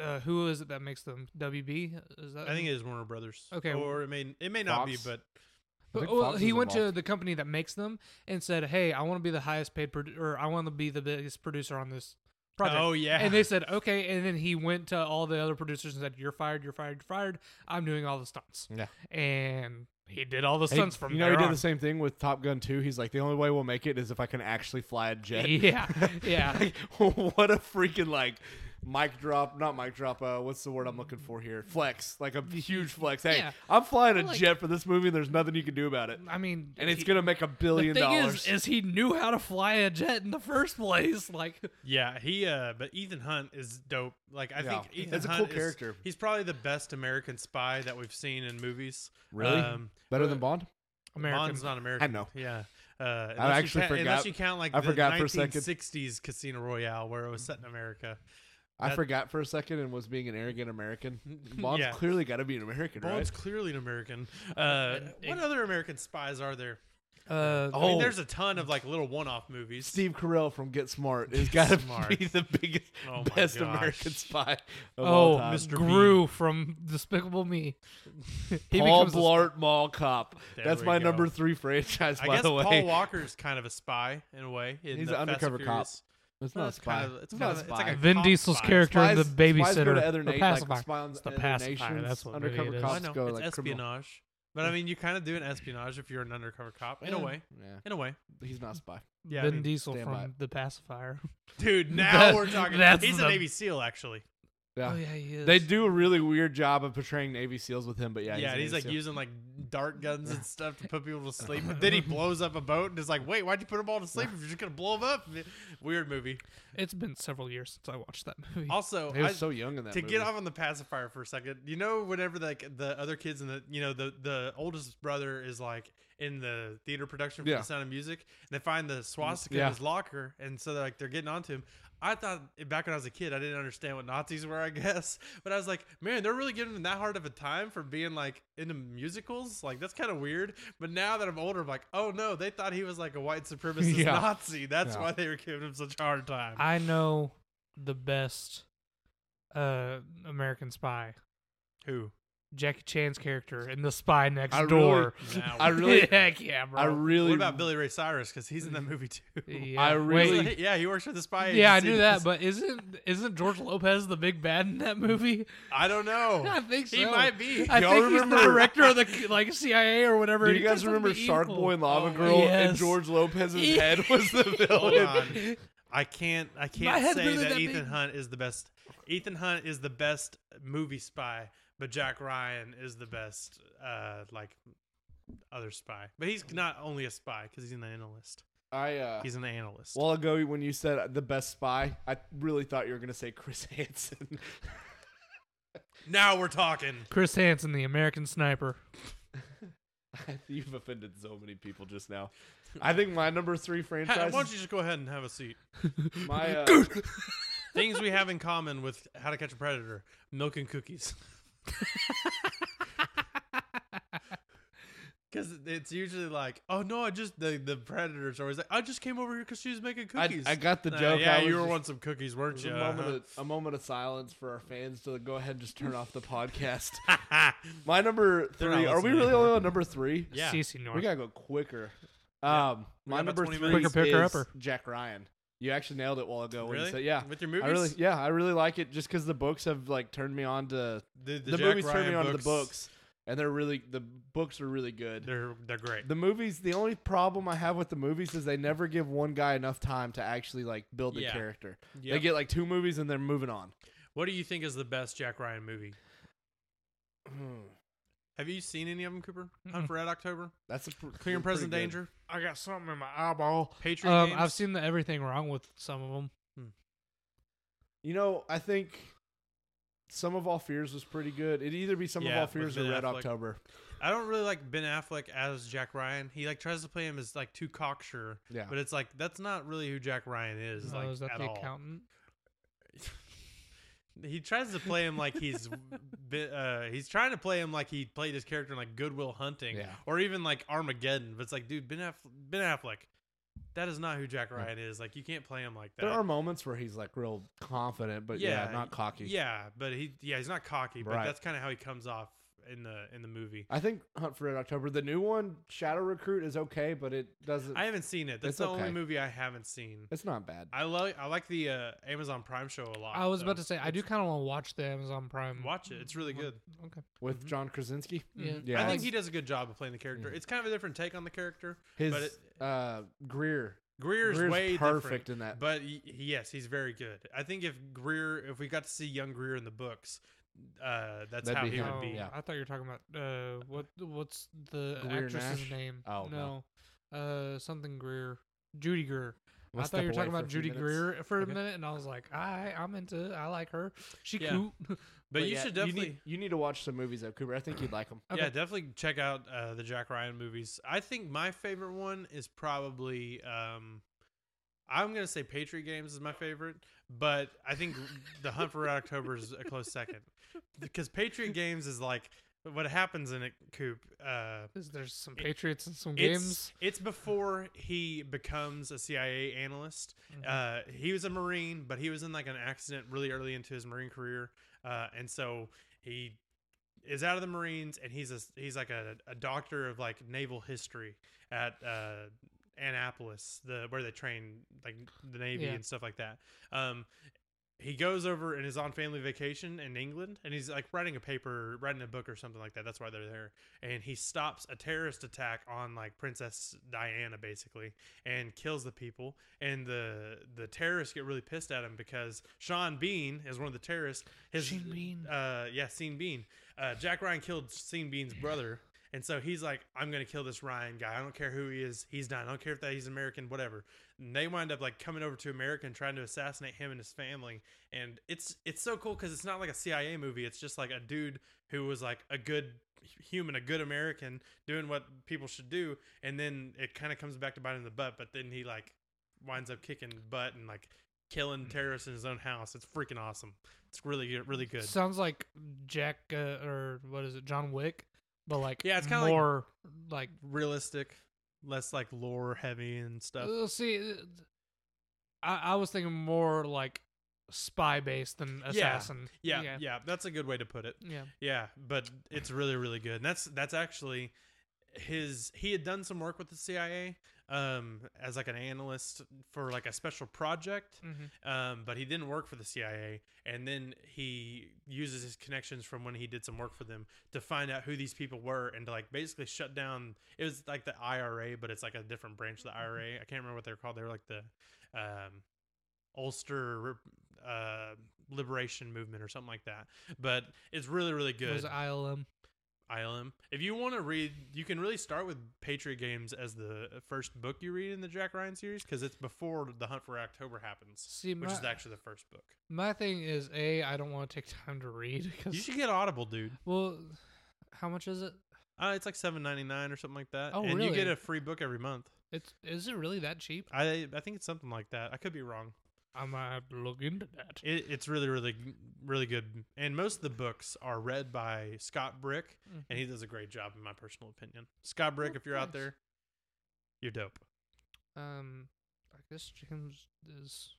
S1: uh, who is it that makes them? WB is that?
S3: I think it is Warner Brothers.
S1: Uh, Okay.
S3: Or it may it may not be,
S2: Fox?
S3: but
S2: I
S1: But,
S2: think
S1: well,
S2: Fox
S1: he
S2: was
S1: went to
S2: involved.
S1: the company that makes them and said, "Hey, I want to be the highest paid produ- or I want to be the biggest producer on this project."
S3: oh yeah.
S1: And they said, "Okay." And then he went to all the other producers and said, "You're fired. You're fired. You're fired. I'm doing all the stunts."
S2: Yeah.
S1: And he did all the
S2: Hey,
S1: stunts from
S2: you know he
S1: there
S2: did
S1: on.
S2: the same thing with Top Gun 2. He's like the only way we'll make it is if I can actually fly a jet.
S1: Yeah, yeah.
S2: Like, what a freaking like mic drop, not mic drop. Uh, what's the word I'm looking for here? Flex, like a huge flex. Hey,
S1: Yeah.
S2: I'm flying a
S1: Well, like-
S2: jet for this movie. and There's nothing you can do about it,
S1: I mean,
S2: and it's
S1: he-
S2: gonna make a billion
S1: the thing
S2: dollars.
S1: Is, is he knew how to fly a jet in the first place? Like,
S3: Yeah, he uh but Ethan Hunt is dope. Like I
S2: Yeah.
S3: think Ethan
S2: That's a cool
S3: Hunt is-
S2: character.
S3: he's probably the best American spy that we've seen in movies.
S2: Really?
S3: Um,
S2: Better than Bond?
S1: American.
S3: Bond's not American.
S2: know.
S3: Yeah. Uh,
S2: I
S3: unless you
S2: actually
S3: ca- Unless
S2: forgot-
S3: you count like
S2: I
S3: the
S2: forgot for a second.
S3: 1960s Casino Royale where it was set in America.
S2: I
S3: That-
S2: forgot for a second and was being an arrogant American. Bond's
S3: Yeah.
S2: clearly got to be an American,
S3: Bond's clearly an American. Uh, what other American spies are there?
S1: Uh,
S3: I mean,
S2: Oh.
S3: there's a ton of like little one-off
S2: right?
S3: movies.
S2: Steve Carell from Get Smart has got
S3: Smart.
S2: to be the biggest,
S3: Oh my
S2: best
S3: gosh.
S2: American spy of all
S1: oh,
S2: time.
S1: Mr.
S3: Mr.
S1: Gru from Despicable Me. he
S2: Paul
S1: becomes a-
S2: Blart Mall Cop.
S3: There
S2: That's
S3: we
S2: my
S3: go.
S2: number three franchise,
S3: I
S2: by
S3: guess
S2: the way.
S3: Paul Walker's kind of a spy in a way. in
S2: He's
S3: the
S2: an
S3: Fast and
S2: undercover cop.
S3: Furious.
S2: It's not
S3: Well,
S2: a
S3: it's
S2: spy.
S3: kind of- it's
S2: it's
S3: kind
S2: not a
S3: of-
S2: spy.
S3: it's like a
S1: Vin
S3: cop
S1: Diesel's
S3: spies.
S1: character, the
S2: Spies- spies go to
S1: babysitter,
S2: other
S1: the
S2: na- like,
S1: pacifier.
S2: spy on
S1: It's the
S2: other
S1: pacifier,
S2: nations,
S1: that's what
S2: undercover
S1: movie it is.
S3: I
S2: cops
S3: know
S2: go,
S3: it's
S2: like,
S3: espionage,
S2: criminal.
S3: but I mean, you kind of do an espionage if you're an undercover cop in a
S2: Yeah.
S3: way.
S2: Yeah,
S3: In a way,
S2: he's not a spy.
S3: Yeah, I
S1: Vin
S3: mean,
S1: Diesel
S2: stand
S1: from
S2: by it.
S1: The Pacifier.
S3: dude. Now
S1: That-
S3: we're talking.
S1: that's
S3: He's a
S1: the-
S3: Navy SEAL, actually.
S2: Yeah.
S1: Oh yeah, he is.
S2: They do a really weird job of portraying Navy SEAls with him, but yeah,
S3: Yeah, and
S2: he's,
S3: he's like using like dart guns and stuff to put people to sleep. But then he blows up a boat and is like, "Wait, why'd you put them all to sleep if you're just gonna blow them up?" Weird movie.
S1: It's been several years since I watched that movie.
S3: Also,
S2: He was
S3: I-
S2: so young in that.
S3: to
S2: movie.
S3: get off on the pacifier for a second, you know, whenever like the other kids in the you know the the oldest brother is like in the theater production for
S2: Yeah.
S3: The Sound of Music, and they find the swastika
S2: yeah.
S3: in his locker, and so they're like they're getting onto him. I thought back when I was a kid, I didn't understand what Nazis were, I guess, but I was like, man, they're really giving them that hard of a time for being like into musicals. Like that's kind of weird. But now that I'm older, I'm like, oh no, they thought he was like a white supremacist
S2: Yeah.
S3: Nazi. That's
S2: Yeah.
S3: why they were giving him such a hard time.
S1: I know the best uh, American Spy.
S3: Who?
S1: Jackie Chan's character in The Spy Next
S2: I really-
S1: Door.
S3: Now,
S2: I really,
S1: Heck yeah, bro.
S2: I really,
S3: What about Billy Ray Cyrus? Because he's in that movie too.
S1: yeah.
S2: I
S1: Wait,
S2: really-
S3: He's like, yeah, he works for the spy.
S1: yeah, I
S3: agency
S1: knew that,
S3: that's-
S1: but isn't isn't George Lopez the big bad in that movie?
S3: I don't know.
S1: I think so.
S3: he might be.
S1: I
S2: Y'all
S1: think he's the
S2: remember-
S1: director of the like CIA or whatever.
S2: Do
S1: and
S2: you
S1: he turns
S2: guys
S1: out to be
S2: remember Shark
S1: evil.
S2: Boy and Lava
S1: Oh,
S2: Girl
S1: yes.
S2: and George Lopez's
S1: Yeah.
S2: head was the
S3: Hold
S2: villain?
S3: on. I can't. I
S1: My
S3: can't
S1: head
S3: say
S1: really
S3: that
S1: that
S3: Ethan
S1: big.
S3: Hunt is the best. Ethan Hunt is the best movie spy, but Jack Ryan is the best. Uh, like other spy, but he's not only a spy because he's an analyst.
S2: I uh,
S3: He's an analyst.
S2: a while ago when you said the best spy, I really thought you were gonna say Chris Hansen.
S3: now we're talking.
S1: Chris Hansen, the American sniper.
S2: You've offended so many people just now. I think my number three
S3: Ha- why
S2: franchise.
S3: don't you just go ahead and have a seat?
S2: my uh,
S3: Things we have in common with How to Catch a Predator: milk and cookies. Because it's usually like, oh no, I just the the predators are always like, I just came over here because she was making
S2: I,
S3: cookies.
S2: I got the
S3: Uh,
S2: joke.
S3: yeah,
S2: I was
S3: you were
S2: just-
S3: wanting some cookies,
S2: it
S3: weren't
S2: was
S3: you?
S2: a, moment of, a moment of silence for our fans to go ahead and just turn off the podcast.
S3: Uh-huh.
S2: My number
S3: They're not
S2: three. Are we
S3: listening
S2: really
S3: anymore.
S2: only on number three?
S3: yeah.
S1: CC North.
S2: We gotta go quicker.
S3: Yeah.
S2: Um,
S3: We
S2: my
S3: got about
S2: number
S3: 20
S2: three
S1: minutes. Quicker, picker,
S2: is
S1: upper.
S2: Jack Ryan. You actually nailed it a while ago. When you
S3: Really?
S2: said, yeah,
S3: With your movies?
S2: I really, yeah, I really like it just because the books have like turned me on to
S3: The,
S2: the,
S3: Jack
S2: movies
S3: Ryan
S2: turned me on to the books, and they're really the books are really good.
S3: They're they're great.
S2: the movies, the only problem I have with the movies is they never give one guy enough time to actually like build the
S3: Yeah.
S2: character. They
S3: Yep.
S2: get like two movies and they're moving on.
S3: what do you think is the best Jack Ryan movie?
S2: Hmm.
S3: Have you seen any of them, Cooper? Hunt
S1: Mm-mm.
S3: for Red October,
S2: That's a pr-
S3: Clear and
S2: pretty
S3: Present
S2: good.
S3: Danger,
S1: I got something in my eyeball.
S3: Patriot.
S1: Um,
S3: Games?
S1: I've seen the everything wrong with some of them.
S2: You know, I think Some of All Fears was pretty good. It'd either be Some of
S3: Yeah,
S2: All
S3: with
S2: Fears or
S3: Ben
S2: Red
S3: Affleck.
S2: October.
S3: I don't really like Ben Affleck as Jack Ryan. He like tries to play him as like too cocksure,
S2: Yeah.
S3: but it's like that's not really who Jack Ryan is.
S1: Oh,
S3: like
S1: is that
S3: at
S1: the
S3: all.
S1: accountant?
S3: He tries to play him like he's bi- uh, he's trying to play him like he played his character in like Goodwill Hunting
S2: Yeah.
S3: or even like Armageddon. But it's like, dude, Ben Aff- Ben Affleck, that is not who Jack Ryan is. Like you can't play him like that.
S2: There are moments where he's like real confident, but yeah, not cocky.
S3: Yeah, but he yeah he's not cocky. But
S2: Right.
S3: that's kind of how he comes off in the in the movie.
S2: I think Hunt for Red October, the new one, Shadow Recruit, is okay, but it doesn't.
S3: I haven't seen it. That's
S2: Uh, It's
S3: the only
S2: okay.
S3: movie I haven't seen.
S2: it's not bad.
S3: I love I like the uh, Amazon Prime show a lot.
S1: I was about
S3: though.
S1: to say I do Mm-hmm. kind of want to watch the Amazon Prime.
S3: watch it. It's really good.
S1: Okay.
S2: With
S3: Mhm.
S2: John Krasinski,
S1: Yeah.
S2: Yeah.
S3: Mm-hmm. I think
S2: it's-
S3: he does a good job of playing the character.
S1: Mm-hmm.
S3: It's kind of a different take on the character.
S2: his
S3: but it,
S2: uh, Greer,
S3: Greer's,
S2: Greer's
S3: way
S2: perfect
S3: different.
S2: in that.
S3: But y- yes, he's very good. I think if Greer, if we got to see young Greer in the books, uh, that's
S2: That'd
S3: how
S2: be
S3: he
S2: him.
S3: would
S1: Oh,
S3: be.
S2: yeah.
S1: I thought you were talking about uh, what what's the
S2: Greer
S1: actress's
S2: Nash?
S1: name?
S2: Oh, no.
S1: Uh, something Greer, Judy Greer.
S2: I'm gonna
S1: I thought you were
S2: step
S1: talking
S2: away
S1: about
S2: for a few
S1: Judy
S2: minutes.
S1: Greer for
S2: Okay.
S1: a minute, and I was like, I I'm into I like her. She
S3: Yeah.
S1: cute.
S3: But, you
S2: yeah,
S3: should definitely,
S2: You need, you need to watch some movies though, Cooper. I think you'd like them.
S1: Okay.
S3: yeah, definitely check out uh, the Jack Ryan movies. I think my favorite one is probably, um, I'm gonna say Patriot Games is my favorite, but I think The Hunt for Red October is a close second because Patriot Games is like what happens in it. Coop. Uh,
S1: Is there some
S3: It-
S1: Patriots and some
S3: It's,
S1: games?
S3: it's before he becomes a CIA analyst.
S1: Mm-hmm.
S3: Uh, he was a Marine, but he was in like an accident really early into his Marine career, uh, and so he is out of the Marines, and he's a he's like a, a doctor of like naval history at uh, Annapolis, the where they train like the Navy
S1: Yeah.
S3: and stuff like that. Um, he goes over and is on family vacation in England, and he's like writing a paper, writing a book or something like that. That's why they're there. And he stops a terrorist attack on like Princess Diana, basically, and kills the people. And the the terrorists get really pissed at him because Sean Bean is one of the terrorists. His
S1: Sean Bean.
S3: uh, yeah, Sean Bean. Uh, Jack Ryan killed Sean Bean's brother. And so he's like, I'm gonna kill this Ryan guy. I don't care who he is. He's not. I don't care if that he's American, whatever. And they wind up like coming over to America and trying to assassinate him and his family. And it's it's so cool because it's not like a CIA movie. It's just like a dude who was like a good hu- human, a good American, doing what people should do. And then it kind of comes back to bite him in the butt. But then he like winds up kicking butt and like killing terrorists in his own house. It's freaking awesome. It's really good- really good.
S1: Sounds like Jack uh, or what is it, John Wick? But like
S3: Yeah, it's kinda like-
S1: more like,
S3: realistic, less like lore heavy and stuff.
S1: uh, see, uh, I I was thinking more like spy based than assassin.
S3: Yeah, yeah,
S1: yeah,
S3: That's a good way to put it.
S1: yeah.
S3: Yeah, but it's really, really good. And that's that's actually his. He had done some work with the CIA um, as like an analyst for like a special project,
S1: Mhm.
S3: um, but he didn't work for the CIA. And then he uses his connections from when he did some work for them to find out who these people were and to like basically shut down. It was like the IRA, but it's like a different branch of the IRA. I can't remember what they're called. They were like the um, Ulster uh, Liberation Movement or something like that. But it's really, really
S1: It
S3: good.
S1: was ILM.
S3: ILM. If you want to read, you can really start with Patriot Games as the first book you read in the Jack Ryan series because it's before The Hunt for October happens,
S1: See,
S3: which
S1: my,
S3: is actually the first book.
S1: my thing is a I don't want to take time to read
S3: You
S1: because
S3: should get Audible, dude.
S1: well, how much is it?
S3: Uh, it's like seven ninety nine or something like that,
S1: Oh,
S3: and you get
S1: really?
S3: a free book every month.
S1: It's is it really that cheap?
S3: I I think it's something like that. I could be wrong.
S1: I might have to look into that.
S3: It, it's really, really, g- really good. And most of the books are read by Scott Brick,
S1: Mhm.
S3: and he does a great job, in my personal opinion. Scott Brick,
S1: Oh,
S3: if you're out
S1: nice.
S3: there, you're dope.
S1: Um, I guess James is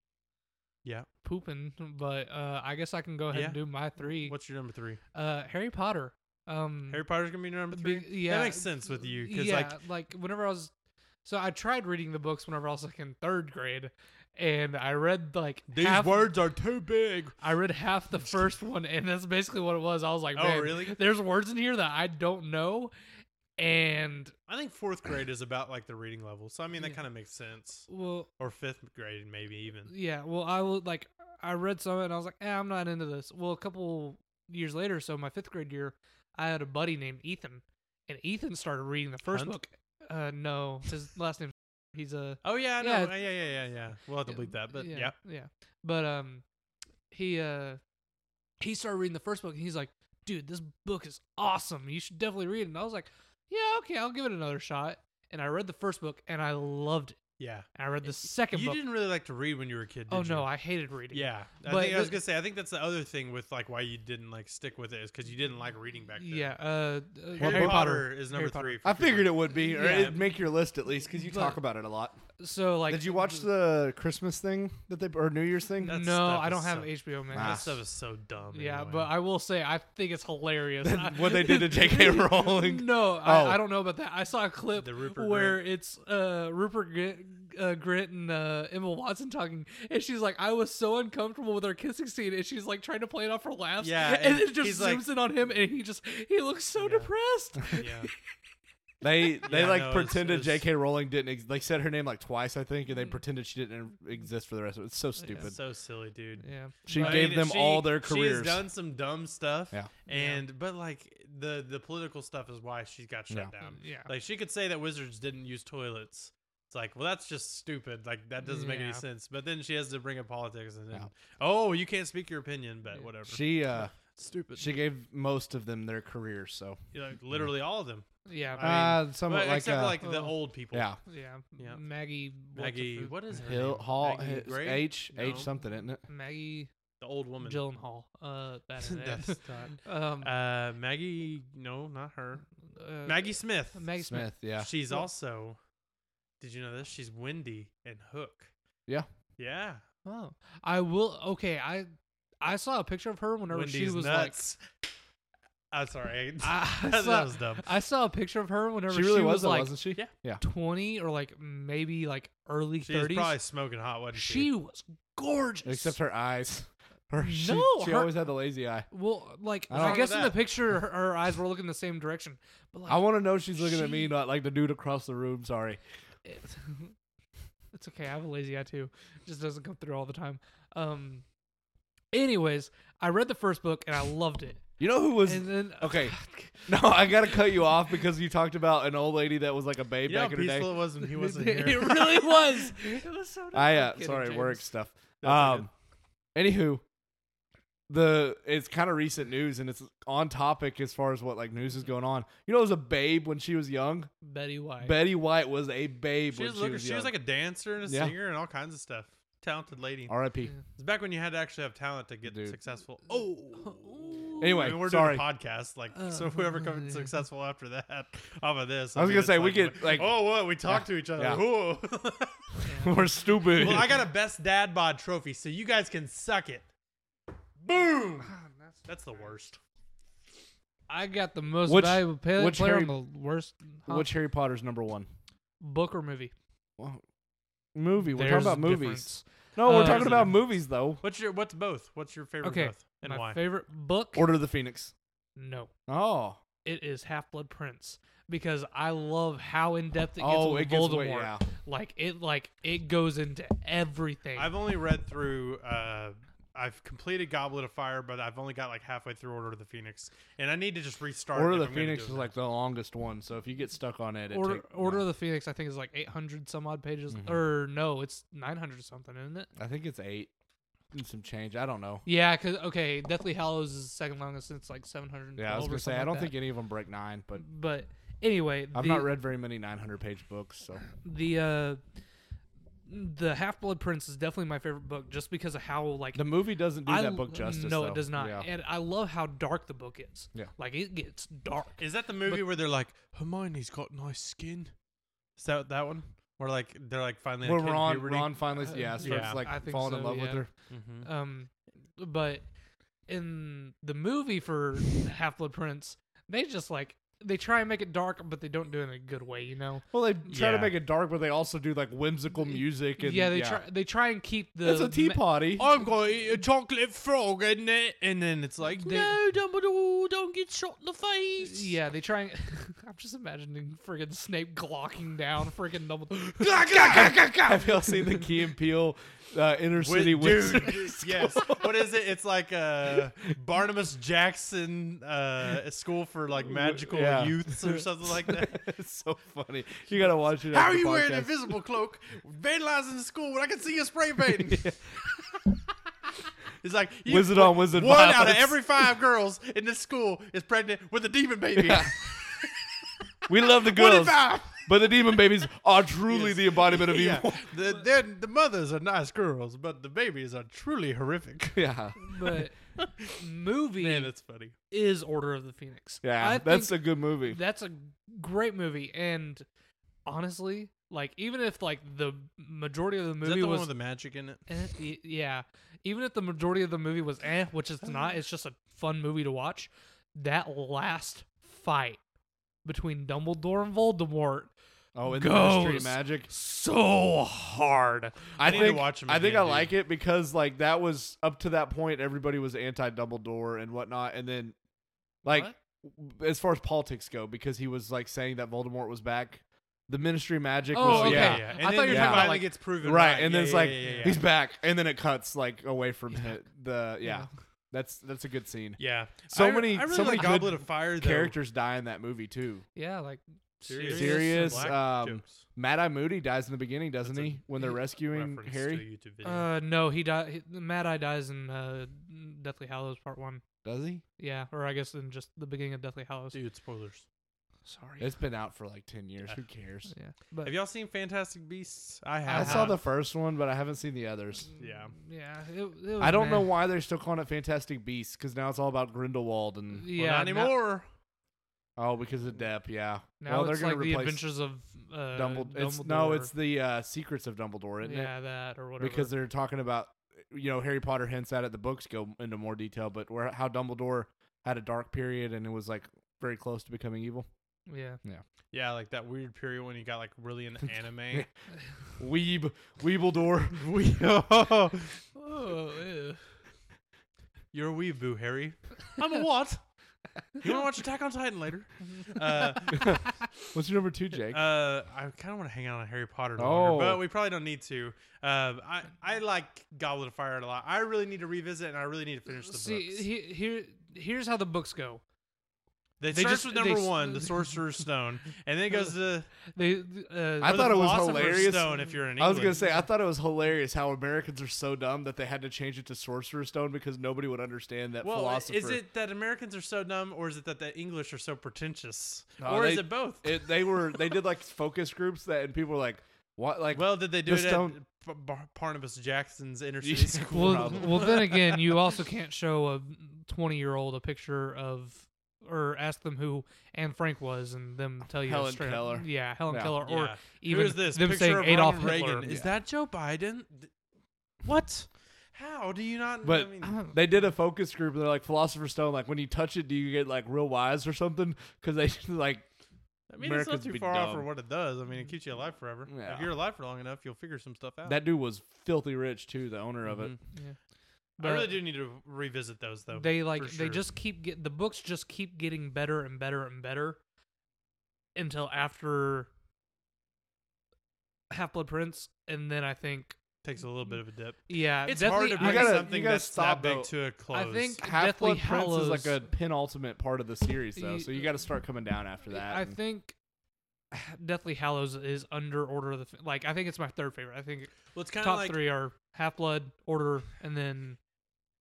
S3: Yeah.
S1: pooping, but uh, I guess I can go ahead
S3: Yeah.
S1: and do my three.
S3: What's your number three?
S1: Uh, Harry Potter. Um,
S3: Harry Potter's gonna be your number three.
S1: Be- yeah,
S3: that makes sense with you because
S1: yeah,
S3: like
S1: like whenever I was, so I tried reading the books whenever I was like in third grade, and I read like
S3: these
S1: half,
S3: words are too big.
S1: I read half the first one, and that's basically what it was. I was like,
S3: Oh,
S1: "Man,
S3: really?
S1: There's words in here that I don't know, and
S3: I think fourth grade is about like the reading level, so I mean that
S1: Yeah.
S3: kind of makes sense.
S1: well,
S3: Or fifth grade, maybe even.
S1: yeah, well, I will like I read some of it, and I was like, eh, I'm not into this. Well, a couple years later, so my fifth grade year, I had a buddy named Ethan, and Ethan started reading the first
S3: Hunt?
S1: book. Uh, no, his last name. He's a
S3: Oh yeah, no,
S1: Yeah.
S3: yeah, yeah, yeah, yeah. We'll have to
S1: Yeah,
S3: bleep that, but yeah.
S1: yeah. But um, he uh, he started reading the first book, and he's like, "Dude, this book is awesome. You should definitely read it." And I was like, "Yeah, okay, I'll give it another shot." And I read the first book, and I loved it.
S3: yeah,
S1: And I read the second
S3: You
S1: book.
S3: didn't really like to read when you were a kid. Did
S1: oh
S3: you?
S1: no, I hated reading.
S3: Yeah, I,
S1: But
S3: think, I was
S1: the-
S3: gonna say. I think that's the other thing with like why you didn't like stick with it is because you didn't like reading back then.
S1: Yeah. Uh, uh,
S3: Harry,
S2: Harry
S3: Potter, is
S1: Harry
S3: number
S1: Potter.
S3: three. for
S2: I
S3: sure.
S2: figured it would be, or
S1: Yeah.
S2: it'd make your list at least, because you
S1: But-
S2: talk about it a lot.
S1: So like,
S2: Did you watch the Christmas thing that they or New Year's thing?
S3: That
S1: no,
S3: stuff
S1: I
S3: is
S1: don't have
S3: so-
S1: HBO Max.
S2: Ah.
S3: That stuff is so dumb.
S1: Yeah,
S3: anyway.
S1: but I will say I think it's hilarious
S2: What they did to J.K. Rowling.
S1: No, I, I
S2: Oh.
S1: don't know about that. I saw a clip
S3: The Rupert
S1: where it's uh, Rupert Grint, uh, Grint and uh, Emma Watson talking, and she's like, "I was so uncomfortable with our kissing scene," and she's like trying to play it off for laughs.
S3: Yeah,
S1: and,
S3: and
S1: it just
S3: he's
S1: zooms
S3: like-
S1: in on him, and he just he looks so
S3: Yeah.
S1: depressed.
S3: yeah,
S2: They they
S3: Yeah,
S2: like
S3: no, it's-
S2: pretended
S3: it's-
S2: J.K. Rowling didn't ex- like said her name like twice I think, and they pretended she didn't e-, exist for the rest of it. It's so stupid.
S3: Mm. so silly, dude.
S1: yeah,
S2: She
S3: I
S2: gave
S3: mean,
S2: them
S3: she-
S2: all their
S3: She's
S2: careers.
S3: done some dumb stuff.
S2: Yeah.
S3: And but like the the political stuff is why she got shut
S2: Yeah.
S3: down.
S1: yeah.
S3: Like she could say that wizards didn't use toilets. It's like, well, that's just stupid. Like that doesn't make
S1: Yeah.
S3: any sense. But then she has to bring up politics, and then
S2: Yeah.
S3: oh, you can't speak your opinion, but
S1: Yeah.
S3: whatever.
S2: She uh
S3: stupid.
S2: she gave most of them their careers. So
S3: You know, literally all of them,
S1: yeah,
S3: I mean,
S2: uh, some
S3: Well,
S2: like,
S3: except
S2: uh,
S3: for like the
S1: Oh.
S3: old people.
S2: yeah
S1: yeah,
S3: Yeah.
S1: Maggie, what's her
S3: Maggie,
S1: food-
S3: what is her
S2: Hill
S3: name?
S2: Hall
S3: Maggie
S2: it's
S3: Gray?
S2: H H
S3: No.
S2: something isn't it?
S1: Maggie
S3: the old woman.
S1: Gyllenhaal. Uh, that is
S3: That's
S1: it. Um,
S3: Uh, Maggie, no, not her.
S1: uh,
S3: Maggie Smith.
S1: Maggie Smith.
S2: Smith. Yeah.
S3: She's
S1: Well-
S3: also. Did you know this? She's Wendy and Hook.
S2: Yeah.
S3: Yeah.
S1: Oh, I will. Okay, I I saw a picture of her whenever
S3: Wendy's
S1: she was
S3: nuts. I'm sorry.
S1: like. I
S3: that
S1: saw,
S3: was dumb.
S1: I saw a picture of her whenever
S2: She really was,
S1: was,
S2: though,
S1: like
S2: wasn't she?
S3: Yeah.
S1: twenty or like maybe like early
S3: She was
S1: thirties.
S3: probably smoking hot, wasn't she?
S1: She was gorgeous.
S2: Except her eyes. Her, she,
S1: No,
S2: she
S1: her-
S2: always had the lazy eye.
S1: well, like
S2: I don't-
S1: I, guess in the
S3: that.
S1: picture her, her eyes were looking the same direction, but like
S2: I want to know she's looking at me,
S1: she-
S2: not like the dude across the room. Sorry.
S1: it- it's okay. I have a lazy eye too. It just doesn't come through all the time. Um. Anyways, I read the first book and I loved it.
S2: You know who was?
S1: And then
S2: Okay. No, I gotta cut you off because you talked about an old lady that was like a babe
S3: You know how
S2: back in her
S3: peaceful
S2: day.
S3: it was when he wasn't
S1: it
S3: here.
S1: really was. It was so.
S2: I
S1: I'm
S2: uh,
S1: kidding,
S2: sorry,
S1: James.
S2: work stuff.
S3: That's all
S2: Um, anywho, the it's kind of recent news and it's on topic as far as what like news is going on. You know, it was a babe when she was young.
S1: Betty White.
S2: Betty White was a babe
S3: She
S2: when
S3: was,
S2: she
S3: looking,
S2: was
S3: she
S2: young.
S3: was like a dancer and a
S2: Yeah.
S3: singer and all kinds of stuff. Talented lady.
S2: R.I.P.
S3: It's back when you had to actually have talent to get
S2: Dude.
S3: successful. Oh,
S1: Ooh.
S2: Anyway,
S3: I mean, we're
S2: sorry.
S3: doing a podcast, like so.
S1: Uh,
S3: Whoever comes
S1: yeah.
S3: successful after that, off of this,
S2: I was
S3: mean,
S2: gonna
S3: it's
S2: say, we could, like-
S3: oh, what we talk to each other.
S2: yeah.
S3: Whoa.
S2: We're stupid.
S4: Well, I got a best dad bod trophy, so you guys can suck it. Boom. That's the worst.
S1: I got the most
S2: Which-
S1: valuable pa-
S2: which
S1: player
S2: Harry-
S1: on the worst huh?
S2: Which Harry Potter's number one?
S1: book or movie.
S2: Movie. We're
S1: There's
S2: talking about
S1: a
S2: movies.
S1: difference.
S2: No, we're
S1: Uh,
S2: talking
S1: there's a
S2: about movies though.
S3: What's your what's both? What's your favorite
S1: Okay,
S3: both and
S1: My
S3: why?
S1: favorite book?
S2: Order of the Phoenix.
S1: no,
S2: Oh,
S1: it is Half Blood Prince because I love how in depth it gets
S2: oh,
S1: with
S2: it gets
S1: Voldemort.
S2: way, yeah.
S1: Like it, like it goes into everything.
S3: I've only read through. uh I've completed Goblet of Fire, but I've only got like halfway through Order of the Phoenix, and I need to just restart.
S2: Order
S3: if
S2: of the
S3: I'm gonna
S2: Phoenix
S3: do
S2: is
S3: it.
S2: like the longest one, so if you get stuck on it, it
S1: Order,
S2: take-
S1: Order
S2: yeah.
S1: of the Phoenix, I think, is like 800 some odd pages.
S2: Mhm.
S1: Or no, it's 900 something, isn't it?
S2: I think it's eight and some change. I don't know.
S1: Yeah, because, okay, Deathly Hallows is the second longest since like 712.
S2: Yeah, I was
S1: or
S2: gonna say
S1: something
S2: I
S1: like
S2: don't
S1: that.
S2: think any of them break nine, but
S1: But anyway,
S2: I've
S1: the,
S2: not read very many 900 page books, so
S1: the uh the Half Blood Prince is definitely my favorite book just because of how like
S2: the movie doesn't do
S1: I
S2: that
S1: l-
S2: book justice.
S1: No,
S2: though.
S1: it does not.
S2: Yeah.
S1: And I love how dark the book is.
S2: Yeah.
S1: Like it gets dark.
S3: Is that the movie where they're like Hermione's got nice skin? Is that that one? Where like they're like finally
S2: Where
S3: like, hitting
S2: Ron,
S3: puberty?
S2: Ron finally,
S1: Uh,
S2: yeah, starts
S3: yeah.
S2: like
S1: I think
S2: falling in
S1: so,
S2: love with
S1: yeah.
S2: her.
S3: Mhm.
S1: Um but in the movie for Half Blood Prince, they just like they try and make it dark, but they don't do it in a good way, you know.
S2: Well, they try to
S3: Yeah.
S2: make it dark, but they also do like whimsical music and
S1: yeah, they try they try and keep the
S2: It's a tea
S1: ma- Oh,
S2: party.
S3: I'm gonna eat a chocolate frog, isn't it? And then it's like,
S1: They-
S3: no, Dumbledore, don't get shot in the face.
S1: Yeah, they try and I'm just imagining friggin' Snape glocking down friggin' Dumbledore.
S2: Have y'all seen the Key and Peele uh, inner city
S3: dude,
S2: wizard?
S3: yes. What is it? It's like uh, Barnabas Jackson uh, a school for like magical
S2: Yeah.
S3: youths or something like that.
S2: it's so funny. You gotta watch it.
S3: How
S2: after
S3: are
S2: the
S3: you wearing an
S2: podcast.
S3: invisible cloak, vandalizing the school when I can see you spray painting? It's like you-
S2: Wizard on wizard
S3: One out of
S2: violence.
S3: every five girls in this school is pregnant with a demon baby.
S2: We love the
S3: One in
S2: girls,
S3: five.
S2: but the demon babies are truly the embodiment of
S3: Yeah.
S2: evil.
S3: The, they're- the mothers are nice girls, but the babies are truly horrific.
S2: Yeah,
S1: but movie
S3: Man, that's funny.
S1: is Order of the Phoenix.
S2: yeah,
S1: I
S2: that's
S1: think
S2: a good movie.
S1: that's a great movie, and honestly, like even if like the majority of the movie was
S3: the magic in it?
S1: eh, y- yeah, even if the majority of the movie was eh, which it's
S3: Mm.
S1: not, it's just a fun movie to watch. That last fight between Dumbledore and Voldemort
S2: Oh, in the Ministry
S1: Goes.
S2: of Magic.
S1: so hard.
S2: I
S3: need
S2: think
S3: to watch 'em
S2: I think I
S3: again, dude.
S2: like it because like that was up to that point everybody was anti Dumbledore and whatnot, and then like w- as far as politics go, because he was like saying that Voldemort was back. The Ministry of Magic
S1: Oh,
S2: was
S1: okay.
S2: yeah.
S1: I thought you were
S2: talking
S3: finally
S1: about, like-
S3: gets proven
S2: Right, and
S3: Yeah,
S2: then it's
S3: yeah,
S2: like
S3: yeah, yeah, yeah.
S2: he's back, and then it cuts like away from
S1: Yeah.
S2: it. the yeah.
S1: Yeah.
S2: That's that's a good scene.
S3: Yeah.
S2: So
S3: I-
S2: many-
S3: I really
S2: so many
S3: like
S2: good
S3: Goblet of Fire though.
S2: Characters die in that movie too.
S1: Yeah, like
S3: Serious,
S2: Serious,
S3: black
S2: um,
S3: jokes.
S2: Mad Eye Moody dies in the beginning, doesn't
S3: That's a
S2: he? When they're rescuing
S3: Reference
S2: Harry,
S3: to a YouTube video.
S1: Uh, no, he died. Mad Eye dies in uh, Deathly Hallows Part One.
S2: does he?
S1: Yeah, or I guess in just the beginning of Deathly Hallows.
S3: Dude, spoilers.
S1: Sorry.
S2: It's been out for like ten years. Who cares?
S1: yeah, but
S3: Have y'all seen Fantastic Beasts? I
S1: I
S2: I
S3: have.
S2: saw
S1: have.
S2: the first one, but I haven't seen the others.
S1: Mm,
S3: Yeah.
S1: yeah, it, it was
S2: I don't
S1: meh.
S2: know why they're still calling it Fantastic Beasts because now it's all about Grindelwald and
S1: Yeah,
S3: well, not
S1: now-
S3: anymore.
S2: oh, because of Depp, yeah.
S1: Now,
S2: well, they're
S1: it's
S2: gonna
S1: like the
S2: replace
S1: Adventures of uh,
S2: Dumbledore.
S1: Dumbledore.
S2: It's no, it's the uh, Secrets of Dumbledore, isn't
S1: yeah, that or
S2: it?
S1: whatever.
S2: Because they're talking about you know Harry Potter hints at it. The books go into more detail, but where how Dumbledore had a dark period and it was like very close to becoming evil.
S1: yeah,
S3: Yeah, like that weird period when he got like really into anime.
S2: Weeb, Weebledore.
S3: We- oh,
S1: oh, ew.
S3: you're a weeboo, Harry. I'm a what? You want to watch Attack on Titan later? Uh,
S2: What's your number two, Jake?
S3: Uh, I kind of want to hang out on Harry Potter longer,
S2: Oh.
S3: but we probably don't need to. Um, I I like Goblet of Fire a lot. I really need to revisit, and I really need to finish the
S1: see
S3: books.
S1: he, here. Here's how the books go.
S3: they,
S1: they
S3: starts
S1: just-
S3: with
S1: they
S3: number
S1: s-
S3: one, the Sorcerer's Stone, and then it goes to
S1: They, uh,
S2: I
S3: or
S2: thought
S3: the
S2: it was
S3: Philosopher's
S2: hilarious.
S3: Stone if you're in
S2: I was gonna
S3: England.
S2: say I thought it was hilarious how Americans are so dumb that they had to change it to Sorcerer's Stone because nobody would understand that
S3: Well,
S2: philosopher.
S3: is it that Americans are so dumb, or is it that the English are so pretentious,
S2: No,
S3: or is
S2: they-
S3: it both?
S2: It- they were they did like focus groups that and people were like what like
S3: well, did they do
S2: the
S3: it
S2: stone-
S3: at P- Bar- Barnabas Jackson's inner
S2: Yeah.
S3: city school?
S1: well,
S2: problem.
S1: well, then again, you also can't show a 20 year old a picture of or ask them who Anne Frank was, and them tell you
S2: Helen
S1: straight up-
S2: Keller.
S1: yeah, Helen
S2: Yeah.
S1: Keller, or
S3: Yeah.
S1: even
S3: Who is this?
S1: them
S3: Picture
S1: saying
S3: of
S1: Adolf
S3: Ronald
S1: Hitler.
S3: Reagan. Is
S2: Yeah.
S3: that Joe Biden? Th- What? How do you not?
S2: But-
S3: I
S1: I
S3: mean,
S1: don't-
S2: They did a focus group. And they're like Philosopher's Stone. Like when you touch it, do you get like real wise or something? Because they just, like
S3: I mean it's not
S2: Americans
S3: too
S2: be
S3: far off for
S2: dumb.
S3: what it does. I mean, it keeps you alive forever.
S2: Yeah.
S3: If you're alive for long enough, you'll figure some stuff out.
S2: that dude was filthy rich too. The owner of it.
S3: Mhm.
S1: but
S2: uh,
S3: I really do need to revisit those though.
S1: They like
S3: for
S1: they
S3: sure.
S1: just keep get the books just keep getting better and better and better until after Half Blood Prince, and then I think
S3: takes a little bit of a dip.
S1: yeah,
S3: It's
S1: Deathly,
S3: hard to
S1: I,
S3: bring
S2: gotta- you
S3: something
S2: gotta
S3: that's
S2: stop,
S3: that big
S2: though.
S3: to a close.
S1: think
S2: Half Blood
S1: Deathly
S2: Prince is like
S1: Hallows-
S2: a penultimate part of the series though,
S1: Ye-
S2: so you got to start coming down after that.
S1: I
S2: and-
S1: think Deathly Hallows is under Order of the Ph- like I think it's my third favorite. I think
S3: well, it's kind of
S1: top
S3: like
S1: three are Half Blood, Order, and then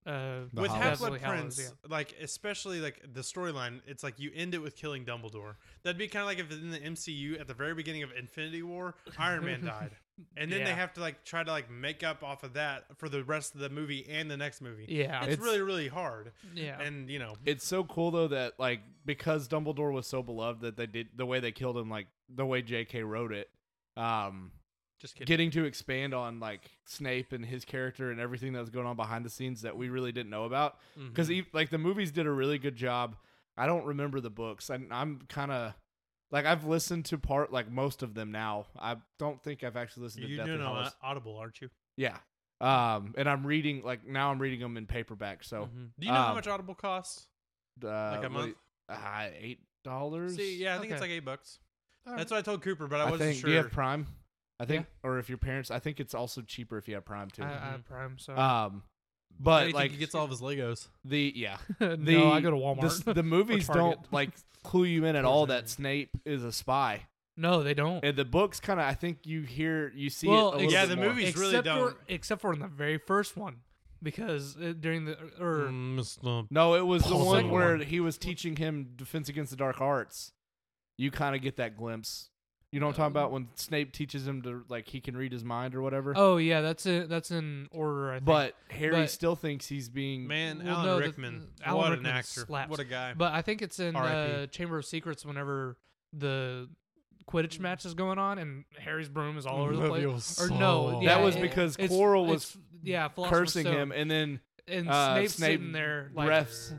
S1: uh,
S2: The
S3: with
S2: Hollows.
S3: Half Blood
S1: Deathly Hallows,
S3: Prince, like especially like the storyline, it's like you end it with killing Dumbledore. That'd be kind of like if in the MCU at the very beginning of Infinity War, Iron Man died, and then they
S1: Yeah.
S3: have to like try to like make up off of that for the rest of the movie and the next movie.
S1: yeah,
S3: It's,
S1: yeah,
S2: It's-
S3: really really hard,
S1: yeah.
S3: and you know
S2: it's so cool though that like because Dumbledore was so beloved that they did the way they killed him, like the way J.K. wrote it. Um,
S3: just kidding.
S2: getting to expand on like Snape and his character and everything that was going on behind the scenes that we really didn't know about
S3: Mm-hmm.
S2: because like the movies did a really good job. I don't remember the books. I, I'm kind of like I've listened to part like most of them now. I don't think I've actually listened to
S3: you're
S2: Deathly
S3: doing on
S2: Hallows.
S3: Audible, aren't you?
S2: Yeah. Um, and I'm reading like now I'm reading them in paperback.
S1: Mm-hmm.
S2: So
S3: Do you know how
S2: Um,
S3: much Audible costs?
S2: uh,
S3: Like a month?
S2: what- Uh, eight dollars.
S3: See, yeah, I think it's
S1: Okay.
S3: like eight bucks.
S1: All
S3: That's what I told Cooper, but I,
S2: I,
S3: wasn't
S2: think.
S3: sure.
S2: Do you have Prime? I think, or if your parents, I think it's also cheaper if you have Prime too. Mm-hmm.
S1: I, I have Prime, so
S2: um,
S3: How do
S2: but
S3: you think
S2: like
S3: he gets all of his Legos.
S2: the yeah,
S1: no, I go to
S2: the s-
S1: Walmart.
S2: The, movies
S1: Target.
S2: don't like clue you in at all that
S3: Target.
S2: Snape is a spy,
S1: no, they don't.
S2: and the books kind of I think you hear you see
S1: Well,
S2: it. A little
S1: yeah,
S2: bit
S3: the
S2: more.
S3: movie- movies really
S1: except
S3: don't.
S1: For, except for in the very first one, because uh, during the or
S2: Mm. No, it was the
S1: Second
S2: one where
S1: one.
S2: he was teaching him Defense Against the Dark Arts. You kind of get that glimpse. You know what I'm talking about when Snape teaches him to like he can read his mind or whatever.
S1: oh yeah, that's it. That's in order. I think.
S2: but Harry
S1: but-
S2: still thinks he's being
S3: Man,
S1: Well,
S3: Alan
S1: no, the-
S3: Rickman.
S1: the- Alan
S3: what
S1: Rickman
S3: an actor.
S1: slaps.
S3: What a guy.
S1: but I think it's in
S3: R.I.P..
S1: uh, Chamber of Secrets whenever the Quidditch match is going on and Harry's broom is all over the place. Or no,
S2: That
S1: yeah,
S2: was
S1: it-
S2: because
S1: it's-
S2: Quirrell was
S1: it's- yeah Philosopher's
S2: cursing
S1: Stone.
S2: him, and then
S1: and
S2: uh,
S1: Snape's
S2: Snape
S1: sitting there like
S2: breaths.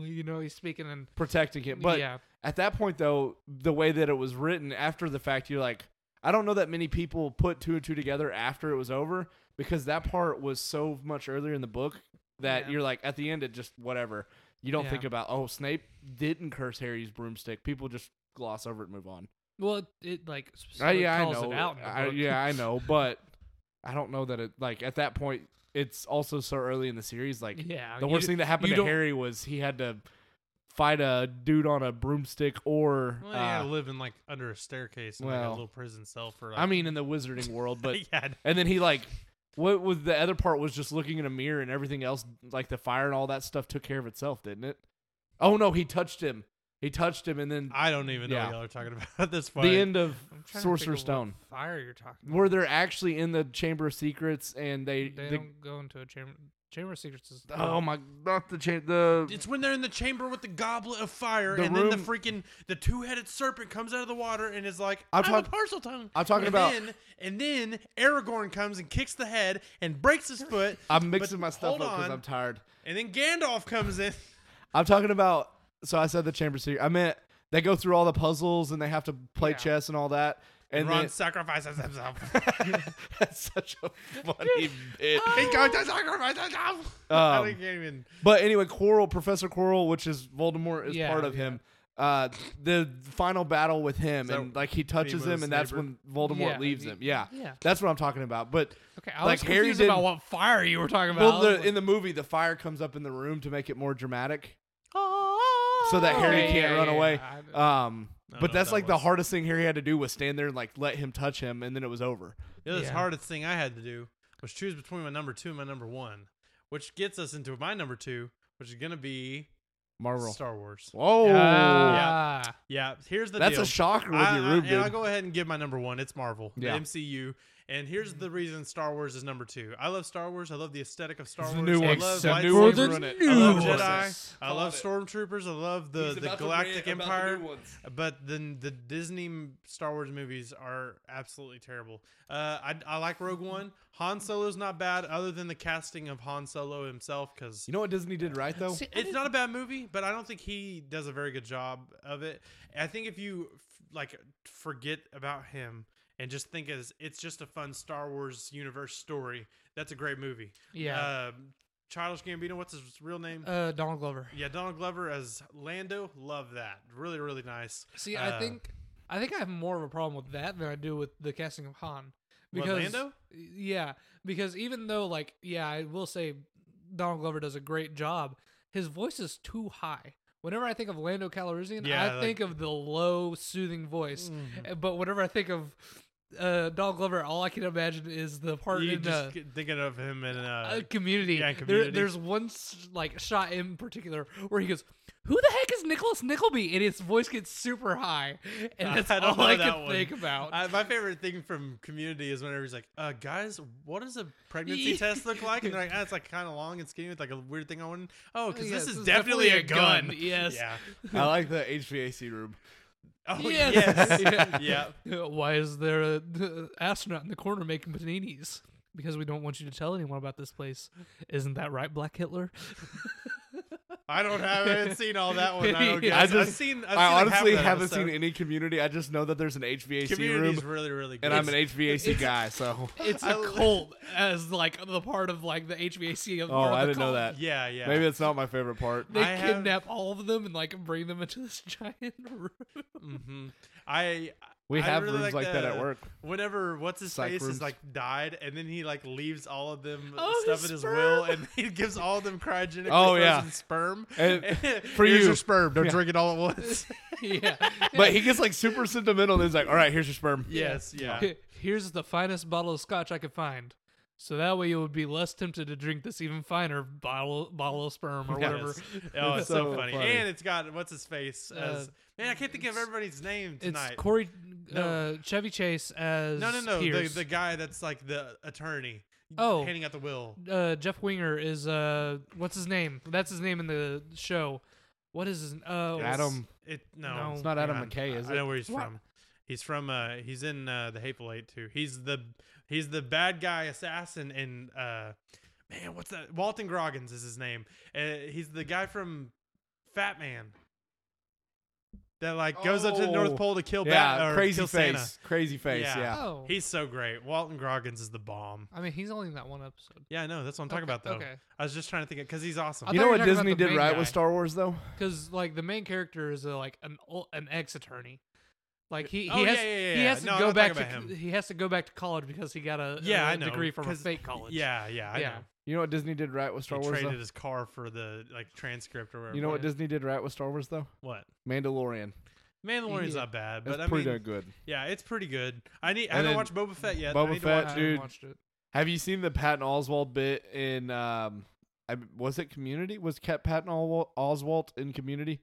S1: you know he's speaking and
S2: protecting him. But
S1: yeah
S2: at that point, though, the way that it was written after the fact, you're like, I don't know that many people put two and two together after it was over because that part was so much earlier in the book that
S1: Yeah.
S2: you're like, at the end, it just whatever. You don't
S1: Yeah.
S2: think about, oh, Snape didn't curse Harry's broomstick. People just gloss over it and move on.
S1: well it, it like
S2: I,
S1: specifically
S2: Uh, yeah, I
S1: calls
S2: know.
S1: it out in the
S2: I,
S1: book.
S2: yeah, I know. But I don't know that it, like, at that point, it's also so early in the series. Like,
S1: yeah
S2: the
S1: you
S2: worst
S1: d-
S2: thing that happened
S1: you
S2: to
S1: don't-
S2: Harry was he had to fight a dude on a broomstick or.
S3: well, yeah,
S2: uh,
S3: live in like under a staircase in like, a
S2: well,
S3: little prison cell for. Like,
S2: I mean, in the wizarding world, but
S3: yeah,
S2: and then he like, what was the other part was just looking in a mirror and everything else, like the fire and all that stuff, took care of itself, didn't it? Oh no, he touched him. He touched him, and then
S3: I don't even know
S2: Yeah.
S3: what y'all are talking about at this point.
S2: the end of
S1: Ah, I'm trying to think
S2: Sorcerer's
S1: of
S2: Stone,
S1: what fire you're talking about
S2: where they're actually in the Chamber of Secrets, and they,
S1: they
S2: the,
S1: don't go into a chamber chamber of secrets is
S2: oh my, not the cha- the
S3: It's when they're in the chamber with the goblet of fire,
S2: The
S3: and then
S2: room-
S3: the freaking the two headed serpent comes out of the water and is like,
S2: I'm
S3: "I'm,
S2: talk-
S3: a parcel tongue."
S2: I'm talking
S3: and
S2: about-
S3: Then, and then Aragorn comes and kicks the head and breaks his foot.
S2: I'm mixing my stuff up
S3: hold
S2: because
S3: on.
S2: I'm tired.
S3: and then Gandalf comes in.
S2: I'm talking about. So I said the Chamber of Secrets. I meant they go through all the puzzles and they have to play
S1: Yeah.
S2: chess and all that. And
S3: And Ron
S2: then,
S3: sacrifices himself.
S2: That's such a funny bit.
S3: He's going to sacrifice himself. I
S2: Um,
S3: think can't even.
S2: But anyway, Quirrell, Professor Quirrell, which is Voldemort, is
S1: Yeah,
S2: part of
S1: yeah.
S2: him. Uh, the final battle with him,
S3: Is that
S2: and like he touches
S3: with
S2: him,
S3: his
S2: and that's
S3: neighbor?
S2: when Voldemort
S1: Yeah,
S2: leaves
S1: he-
S2: him. Yeah,
S1: yeah.
S2: that's what I'm talking about. But
S1: okay I
S2: like,
S1: was
S2: Harry
S1: confused about
S2: didn't-
S1: what fire you were talking
S2: well,
S1: about
S2: the, in the movie, the fire comes up in the room to make it more dramatic, so that
S1: Oh, yeah,
S2: Harry can't
S1: yeah,
S2: run
S1: yeah,
S2: away.
S1: I-
S2: Um,
S3: I don't know
S2: but
S3: what
S2: that's
S3: that
S2: like the
S3: was.
S2: hardest thing Harry had to do was stand there and like let him touch him, and then it was over.
S3: The other
S1: Yeah.
S3: hardest thing I had to do was choose between my number two and my number one, which gets us into my number two, which is gonna be
S2: Marvel.
S3: Star Wars.
S2: Whoa,
S1: Ah.
S3: Yeah, here's the
S2: that's
S3: deal.
S2: a shocker with
S3: I,
S2: your
S3: I-
S2: room,
S3: and I'll
S2: dude.
S3: go ahead and give my number one. It's Marvel,
S2: Yeah.
S3: the MCU, And here's the reason Star Wars is number two. I love Star Wars. I love the aesthetic of Star
S2: It's a
S3: Wars.
S2: new
S3: I
S2: one.
S3: love
S2: It's a new
S1: For
S2: one.
S3: lightsabers.
S1: the
S2: Ruin it.
S1: new
S3: I love
S1: ones.
S3: Jedi. I
S2: Called
S3: love
S2: it.
S3: stormtroopers. I love the,
S2: He's
S3: the
S2: about to
S3: Galactic
S2: rant about the
S3: Empire.
S2: new ones.
S3: But then the Disney m- Star Wars movies are absolutely terrible. Uh, I, I like Rogue One. Han Solo's not bad, other than the casting of Han Solo himself, because
S2: You know what Disney did right though?
S1: See, I
S3: it's
S1: didn't-
S3: not a bad movie. But I don't think he does a very good job of it. I think if you f- like forget about him and just think as it's just a fun Star Wars universe story, that's a great movie.
S1: yeah.
S3: Uh, Childish Gambino. What's his real name?
S1: Uh, Donald Glover.
S3: Yeah, Donald Glover as Lando. Love that. Really, really nice.
S1: See,
S3: Uh,
S1: I think I think I have more of a problem with that than I do with the casting of Han.
S3: What,
S1: Because
S3: Lando?
S1: yeah, because even though like yeah, I will say Donald Glover does a great job. His voice is too high. Whenever I think of Lando Calrissian,
S3: Yeah,
S1: I
S3: like- Mm.
S1: think of the low, soothing voice. Uh, But whenever I think of uh, Donald Glover, all I can imagine is the part
S3: you
S1: in
S3: just
S1: uh,
S3: get- thinking of him in uh,
S1: a community.
S3: yeah,
S1: There-
S3: Community.
S1: there's one s- like shot in particular where he goes, "Who the heck is Nicholas Nickleby?" and his voice gets super high, and that's
S3: I don't
S1: all
S3: know
S1: I
S3: that
S1: can
S3: one.
S1: think about.
S3: I, my favorite thing from Community is whenever he's like, uh, "Guys, what does a pregnancy
S1: Yeah.
S3: test look like?" And they're like, ah, "It's like kind of long and skinny with like a weird thing on one." Oh, because
S1: Yeah,
S3: this is definitely, a gun.
S1: Yes.
S3: Yeah.
S2: I like the HVAC room.
S3: Oh
S1: Yes.
S3: yes.
S1: Yeah.
S3: yeah.
S1: Why is there a the astronaut in the corner making paninis? Because we don't want you to tell anyone about this place. Isn't that right, Black Hitler?
S3: I don't have. I haven't seen all that one. I don't
S1: Yeah.
S3: guess.
S1: I
S3: I've
S2: just-
S3: seen. I've seen
S2: I
S3: like half
S2: honestly
S3: of that
S2: haven't
S3: episode.
S2: seen any community. I just know that there's an HVAC
S3: Community
S2: room,
S3: is really, really good.
S2: and I'm an
S3: It's-
S2: HVAC
S1: it's-
S2: guy. So
S1: It's a cult as like the part of like the HVAC of
S2: Oh,
S1: part of
S2: I
S1: the
S2: didn't know
S1: cult.
S2: that.
S3: Yeah, yeah.
S2: maybe that's not my favorite part.
S1: They
S3: I have-
S1: kidnap all of them and like bring them into this giant room.
S3: hmm I
S2: We
S3: I
S2: have
S3: really
S2: rooms
S3: like
S2: like that at
S3: the-
S2: work.
S3: whenever what's his
S2: Psych
S3: face
S2: rooms.
S3: is like died, and then he like leaves all of them
S1: Oh,
S3: stuff
S1: his
S3: in his
S1: sperm.
S3: will, and he gives all of them cryogenic
S2: Oh,
S3: frozen
S2: yeah.
S3: sperm.
S2: And for
S3: Here's
S2: you.
S3: your sperm. Don't
S2: Yeah.
S3: drink it all at once.
S1: yeah.
S2: But he gets like super sentimental. and He's like, "All right, here's your sperm."
S3: yes, yeah.
S1: Here's the finest bottle of scotch I could find. So that way you would be less tempted to drink this even finer bottle bottle of sperm or
S2: Yes.
S1: whatever.
S3: Yes. Oh, it's so,
S2: So
S3: funny.
S2: funny.
S3: and it's got what's his face as
S1: Uh,
S3: man. I can't think of everybody's name
S1: It's
S3: tonight.
S1: Corey
S3: No.
S1: uh, Chevy Chase as
S3: no, no, no. The,
S1: Pierce.
S3: the guy that's like the attorney.
S1: Oh.
S3: handing out the will.
S1: uh, Jeff Winger is uh what's his name? That's his name in the show. What is his uh
S2: Adam.
S3: It no,
S1: No. It's
S2: not
S3: hang
S2: Adam
S3: on.
S2: McKay, is
S3: I, I know where he's
S1: What?
S3: from. He's from. Uh, he's in uh, the Hateful Eight too. He's the he's the bad guy assassin in. Uh, man, what's that? Walton Groggins is his name. Uh, he's the guy from Fat Man. That like goes up to the North
S2: Oh.
S3: Pole to kill Bat
S2: Yeah,
S3: or
S2: crazy
S3: kill
S2: face,
S3: Santa.
S2: crazy face.
S3: Yeah.
S2: Yeah.
S1: Oh.
S3: He's so great. Walton Groggins is the bomb.
S1: I mean, he's only in that one episode.
S3: Yeah, I know. That's what I'm talking about though.
S1: okay.
S3: I was just trying to think because he's awesome.
S1: I
S2: You
S1: thought
S2: know
S1: you were
S2: what
S1: talking about
S2: Disney
S1: the
S2: did
S1: main
S2: right
S1: guy.
S2: with Star Wars though?
S1: because like the main character is a, like an ol- an ex attorney. Like he, he
S3: Oh,
S1: has
S3: yeah, yeah, yeah,
S1: he
S3: yeah.
S1: has to
S3: No, I'm
S1: go
S3: not
S1: back to
S3: talking about him.
S1: he has to go back to college because he got a
S3: yeah,
S1: a
S3: I know.
S1: degree from a
S3: 'cause-
S1: fake college.
S3: Yeah, yeah, I
S1: Yeah.
S3: know.
S2: You know what Disney did right with Star
S3: he
S2: Wars
S3: traded
S2: though?
S3: his car for the like transcript or whatever.
S2: You know what
S1: Yeah.
S2: Disney did right with Star Wars though?
S3: what?
S2: Mandalorian.
S3: Mandalorian's
S1: Yeah.
S3: not bad,
S2: That's
S3: but I mean,
S2: pretty darn good.
S3: yeah, it's pretty good. I need. I
S2: And
S3: haven't
S2: then
S3: watched Boba Fett yet. I
S2: Boba
S3: need to
S1: I
S2: Fett,
S3: watch it.
S1: haven't
S2: dude.
S1: watched it.
S2: Have you seen the Patton Oswald bit in um I, was it Community? Was Cat Patton Al- Oswald in Community?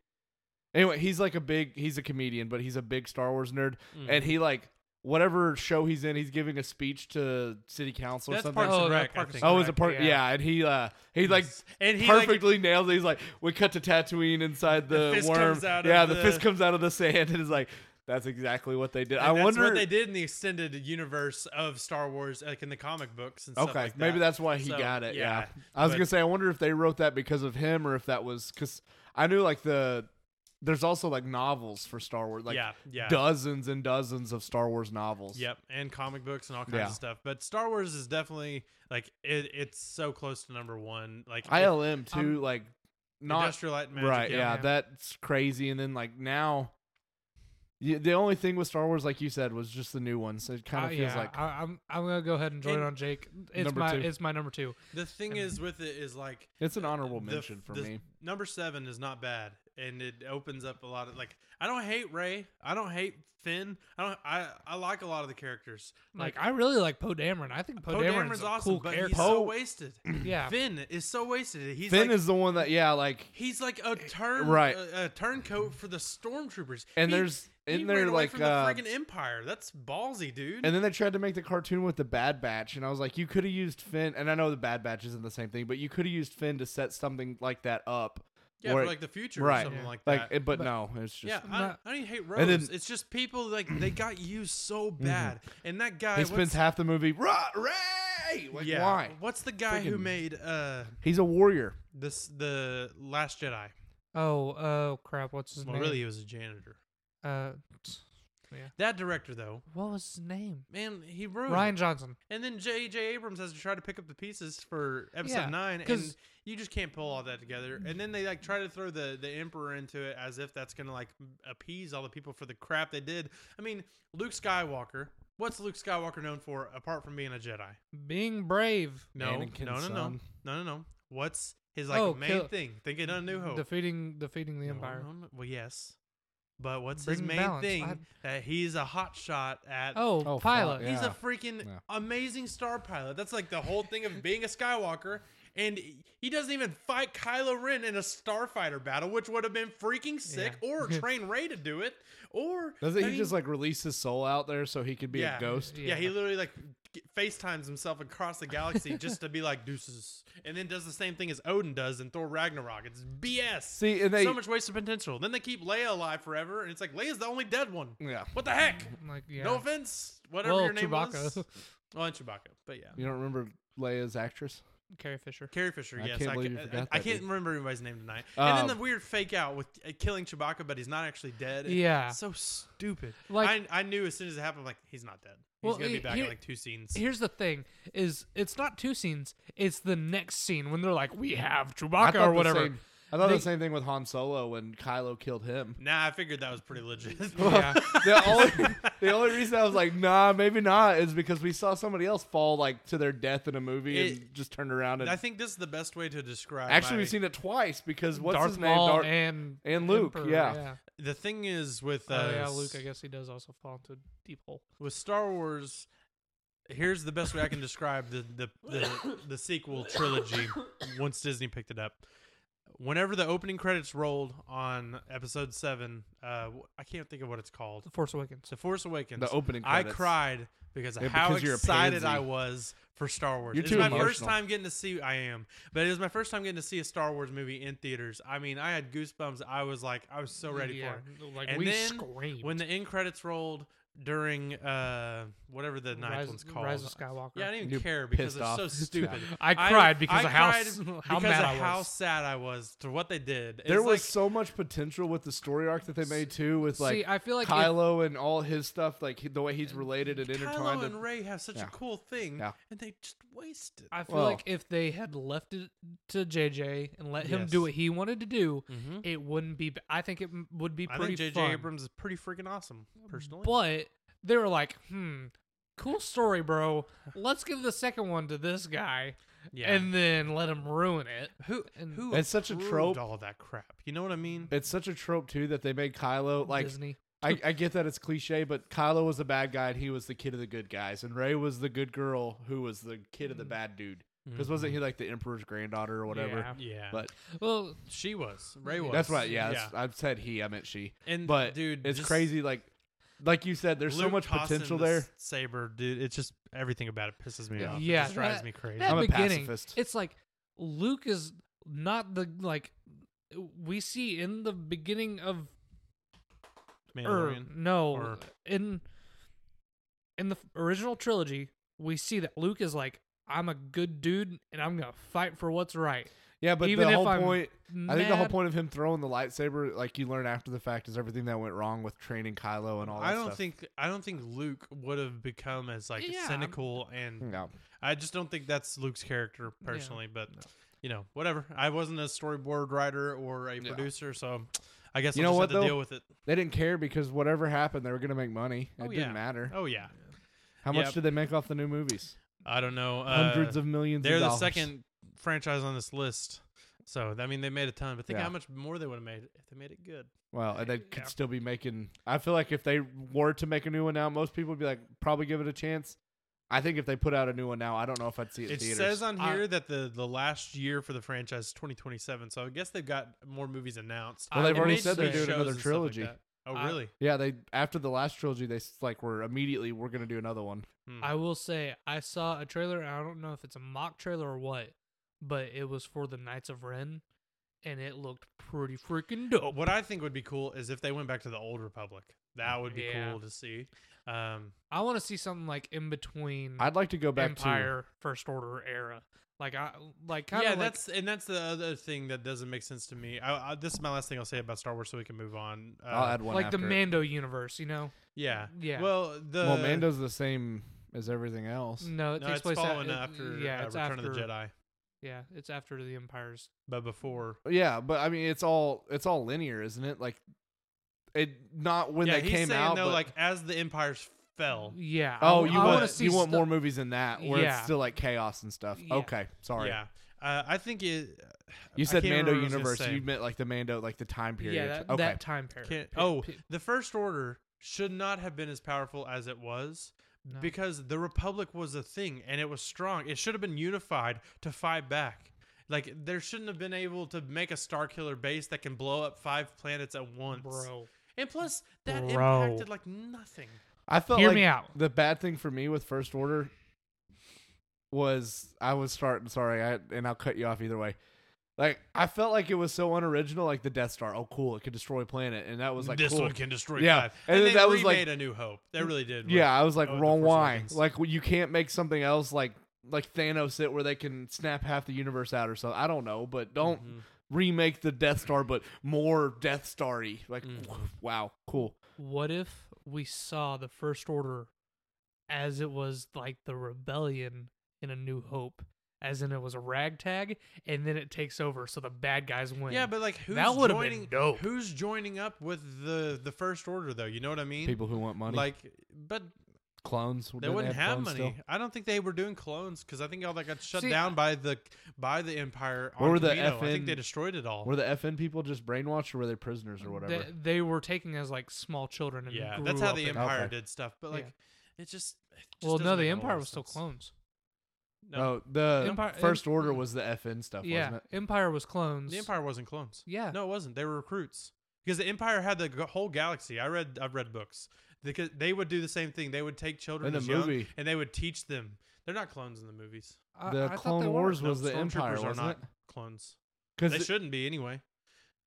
S2: Anyway, he's like a big he's a comedian, but he's a big Star Wars nerd
S3: Mm.
S2: and he like whatever show he's in, he's giving a speech to city council or
S3: That's
S2: something.
S3: Parks
S1: Oh,
S3: and
S1: yeah,
S3: Rec. I
S1: Parks
S3: think.
S1: and
S2: Oh, is it
S1: Rec,
S2: part?
S1: yeah.
S2: Yeah. and he uh he like
S3: and he like,
S2: perfectly nails it. He's like, we cut to Tatooine inside the,
S3: fist
S2: worm.
S3: comes out of
S2: yeah, the,
S3: the-
S2: fist comes out of the sand, and it's like, that's exactly what they did. I
S3: and that's
S2: wonder.
S3: what they did in the extended universe of Star Wars, like in the comic books and stuff
S2: Okay,
S3: like that.
S2: maybe that's why he
S3: So,
S2: got it. Yeah,
S3: yeah,
S2: I was
S3: but-
S2: gonna say, I wonder if they wrote that because of him or if that was because I knew like the there's also like novels for Star Wars, like
S3: yeah, yeah.
S2: dozens and dozens of Star Wars novels.
S3: Yep, and comic books and all kinds
S2: Yeah.
S3: of stuff. But Star Wars is definitely like it, it's so close to number one. Like it,
S2: ILM too,
S1: I'm-
S2: like not
S3: Um, Industrial Light and Magic.
S2: right.
S3: yeah.
S2: Yeah,
S1: Yeah.
S2: that's crazy. And then like now. y the only thing with Star Wars, like you said, was just the new ones. It kind
S1: Uh,
S2: of feels
S1: yeah,
S2: like
S1: I, I'm I'm gonna go ahead and join
S3: And-
S1: on Jake. It's
S2: Number
S1: my
S2: two.
S1: it's my number two.
S3: The thing is with it is like
S2: It's an honorable
S3: the f-
S2: mention for
S3: the
S2: me.
S3: Number seven is not bad. and it opens up a lot of like I don't hate Ray, I don't hate Finn, I don't I I like a lot of the characters.
S1: Like, I really like Poe Dameron. I think
S2: Oh,
S1: Poe
S3: Poe
S1: Dameron's
S3: Dameron's
S1: a
S3: awesome,
S1: cool
S3: but
S1: character.
S3: he's so
S2: Poe-
S3: wasted.
S1: yeah,
S3: Finn is so wasted. He's
S2: Finn
S3: like,
S2: is the one that yeah, like
S3: he's like a turn
S2: Right.
S3: a, a turncoat for the stormtroopers.
S2: and
S3: He-
S2: there's
S3: he
S2: in
S3: ran
S2: there
S3: away
S2: like
S3: from the
S2: uh,
S3: friggin' empire. That's ballsy, dude.
S2: and then they tried to make the cartoon with the Bad Batch, and I was like, you could have used Finn, and I know the Bad Batch isn't the same thing, but you could have used Finn to set something like that up,
S3: yeah,
S2: where-
S3: for like the future
S2: right,
S3: or something like that.
S2: like, it- but, no, it's just
S3: yeah, I,
S1: Not-
S3: I don't even hate
S2: And then- Mm-hmm.
S3: Rose. it's just people like they got used so bad, and that guy
S2: he
S3: what's-
S2: spends half the movie "Rah, Ray, like
S3: yeah,
S2: why?
S3: What's the guy who
S2: Friggin-
S3: made uh
S2: He's a warrior.
S3: this the Last Jedi?
S1: Oh, oh crap! What's his
S3: Well,
S1: name?
S3: really, he was a janitor.
S1: Uh,
S3: That director though,
S1: what was his name?
S3: man, he ruined. it.
S1: Ryan Johnson.
S3: And then J.J. Abrams has to try to pick up the pieces for episode
S1: Yeah,
S3: nine,
S1: 'cause-
S3: and you just can't pull all that together. And then they like try to throw the the Emperor into it as if that's gonna like appease all the people for the crap they did. I mean, Luke Skywalker. What's Luke Skywalker known for apart from being a Jedi?
S1: Being brave,
S3: No,
S2: Anakin's
S3: no, no, no,
S2: son.
S3: no, no, no. What's his like
S1: Oh,
S3: main
S1: kill-
S3: thing? Thinking of New Hope.
S1: defeating defeating the
S3: No,
S1: Empire.
S3: no, no. Well, yes, but what's his
S1: Bring
S3: main
S1: balance.
S3: thing
S1: I-
S3: that he's a hot shot at?
S1: Oh,
S2: Oh, fuck,
S1: pilot.
S2: yeah.
S3: He's a freaking
S2: Yeah.
S3: amazing star pilot. That's like the whole thing of being a Skywalker. And he doesn't even fight Kylo Ren in a starfighter battle, which would have been freaking sick,
S1: Yeah.
S3: or train Ray to do it, or
S2: Doesn't
S3: I
S2: he
S3: mean,
S2: just like release his soul out there so he could be
S3: Yeah.
S2: a ghost?
S3: yeah, he
S1: Yeah.
S3: literally like g- FaceTimes himself across the galaxy just to be like deuces, and then does the same thing as Odin does in Thor Ragnarok. It's BS.
S2: See, and they
S3: so much wasted potential. Then they keep Leia alive forever, and it's like Leia's the only dead one.
S2: yeah.
S3: What the heck?
S1: Like yeah.
S3: No offense, whatever
S1: well,
S3: your name
S1: Chewbacca,
S3: was. Well, and Chewbacca, but yeah.
S2: You don't remember Leia's actress?
S1: Carrie Fisher.
S3: Carrie Fisher,
S2: I
S3: yes.
S2: can't
S3: I,
S2: believe
S3: ca-
S2: you
S3: I-
S2: forgot
S3: I
S2: that,
S3: can't
S2: dude.
S3: remember everybody's name tonight. and then
S2: Um,
S3: the weird fake out with uh, killing Chewbacca, but he's not actually dead. and
S1: Yeah.
S3: So stupid.
S1: Like-
S3: I, I knew as soon as it happened, I'm like, he's not dead. He's
S1: Well,
S3: going to be
S1: he-
S3: back
S1: here-
S3: in like two scenes.
S1: Here's the thing: is it's not two scenes; it's the next scene when they're like, "We have
S2: I
S1: Chewbacca"
S2: thought
S1: or
S2: the
S1: whatever.
S2: same- I thought
S1: They-
S2: the same thing with Han Solo when Kylo killed him.
S3: nah, I figured that was pretty legit.
S1: Yeah.
S2: the only the only reason I was like, nah, maybe not, is because we saw somebody else fall like to their death in a movie
S3: It-
S2: and just turned around and
S3: I think this is the best way to describe
S2: actually
S3: my-
S2: we've seen it twice because what's
S1: Darth
S2: his name?
S1: Maul
S2: Darth-
S1: and
S2: and Luke,
S1: Emperor,
S2: yeah.
S3: The thing is with. Uh,
S1: Oh yeah,
S3: s-
S1: Luke. I guess he does also fall into a deep hole.
S3: with Star Wars, here's the best way I can describe the the the, the sequel trilogy once Disney picked it up. Whenever the opening credits rolled on Episode Seven, uh, wh- I can't think of what it's called.
S1: The Force Awakens.
S3: The Force Awakens.
S2: the opening
S3: I
S2: credits.
S3: cried because of
S2: Yeah,
S3: how
S2: because you're a
S3: excited I
S2: pansy.
S3: was for Star Wars.
S2: You're
S3: it's
S2: too
S3: my first
S2: emotional.
S3: time getting to see. I am, but it was my first time getting to see a Star Wars movie in theaters. I mean, I had goosebumps. I was like, I was so ready
S1: yeah.
S3: for it.
S1: Like
S3: And
S1: we
S3: then
S1: screamed.
S3: When the end credits rolled during uh whatever the ninth
S1: Rise,
S3: one's called,
S1: Rise of Skywalker.
S3: yeah, I didn't even
S2: You're
S3: care because
S2: pissed
S3: it's so
S2: off.
S3: stupid.
S1: I cried because of how
S3: cried
S1: s- how
S3: because
S1: mad
S3: of
S1: I
S3: how
S1: was.
S3: sad I was to what they did. It's
S2: There was
S3: like,
S2: so much potential with the story arc that they made too, with like
S1: See, I feel like if-
S2: Kylo and all his stuff, like he- the way he's related and intertwined.
S3: Kylo
S2: and-
S3: and Ray have such a
S2: Yeah.
S3: cool thing,
S2: Yeah.
S3: and they just wasted.
S1: I feel
S2: Well-
S1: like if they had left it to JJ and let him do
S3: Yes.
S1: what he wanted to do,
S3: Mhm.
S1: it wouldn't be. b- I think it m- would be
S3: I
S1: pretty
S3: think J.J.
S1: fun.
S3: Abrams is pretty freaking awesome, personally.
S1: But they were like, "Hmm, cool story, bro. Let's give the second one to this guy,
S3: yeah,
S1: and then let him ruin it."
S3: who
S1: and-
S3: who
S2: That's such a
S3: approved
S2: trope.
S3: All that crap, you know what I mean?
S2: it's such a trope too that they made Kylo like
S1: Disney.
S2: I, I get that it's cliche, but Kylo was the bad guy and he was the kid of the good guys, and Ray was the good girl who was the kid
S1: Mm.
S2: of the bad dude. Because wasn't he like the emperor's granddaughter or whatever?
S1: Yeah.
S3: Mm-hmm. Yeah,
S2: But
S1: Well,
S3: she was Ray was.
S2: that's right. Yeah, that's- I said he. I meant she.
S3: And
S2: But
S3: dude,
S2: it's
S3: just
S2: crazy. Like, like you said, there's so
S3: Luke
S2: much
S3: tossing
S2: potential
S3: the
S2: there.
S3: s- Saber, dude. It's just everything about it pisses me
S2: Yeah.
S3: off.
S1: Yeah,
S3: it just drives
S1: that-
S3: me crazy.
S1: that
S2: I'm a
S1: beginning,
S2: pacifist.
S1: it's like Luke is not the like we see in the beginning of or
S3: Mandalorian.
S1: no
S3: Or-
S1: in in the f- original trilogy we see that luke is like i'm a good dude and i'm gonna fight for what's right
S2: yeah, but
S1: even
S2: the
S1: if
S2: whole
S1: I'm
S2: point. I think the whole
S1: mad-
S2: point of him throwing the lightsaber, like you learn after the fact, is everything that went wrong with training Kylo and all that
S3: I don't
S2: stuff.
S3: think I don't think Luke would have become as like
S1: Yeah.
S3: cynical and
S2: No.
S3: I just don't think that's Luke's character personally, but you know, whatever. I wasn't a storyboard writer or a producer, so I guess
S2: You
S3: I'll
S2: know
S3: just
S2: what,
S3: have to
S2: though?
S3: deal with it.
S2: They didn't care because whatever happened, they were going to make money. It
S3: Oh,
S2: didn't
S3: yeah.
S2: matter.
S3: Oh yeah.
S2: How
S3: Yeah.
S2: much did they make off the new movies?
S3: I don't know. Uh,
S2: Hundreds of millions
S3: They're
S2: of
S3: the
S2: dollars.
S3: second franchise on this list. So I mean, they made a ton, but think
S2: Yeah.
S3: how much more they would have made if they made it good.
S2: Well, and they could
S3: Yeah.
S2: still be making. I feel like if they were to make a new one now, most people would be like, probably give it a chance. I think if they put out a new one now, I don't know if I'd see it, in
S3: It
S2: theaters.
S3: says on
S1: I-
S3: here that the the last year for the franchise is 2027. So I guess they've got more movies announced.
S1: Well, they've
S3: It
S1: already
S3: made
S1: said they're
S3: some
S1: doing
S3: shows
S2: another
S3: and stuff
S2: trilogy.
S3: Like that. oh
S1: I-
S3: really?
S2: yeah, they after the last trilogy, they s- like were immediately we're gonna do another one.
S3: Hmm.
S1: I will say I saw a trailer. and I don't know if it's a mock trailer or what, but it was for the Knights of Ren, and it looked pretty freaking dope.
S3: what I think would be cool is if they went back to the old Republic. That would be
S1: Yeah.
S3: cool to see. Um,
S1: I want to see something like in between
S2: I'd like to go back
S1: Empire First Order era, like I like kind
S3: yeah,
S1: of like,
S3: that's and that's the other thing that doesn't make sense to me. I, I, this is my last thing I'll say about Star Wars, so we can move on. Uh,
S2: to. I'll add one
S1: like the
S2: after it.
S1: Mando universe, you know?
S3: yeah,
S1: Yeah.
S3: Well, the Mm.
S2: well, Mando's the same as everything else.
S1: No, it
S3: no,
S1: takes
S3: it's
S1: place at-
S3: following
S1: it-
S3: after
S1: yeah,
S3: uh,
S1: it's
S3: Return
S1: after
S3: of the Jedi,
S1: Yeah, it's after the Empire's.
S3: but before
S2: Yeah, but I mean, it's all it's all linear, isn't it? Like, it not when
S3: yeah,
S2: they
S3: he's
S2: came
S3: saying
S2: out.
S3: though,
S2: but-
S3: like as the empires fell.
S1: Yeah. I
S2: oh,
S1: wa-
S2: you
S1: I
S2: want
S1: wanna see
S2: you want
S1: stu-
S2: more movies than that where
S1: Yeah.
S2: it's still like chaos and stuff.
S1: Yeah.
S2: Okay, sorry.
S3: Yeah, uh, I think it.
S2: You
S3: I
S2: said
S3: can't
S2: Mando
S3: remember what I was
S2: universe.
S3: gonna
S2: You
S3: say.
S2: meant like the Mando, like the time period.
S1: Yeah, that,
S2: okay.
S1: that time period.
S3: Can't- oh, the First Order should not have been as powerful as it was.
S1: No.
S3: because the republic was a thing and it was strong it should have been unified to fight back like there shouldn't have been able to make a star killer base that can blow up five planets at once
S1: bro.
S3: and plus that
S1: Bro.
S3: impacted like nothing
S2: I felt
S1: Hear
S2: like
S1: me out.
S2: the bad thing for me with First Order was I was starting. Sorry, I and I'll cut you off either way. Like I felt like it was so unoriginal, like the Death Star. Oh, cool! It could destroy a planet, and that was like
S3: this
S2: cool.
S3: one can destroy
S2: Yeah,
S3: five
S2: and
S3: and,
S2: then
S3: they
S2: that was, like-
S3: remade
S2: Mm.
S3: a new hope they really did
S2: Yeah, I was like,
S3: Oh, the
S2: wrong.
S3: Force
S2: Why?
S3: Awakens.
S2: Like you can't make something else like like Thanos it where they can snap half the universe out or something. I don't know, but don't
S3: Mhm.
S2: remake the Death Star, but more Death Starry. Like,
S3: Mhm.
S2: wow, cool.
S1: What if we saw the First Order as it was like the rebellion in A New Hope, as in it was a ragtag, and then it takes over, so the bad guys win.
S3: yeah but like who's
S1: That would've been
S3: joining
S1: dope.
S3: who's joining up with the the first order though you know what i mean
S2: People who want money, like
S3: like but
S2: clones,
S3: They
S2: Do
S3: wouldn't have,
S2: clones
S3: money.
S2: still?
S3: I don't think they were doing clones because I think all that got shut
S1: See,
S3: down by the by the empire.
S2: Where
S3: on
S2: were the
S3: Kamino. I think
S2: FN
S3: they destroyed it all.
S2: Were the FN people just brainwashed, or were they prisoners, or whatever?
S1: They, they were taken as like small children and
S3: yeah,
S1: grew
S3: that's how
S1: up
S3: the
S1: in-
S3: empire
S2: Okay.
S3: did stuff. But
S1: Yeah.
S3: like, it just, it just
S1: Well, no,
S3: doesn't
S1: the
S3: make a whole lot
S1: Empire
S3: of
S1: was still
S3: sense.
S1: clones.
S3: No, Mm.
S2: Oh, the
S1: Empire-
S2: first
S1: em-
S2: order was the FN stuff,
S1: yeah,
S2: wasn't it?
S1: Empire was clones.
S3: the empire wasn't clones.
S1: Yeah.
S3: No, it wasn't. They were recruits because the empire had the g- whole galaxy. I read, I've read books because they would do the same thing. They would take children
S2: In the
S3: as young,
S2: movie.
S3: and they would teach them. They're not clones in the movies.
S1: I- I
S2: the
S1: thought they
S2: Clone
S1: were.
S2: Wars
S3: No,
S2: was the Empire,
S3: stormtroopers are
S2: wasn't
S3: not
S2: it?
S3: clones. They
S2: Because
S3: shouldn't be anyway.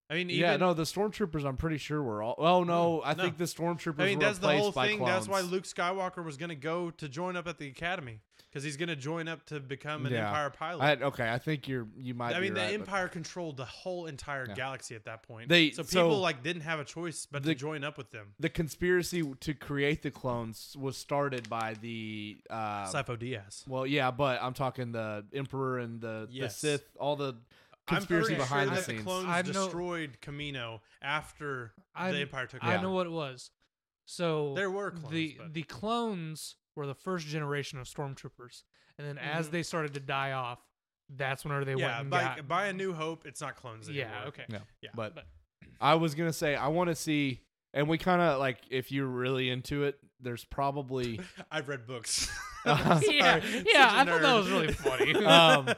S3: I mean, even, Mm,
S2: yeah, no, the stormtroopers. I'm pretty sure were all. Oh no, I
S3: No.
S2: think the stormtroopers.
S3: I mean,
S2: were
S3: that's the
S2: replaced
S3: whole
S2: by
S3: thing. That's why
S2: clones.
S3: Luke Skywalker was going to go to join up at the academy because he's going to join up to become an
S2: Yeah.
S3: Empire pilot.
S2: I, okay, I think you're. You might.
S3: I
S2: be
S3: mean, the
S2: right, but-
S3: Empire controlled the whole entire
S2: Yeah.
S3: galaxy at that point.
S2: They-
S3: so
S2: so-
S3: people like didn't have a choice but
S2: The-
S3: to join up with them.
S2: the conspiracy to create the clones was started by the uh
S3: Sifo Diaz.
S2: well yeah but i'm talking the emperor and the,
S3: Yes.
S2: the sith all the
S3: I'm
S2: conspiracy
S3: pretty
S2: behind
S3: sure
S2: the
S3: that
S2: scenes
S3: the clones
S1: I know-
S3: destroyed Camino after
S1: I
S3: the
S1: kn-
S3: Empire took
S1: I
S3: over.
S1: know what it was. So
S3: There were clones,
S1: the
S3: but-
S1: the clones were the first generation of stormtroopers, and then as
S3: Mhm.
S1: they started to die off, that's whenever they went
S3: yeah,
S1: and
S3: by,
S1: got.
S3: by A New Hope, it's not clones anymore.
S1: yeah. Okay.
S2: Yeah.
S3: Yeah.
S2: but,
S1: but-
S2: i was gonna say i want to see and we kind of like if you're really into it there's probably
S3: I've read books.
S2: Uh,
S3: Sorry,
S1: yeah,
S3: such
S1: yeah.
S3: a
S1: I thought that
S3: nerd.
S1: was really funny.
S2: um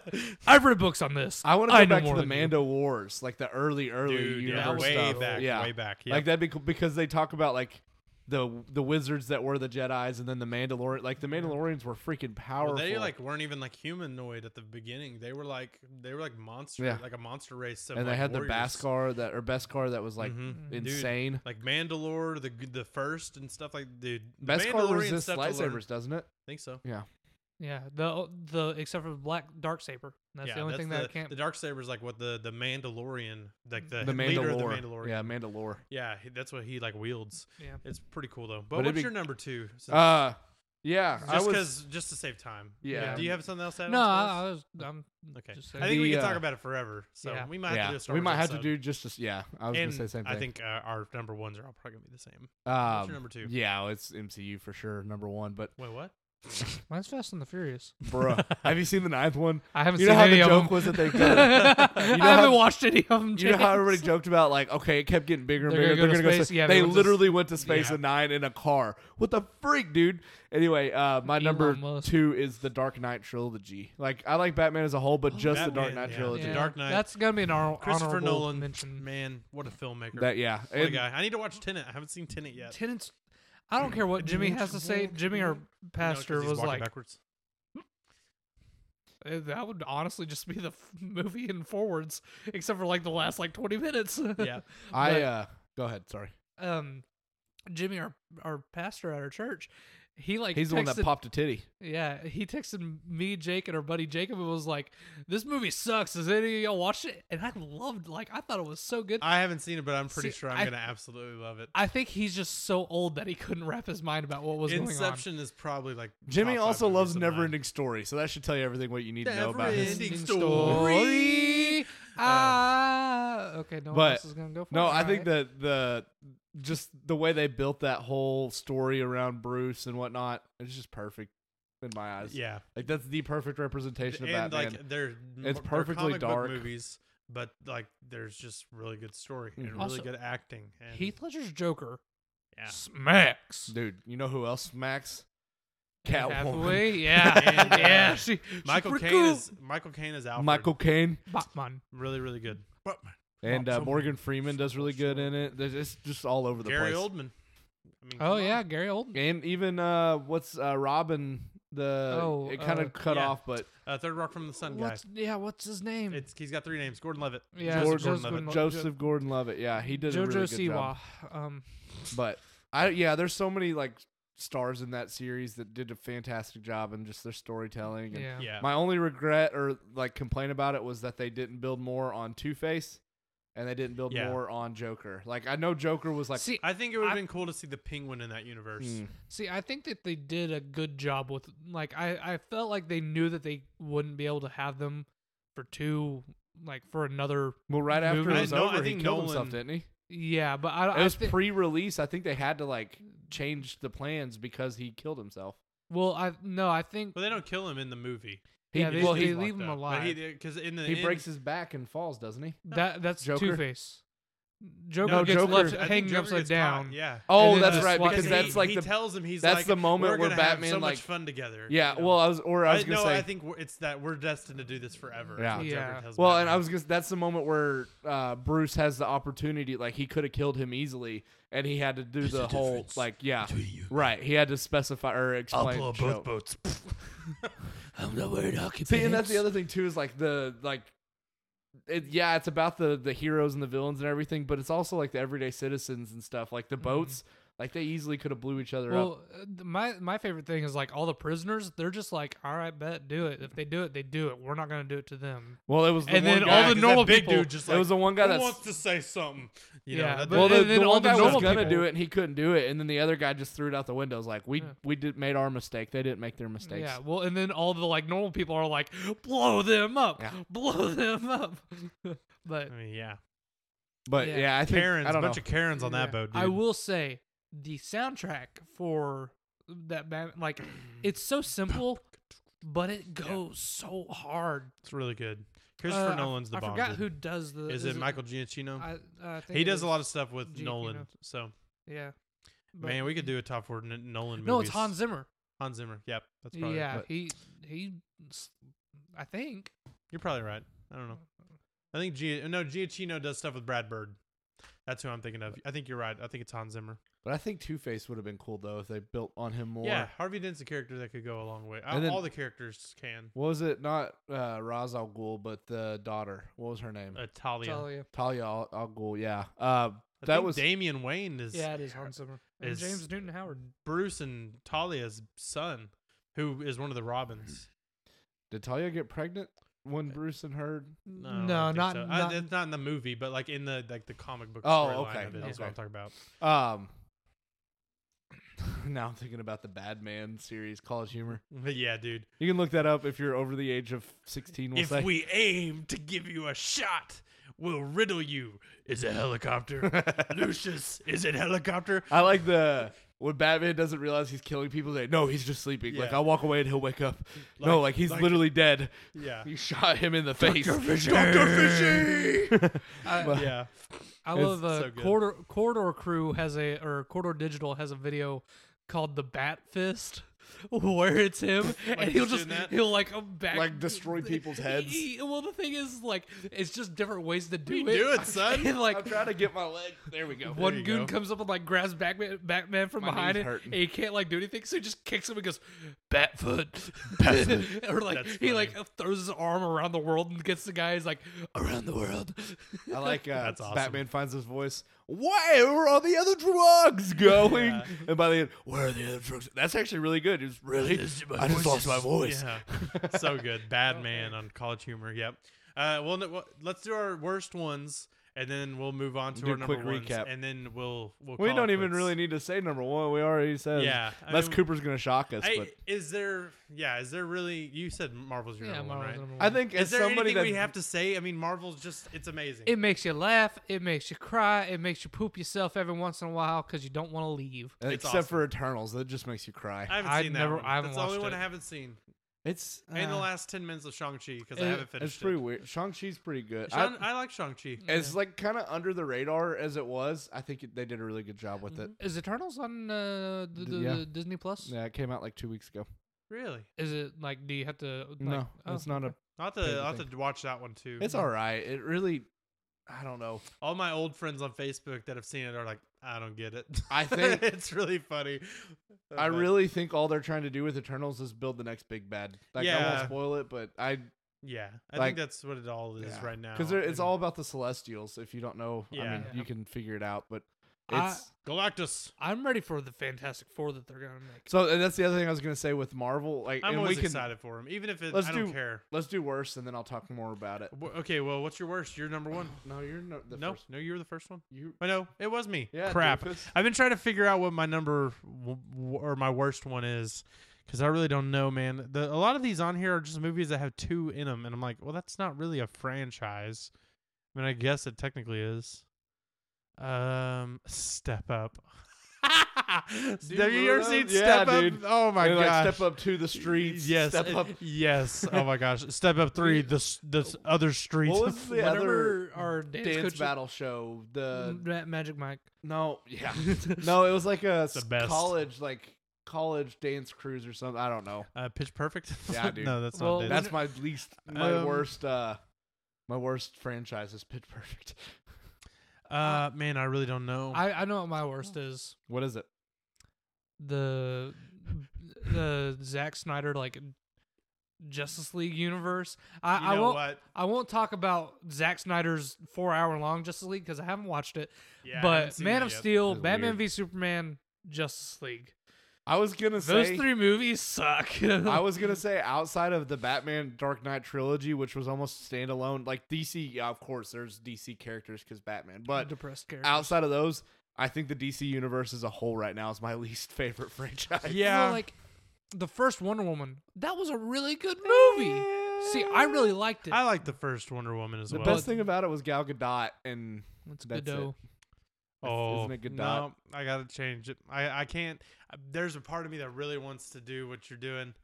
S1: I've read books on this.
S2: i want to
S1: I
S2: go
S1: know
S2: back to
S1: more
S2: the
S1: than you.
S2: mando wars like the early early
S3: Dude, yeah,
S2: universe
S3: way
S2: stuff.
S3: back,
S2: yeah
S3: way back.
S2: Like that'd be cool because they talk about like the the wizards that were the Jedi's and then the Mandalorian. Like the Mandalorians were freaking powerful.
S3: Mm-hmm. Well, they like weren't even like humanoid at the beginning. They were like they were like monster,
S2: Yeah.
S3: like a monster race. Of,
S2: and they
S3: like,
S2: had the
S3: warriors.
S2: Baskar that or Beskar that was like
S3: Mhm. Dude,
S2: insane.
S3: like Mandalore, the the first and stuff like dude. the
S2: Beskar
S3: Mandalorian
S2: resists
S3: stuff to learn-
S2: lightsabers, doesn't it?
S3: think so.
S1: Yeah. The the except for the black dark saber. That's
S3: yeah,
S1: the only thing
S3: the,
S1: that I can't.
S3: The dark saber is like what the the Mandalorian, like the,
S2: The
S3: leader of the
S2: Mandalore.
S3: Mandalorian.
S2: yeah, Mandalore.
S3: yeah, he- that's what he like wields.
S1: yeah.
S3: It's pretty cool though. But,
S2: it'd
S3: what's
S2: be-
S3: your number two? Since-
S2: Uh yeah, I was
S3: just because, just to save time.
S2: Yeah.
S3: Do you have something else to add?
S1: No,
S3: on to
S1: I, I was. I'm
S3: this? Okay.
S1: just
S3: I
S1: saying.
S3: think we
S2: The,
S3: can talk
S2: uh,
S3: about it forever. So
S1: yeah.
S3: we
S2: yeah,
S3: might have to do a Star
S2: we
S3: Wars
S2: might have to
S3: episode.
S2: do just a, yeah. I was
S3: and
S2: gonna say the same thing.
S3: I think uh, our number ones are all probably gonna be the same.
S2: um,
S3: number two?
S2: Yeah, it's MCU for sure, number one. But
S3: Wait, what?
S1: Mine's Fast and the Furious.
S2: Bruh. Have you seen the ninth one?
S1: I haven't
S2: You know
S1: seen
S2: how
S1: any
S2: the
S1: of
S2: joke
S1: them.
S2: was that they go.
S1: I
S2: know
S1: haven't
S2: how-
S1: watched any of them.
S2: You know how
S1: James.
S2: everybody joked about like, okay, it kept getting bigger and
S1: They're
S2: bigger.
S1: gonna
S2: They're
S1: go to
S2: gonna go.
S1: space.
S2: space.
S1: Yeah, they
S2: they
S1: went to s-
S2: literally went to space
S5: Yeah.
S2: in nine in a car. What the freak, dude? Anyway, uh, my
S1: Elon
S2: number
S1: Musk.
S2: two is the Dark Knight trilogy. Like, I like Batman as a whole, but just the Dark
S3: Batman,
S2: Knight
S3: yeah.
S2: trilogy.
S1: Yeah,
S3: The Dark Knight.
S1: That's gonna be an honor-
S3: Christopher
S1: honorable
S3: Nolan.
S1: mention.
S3: Hmm. Man, what a filmmaker.
S2: That yeah,
S3: what a
S2: And-
S3: guy. I need to watch Tenet. I haven't seen Tenet yet.
S1: Tenants. I don't care what Jimmy has to say. Jimmy, our
S3: No, 'cause
S1: pastor,
S3: he's
S1: was
S3: walking
S1: like,
S3: backwards.
S1: "Eh, that would honestly just be the f- movie in forwards, except for like the last like 20 minutes.
S3: Yeah.
S2: I
S1: But-
S2: uh, go ahead. Sorry,
S1: um, Jimmy, our our pastor at our church, he like
S2: he's the one that
S1: texted-
S2: popped a titty.
S1: Yeah, he texted me, Jake, and our buddy Jacob, and was like, "This movie sucks. Has any of y'all watched it?" And I loved, like, I thought it was so good. I,
S3: I haven't seen it, but I'm pretty
S1: See,
S3: sure I'm
S1: I-
S3: gonna absolutely love it.
S1: think he's just so old that he couldn't wrap his mind about what was going on.
S3: Inception is probably like
S2: Jimmy
S3: top five
S2: also
S3: movies
S2: loves
S3: of
S2: Never
S3: mine.
S2: Ending Story, so that should tell you everything what you need to know about
S3: Never
S2: his.
S3: Ending
S1: Ending
S3: story.
S1: Ah, okay. No one
S2: but-
S1: else is gonna go for it.
S2: No, I think
S1: alright.
S2: that the just the way they built that whole story around Bruce and whatnot, it's just perfect in my eyes.
S3: Yeah,
S2: Like that's the perfect representation of
S3: and
S2: Batman.
S3: like they're
S2: It's
S3: they're
S2: perfectly
S3: comic book
S2: dark.
S3: movies, but like there's just really good story and really
S1: Mm-hmm. Also,
S3: good acting. And
S1: Heath Ledger's Joker
S3: Yeah.
S1: smacks.
S2: Dude, you know who else smacks?
S1: Anne
S2: Catwoman.
S1: Hathaway, yeah,
S3: And, uh,
S1: yeah. She, she
S3: Michael
S1: pretty
S3: Caine
S1: cool.
S3: is Michael Caine is Alfred.
S2: Michael Caine
S1: Batman.
S3: really really good.
S2: and uh,
S3: Somewhere.
S2: Morgan Freeman does really good in it. There's- It's just all over the
S3: Gary
S2: place.
S3: Oldman. I mean, come
S1: Oh
S3: on.
S1: yeah, Gary Oldman.
S2: And even uh, what's uh, Robin? The
S1: Oh,
S2: it kind of
S1: uh,
S2: cut
S3: yeah.
S2: off, but
S3: uh, Third Rock from the Sun guy.
S1: What's, yeah, what's his name?
S3: It's he's got three names: Gordon Levitt.
S1: yeah,
S2: Joseph
S1: Joseph
S3: Gordon-Levitt.
S1: Gordon-
S2: Joseph Gordon-Levitt, yeah, he did a really
S1: Jojo
S2: good job.
S1: Siwa. Um,
S2: But I yeah, there's so many like stars in that series that did a fantastic job and just their storytelling. And
S1: yeah.
S3: Yeah,
S2: My only regret or like complaint about it was that they didn't build more on Two Face, and they didn't build
S3: Yeah.
S2: more on Joker. Like I know Joker was like,
S1: see,
S3: I think it would have
S1: I-
S3: been cool to see the Penguin in that universe.
S2: "Hmm,
S1: see, I think that they did a good job with. Like, I, I felt like they knew that they wouldn't be able to have them for two, like for another.
S2: well, right after
S1: Movie.
S2: it was
S3: I know- I
S2: over, he
S3: think
S2: killed himself,
S3: Nolan-
S2: didn't he?
S1: Yeah, but I,
S2: It
S1: I
S2: was
S1: thi-
S2: pre-release. I think they had to like change the plans because he killed himself.
S1: well, I no, I think
S3: But they don't kill him in the movie.
S2: He,
S1: yeah, they,
S2: well,
S1: they
S2: he,
S1: leave him
S3: But
S1: alive.
S3: he because in the
S2: he
S3: end-
S2: breaks his back and falls, doesn't he?
S1: that that's
S2: Joker?
S1: Two Face. Joker
S2: No,
S1: gets
S2: Joker-
S1: left
S3: I think
S1: hanging
S3: Joker
S1: upside
S3: gets caught,
S1: down.
S3: Yeah.
S1: And
S2: Oh,
S1: then
S2: that's
S1: just
S2: right.
S1: like-
S2: Because
S1: he-
S2: that's like
S3: he
S2: the
S3: tells him he's
S2: that's
S3: like,
S2: the moment
S3: we're
S2: where
S3: gonna have
S2: Batman,
S3: so much
S2: like-
S3: fun together.
S2: yeah.
S3: you know?
S2: Well, I was or I was
S3: I-
S2: gonna
S3: no,
S2: say
S3: I think we're, it's that we're destined to do this forever. is
S2: Yeah.
S3: what Joker
S1: Yeah.
S3: tells
S2: Well,
S3: Batman.
S2: and I was just that's the moment where uh, Bruce has the opportunity. Like he could have killed him easily, and he had to do the whole like yeah, right. He had to specify or explain. show.
S3: boats.
S2: See, and that's the other thing too is like the like. It, yeah, it's about the the heroes and the villains and everything, but it's also like the everyday citizens and stuff. Like the boats, like they easily could have blew each other up.
S1: Well, uh, th- my my favorite thing is like all the prisoners. They're just like, all right, bet, do it. If they do it, they do it. We're not gonna do it to them.
S2: Well, it was the
S1: and
S2: one
S1: then
S2: guy-
S1: all the normal
S3: big
S1: people.
S3: dude just
S2: it
S3: like
S2: was the one guy
S3: "Who
S2: that's
S3: wants to say something. You
S1: Yeah,
S3: know, that-
S1: but-
S2: Well,
S1: And
S2: the,
S1: then
S2: the
S1: all
S2: one
S1: the
S2: guy was
S1: normal
S2: gonna
S1: people-
S2: do it, and he couldn't do it, and then the other guy just threw it out the window. It Was like, we
S1: Yeah.
S2: we did made our mistake. They didn't make their mistakes.
S1: Yeah, well, and then all the like normal people are like, blow them up,
S2: Yeah.
S1: blow them up. but
S3: I mean, yeah,
S2: But
S1: Yeah.
S2: yeah, I think
S3: Karens,
S2: I
S3: a
S2: don't
S3: bunch
S2: know.
S3: of Karens on
S1: yeah,
S3: that boat. Dude.
S1: I will say the soundtrack for that Batman, like, it's so simple, but it goes so hard.
S3: It's really good. Christopher
S1: Uh, I-
S3: Nolan's the
S1: I
S3: bomb.
S1: forgot
S3: dude.
S1: who does the.
S3: is it. Michael Giacchino?
S1: I, uh, I think
S3: he
S1: it
S3: does
S1: is.
S3: a lot of stuff with Nolan.
S1: Giacchino.
S3: So
S1: Yeah. But-
S3: man, we could do a top four N- Nolan.
S1: No,
S3: movies.
S1: it's Hans Zimmer.
S3: Hans Zimmer. Yep, that's probably.
S1: Yeah,
S3: but
S1: he he. s- I think.
S3: you're probably right. I don't know. I think Gia, no Giacchino does stuff with Brad Bird. That's who I'm thinking of. I think you're right. I think it's Hans Zimmer.
S2: But I think Two Face would have been cool though if they built on him more.
S3: Yeah, Harvey Dent's a character that could go a long way. All,
S2: And then-
S3: all the characters can.
S2: What was it? Not uh, Ra's al Ghul, but the daughter. What was her name?
S3: Uh, Talia.
S1: Tell you.
S2: Talia al, al Ghul. Yeah. Uh,
S3: I
S2: that
S3: think
S2: was
S3: Damian Wayne is
S1: Yeah, it is Hans Zimmer. And
S3: is-
S1: James Newton Howard.
S3: Bruce and Talia's son, who is one of the Robins.
S2: did Talia get pregnant
S1: Uh,
S2: when Bruce and her?
S3: No, I
S2: Mm.
S3: don't
S1: No,
S3: think
S1: not-
S3: so.
S1: not-
S3: I, it's not in the movie, but like in the like the comic book.
S2: Oh,
S3: storyline
S2: okay,
S3: Of it is
S2: okay.
S3: what I'm talking about.
S2: Um. now I'm thinking about the Bad Man series, College Humor.
S3: But yeah, dude.
S2: You can look that up if you're over the age of 16. We'll
S3: if
S2: say.
S3: we aim to give you a shot, we'll riddle you. Is it helicopter? Lucius, is it helicopter?
S2: I like the when Batman doesn't realize he's killing people, they no, he's just sleeping. Like
S3: Yeah.
S2: I'll walk away and he'll wake up. no, like he's
S3: like-
S2: literally dead.
S3: Yeah.
S2: You shot him in the face.
S1: I,
S3: Yeah.
S1: I
S2: It's
S1: love uh,
S3: so good.
S1: corridor corridor crew has a or corridor digital has a video called the Bat Fist. Where it's him, and he'll just
S3: shooting that?
S1: he'll like um, back
S2: Like, destroy people's heads?
S1: He- he- well, the thing is, like, it's just different ways to do
S3: you
S1: it.
S3: doing, son?
S1: And,
S2: I'm
S1: like,
S2: trying to get my leg. There we go.
S1: one
S3: you
S1: goon
S3: go.
S1: comes up and like grabs Batman, Batman from
S2: My
S1: behind
S2: knee's
S1: it,
S2: hurting.
S1: and he can't like do anything, so he just kicks him and goes Batfoot, Batfoot, or like
S3: That's
S1: he like throws his arm around the world and gets the guy. He's like "Oh, around the world.
S2: I like uh,
S3: That's awesome.
S2: Batman finds his voice. Where are all the other drugs going?
S3: Yeah.
S2: And by the end, where are the other drugs? That's actually really good. It's really. I just lost my voice.
S3: Yeah. so good. Bad man on College Humor. Yep. Uh, well, no, well, let's do our worst ones, and then we'll move on to
S2: Do a
S3: our number
S2: quick
S3: ones,
S2: recap.
S3: and then we'll we'll.
S2: We
S3: call
S2: don't
S3: it
S2: even
S3: quits.
S2: really need to say number one. We already said.
S3: Yeah, I
S2: Unless
S3: mean-
S2: Cooper's gonna shock us,
S3: Hey,
S2: but
S3: is there? Yeah, is there really? You said Marvel's your
S1: Yeah,
S3: number one,
S1: Marvel's
S3: right?
S1: number
S2: I
S1: one.
S2: think as
S3: Is there
S2: somebody
S3: anything
S2: that
S3: we have to say? I mean, Marvel's just—it's amazing.
S1: It makes you laugh. It makes you cry. It makes you poop yourself every once in a while because you don't want to leave.
S2: Uh,
S3: It's
S2: except for Eternals, that just makes you cry.
S3: I haven't
S1: I'd
S3: seen
S1: never-
S3: that. One.
S1: I haven't
S3: That's the only
S1: watched
S3: one
S1: it.
S3: I haven't seen.
S2: it's
S3: and the
S2: uh,
S3: last ten minutes of Shang Chi because I
S1: it-
S3: haven't
S2: it's
S3: finished
S2: pretty
S3: it.
S2: weird. Shang Chi's pretty good. I-
S3: Shang, I, like Shang Chi.
S2: it's like kind of under the radar as it was. I think it, they did a really good job with it.
S1: Is Eternals on uh, the,
S2: D-
S1: the,
S2: yeah.
S1: the Disney Plus?
S3: Mm-hmm.
S2: Yeah, it came out like two weeks ago.
S3: Really,
S1: Is it like? Do you have to? Like,
S2: no,
S1: oh,
S2: it's not a.
S3: I'll have
S2: Pay
S3: to,
S2: the
S3: I'll have
S2: thing.
S3: to watch that one too.
S2: It's all right. It really. I don't know.
S3: All my old friends on Facebook that have seen it are like, I don't get it.
S2: I think-
S3: it's really funny.
S2: I
S3: But,
S2: really think all they're trying to do with Eternals is build the next big bad. Like I won't
S3: Yeah.
S2: spoil it, but I
S3: yeah. I
S2: like-
S3: think that's what it all is
S2: yeah.
S3: right now.
S2: because it's
S3: And
S2: all about the Celestials. If you don't know, I mean,
S1: Yeah.
S2: you can figure it out. But
S1: I-
S2: it's
S3: Galactus.
S1: I'm ready for the Fantastic Four that they're gonna make.
S2: so and that's the other thing I was gonna say with Marvel. Like,
S3: I'm
S2: and we
S3: always
S2: can
S3: excited for him, even if it,
S2: Let's
S3: I don't
S2: do-
S3: care.
S2: let's do worse, and then I'll talk more about it.
S3: Wh- Okay, well, what's your worst? You're number one.
S2: No, you're no. The
S3: no,
S2: first,
S3: no, you were the first one.
S2: you
S3: I know it was me.
S2: Yeah,
S3: crap.
S2: doofus.
S3: I've been trying to figure out what my number w- w- or my worst one is because I really don't know, man. The, a lot of these on here are just movies that have two in them, and I'm like, well, that's not really a franchise. I mean, I guess it technically is. Um, Step Up. have
S2: you
S3: you ever
S2: remember
S3: seen
S2: those? uh, Yeah,
S3: Step Up?
S2: dude.
S3: Oh my
S2: and,
S3: god!
S2: like step up to the streets.
S3: Yes,
S2: step
S3: it-
S2: up.
S3: yes. Oh my gosh, Step Up Three. The s- the s- other streets.
S2: What was the other
S1: Whatever our dance,
S2: dance
S1: coach-
S2: battle show? The
S1: Ma- Magic Mike.
S2: no, yeah, no, it was like a s-
S3: best.
S2: college like college dance cruise or something. I don't know.
S3: uh, Pitch Perfect?
S2: Yeah, dude.
S3: no, that's
S1: Well,
S3: not. Disney.
S2: That's my least, my
S3: Um,
S2: worst, uh, my worst franchise is Pitch Perfect.
S3: Uh, man, I really don't know.
S1: I, I know what my worst is.
S2: What is it?
S1: The the Zack Snyder like Justice League universe. I,
S3: you
S1: I
S3: know
S1: won't
S3: what?
S1: I won't talk about Zack Snyder's four hour long Justice League because I haven't watched it.
S3: Yeah, I haven't
S1: but
S3: seen
S1: Man
S3: that
S1: of
S3: yet.
S1: Steel,
S2: That's
S1: Batman
S2: weird.
S1: v Superman, Justice League.
S2: I was gonna
S1: Those
S2: say.
S1: three movies suck.
S2: I was gonna say outside of the Batman Dark Knight trilogy, which was almost standalone, like DC. yeah, of course, there's DC characters because Batman, but
S1: depressed character.
S2: outside of those, I think the DC universe as a whole right now is my least favorite franchise.
S1: Well,
S3: Yeah,
S1: like the first Wonder Woman, that was a really good movie. See, I really liked it.
S3: I like the first Wonder Woman as
S2: The
S3: well.
S2: best thing about it was Gal Gadot, and
S1: That's
S2: that's
S1: good though.
S3: oh,
S2: isn't it good
S3: no, I gotta change it. I I can't. uh, There's a part of me that really wants to do what you're doing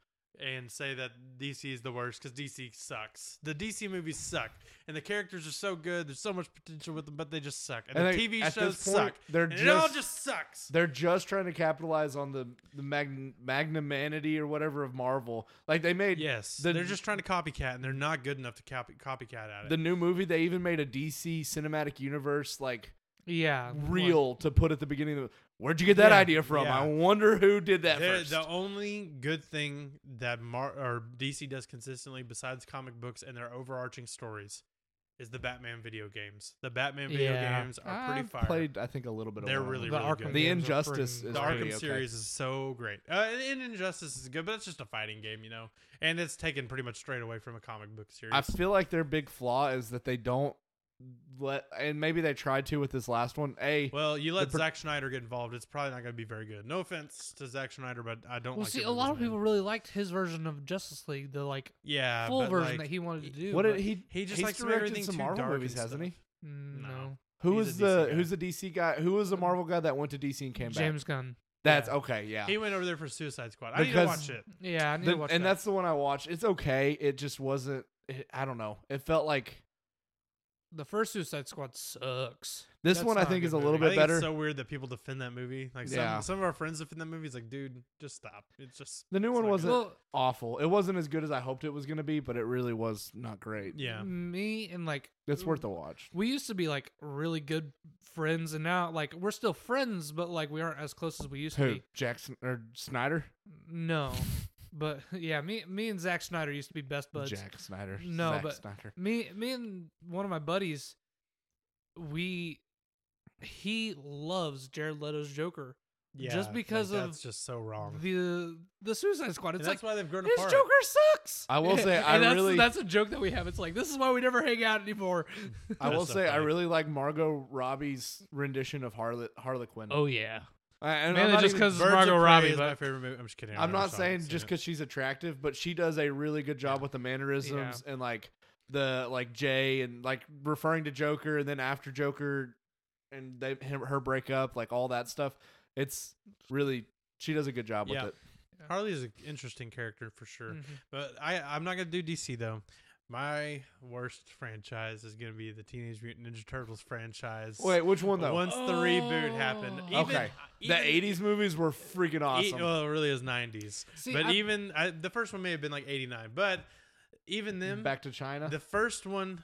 S3: and say that DC is the worst because DC sucks. The DC movies suck, and the characters are so good. There's so much potential with them, but they just suck. And
S2: I
S3: the
S2: think
S3: TV
S2: at
S3: shows
S2: this point,
S3: suck.
S2: they're
S3: and it all
S2: just-
S3: just sucks.
S2: they're just trying to capitalize on the the magn- magnanimity or whatever of Marvel. Like they made
S3: Yes,
S2: the-
S3: they're just trying to copycat, and they're not good enough to copy, copycat at it.
S2: the new movie. They even made a DC cinematic universe like
S1: Yeah, like,
S2: real to put at the beginning. of Where'd you get that
S3: Yeah,
S2: idea from?
S3: yeah.
S2: I wonder who did that
S3: They're-
S2: first.
S3: The only good thing that Mar or DC does consistently, besides comic books and their overarching stories, is the Batman video games. The Batman video
S1: Yeah.
S3: games are pretty
S2: I've
S3: fire.
S2: played, I think, a little bit. of
S3: They're
S2: one of
S3: really,
S1: the
S2: them.
S1: Arkham.
S3: good.
S2: The
S1: games are
S2: Injustice
S1: friggin-
S2: is
S3: the
S2: pretty
S3: Arkham
S2: okay.
S3: series is so great, uh, and, and Injustice is good, but it's just a fighting game, you know, and it's taken pretty much straight away from a comic book series.
S2: I feel like their big flaw is that they don't let, and maybe they tried to with this last one. A
S3: well, you let
S2: per-
S3: Zack Snyder get involved, it's probably not going to be very good. No offense to Zack Snyder, but I don't.
S1: Well,
S3: like
S1: see,
S3: the
S1: a lot of
S3: movies made.
S1: people really liked his version of Justice League, the like
S3: yeah,
S1: full
S3: but,
S1: version
S3: like,
S1: that he wanted to do.
S2: Uh, what did
S1: but-
S2: he?
S3: He just
S2: he's
S3: likes to make
S2: directed
S3: everything
S2: some
S3: too
S2: Marvel
S3: dark and
S2: movies, hasn't he?
S3: stuff.
S1: Mm,
S3: No.
S1: No,
S2: Who
S3: He's
S2: is
S3: a
S2: the
S3: DC guy. Uh,
S2: Who's the DC guy? Who was a Marvel guy that went to DC and came
S1: James Gunn.
S2: That's okay. Yeah.
S3: He went over there for Suicide Squad. I need to
S2: Because-
S3: watch it.
S1: Yeah, I need to
S2: The-
S1: watch
S2: and
S1: that.
S2: that's the one I watched. It's okay. It just wasn't. It, I don't know. It felt like
S1: the first Suicide Squad sucks.
S2: this
S1: That's
S2: one. I
S1: not a
S2: think
S1: good
S2: is a
S1: movie.
S2: little
S1: I
S2: bit
S3: I think
S2: better.
S3: It's so weird that people defend that movie. Like some,
S2: Yeah.
S3: some of our friends defend that movie. It's like, dude, just stop. It's just
S2: the new
S3: it's
S2: one
S3: not
S2: wasn't
S1: Well,
S2: awful. It wasn't as good as I hoped it was gonna be, but it really was not great.
S3: yeah.
S1: me and like
S2: It's worth a watch.
S1: we used to be like really good friends, and now like we're still friends, but like we aren't as close as we used to
S2: Who?
S1: be.
S2: Jackson or Snyder?
S1: No, but yeah, me me and Zack Snyder used to be best buds.
S2: Jack Snyder.
S1: No,
S2: Zack
S1: but-
S2: Snyder.
S1: Me me and one of my buddies, we he loves Jared Leto's Joker.
S3: yeah.
S1: Just
S3: like,
S1: because of
S3: that's just so wrong.
S1: The the Suicide Squad.
S3: And
S1: It's
S3: that's
S1: like
S3: why they've grown
S1: his
S3: apart.
S1: Joker sucks.
S2: I will say,
S1: And
S2: I
S1: that's,
S2: really-
S1: that's a joke that we have. It's like this is why we never hang out anymore.
S2: I will
S3: That's so
S2: say I
S3: funny.
S2: really like Margot Robbie's rendition of Harlot Harlequin.
S1: oh yeah,
S2: I- and I'm
S1: mainly
S2: not
S1: just
S2: even-
S1: 'cause
S3: Birds
S1: It's Margot
S3: of Prey
S1: Robbie,
S3: is my
S1: but-
S3: favorite movie. I'm just kidding. I
S2: I'm
S3: never
S2: not
S3: saw it,
S2: saying
S3: seen
S2: just
S3: it.
S2: because she's attractive, but she does a really good job with the mannerisms and like the like Jay and like referring to Joker and then after Joker and they him, her breakup, like all that stuff. It's really she does a good job
S3: Yeah.
S2: with it.
S3: Harley is an interesting character for sure.
S2: Mm.
S1: Mhm.
S3: But I, I'm not gonna do DC though. My worst franchise is gonna be the Teenage Mutant Ninja Turtles franchise.
S2: Wait, which one though?
S3: Once the reboot happened,
S1: Oh.
S3: even,
S2: Okay. the
S3: even-
S2: '80s movies were freaking
S3: e-
S2: awesome.
S3: well, it really is 90s.
S1: See,
S3: but
S1: I-
S3: even I, the first one may have been like 89, but even them,
S2: Back to China.
S3: the first one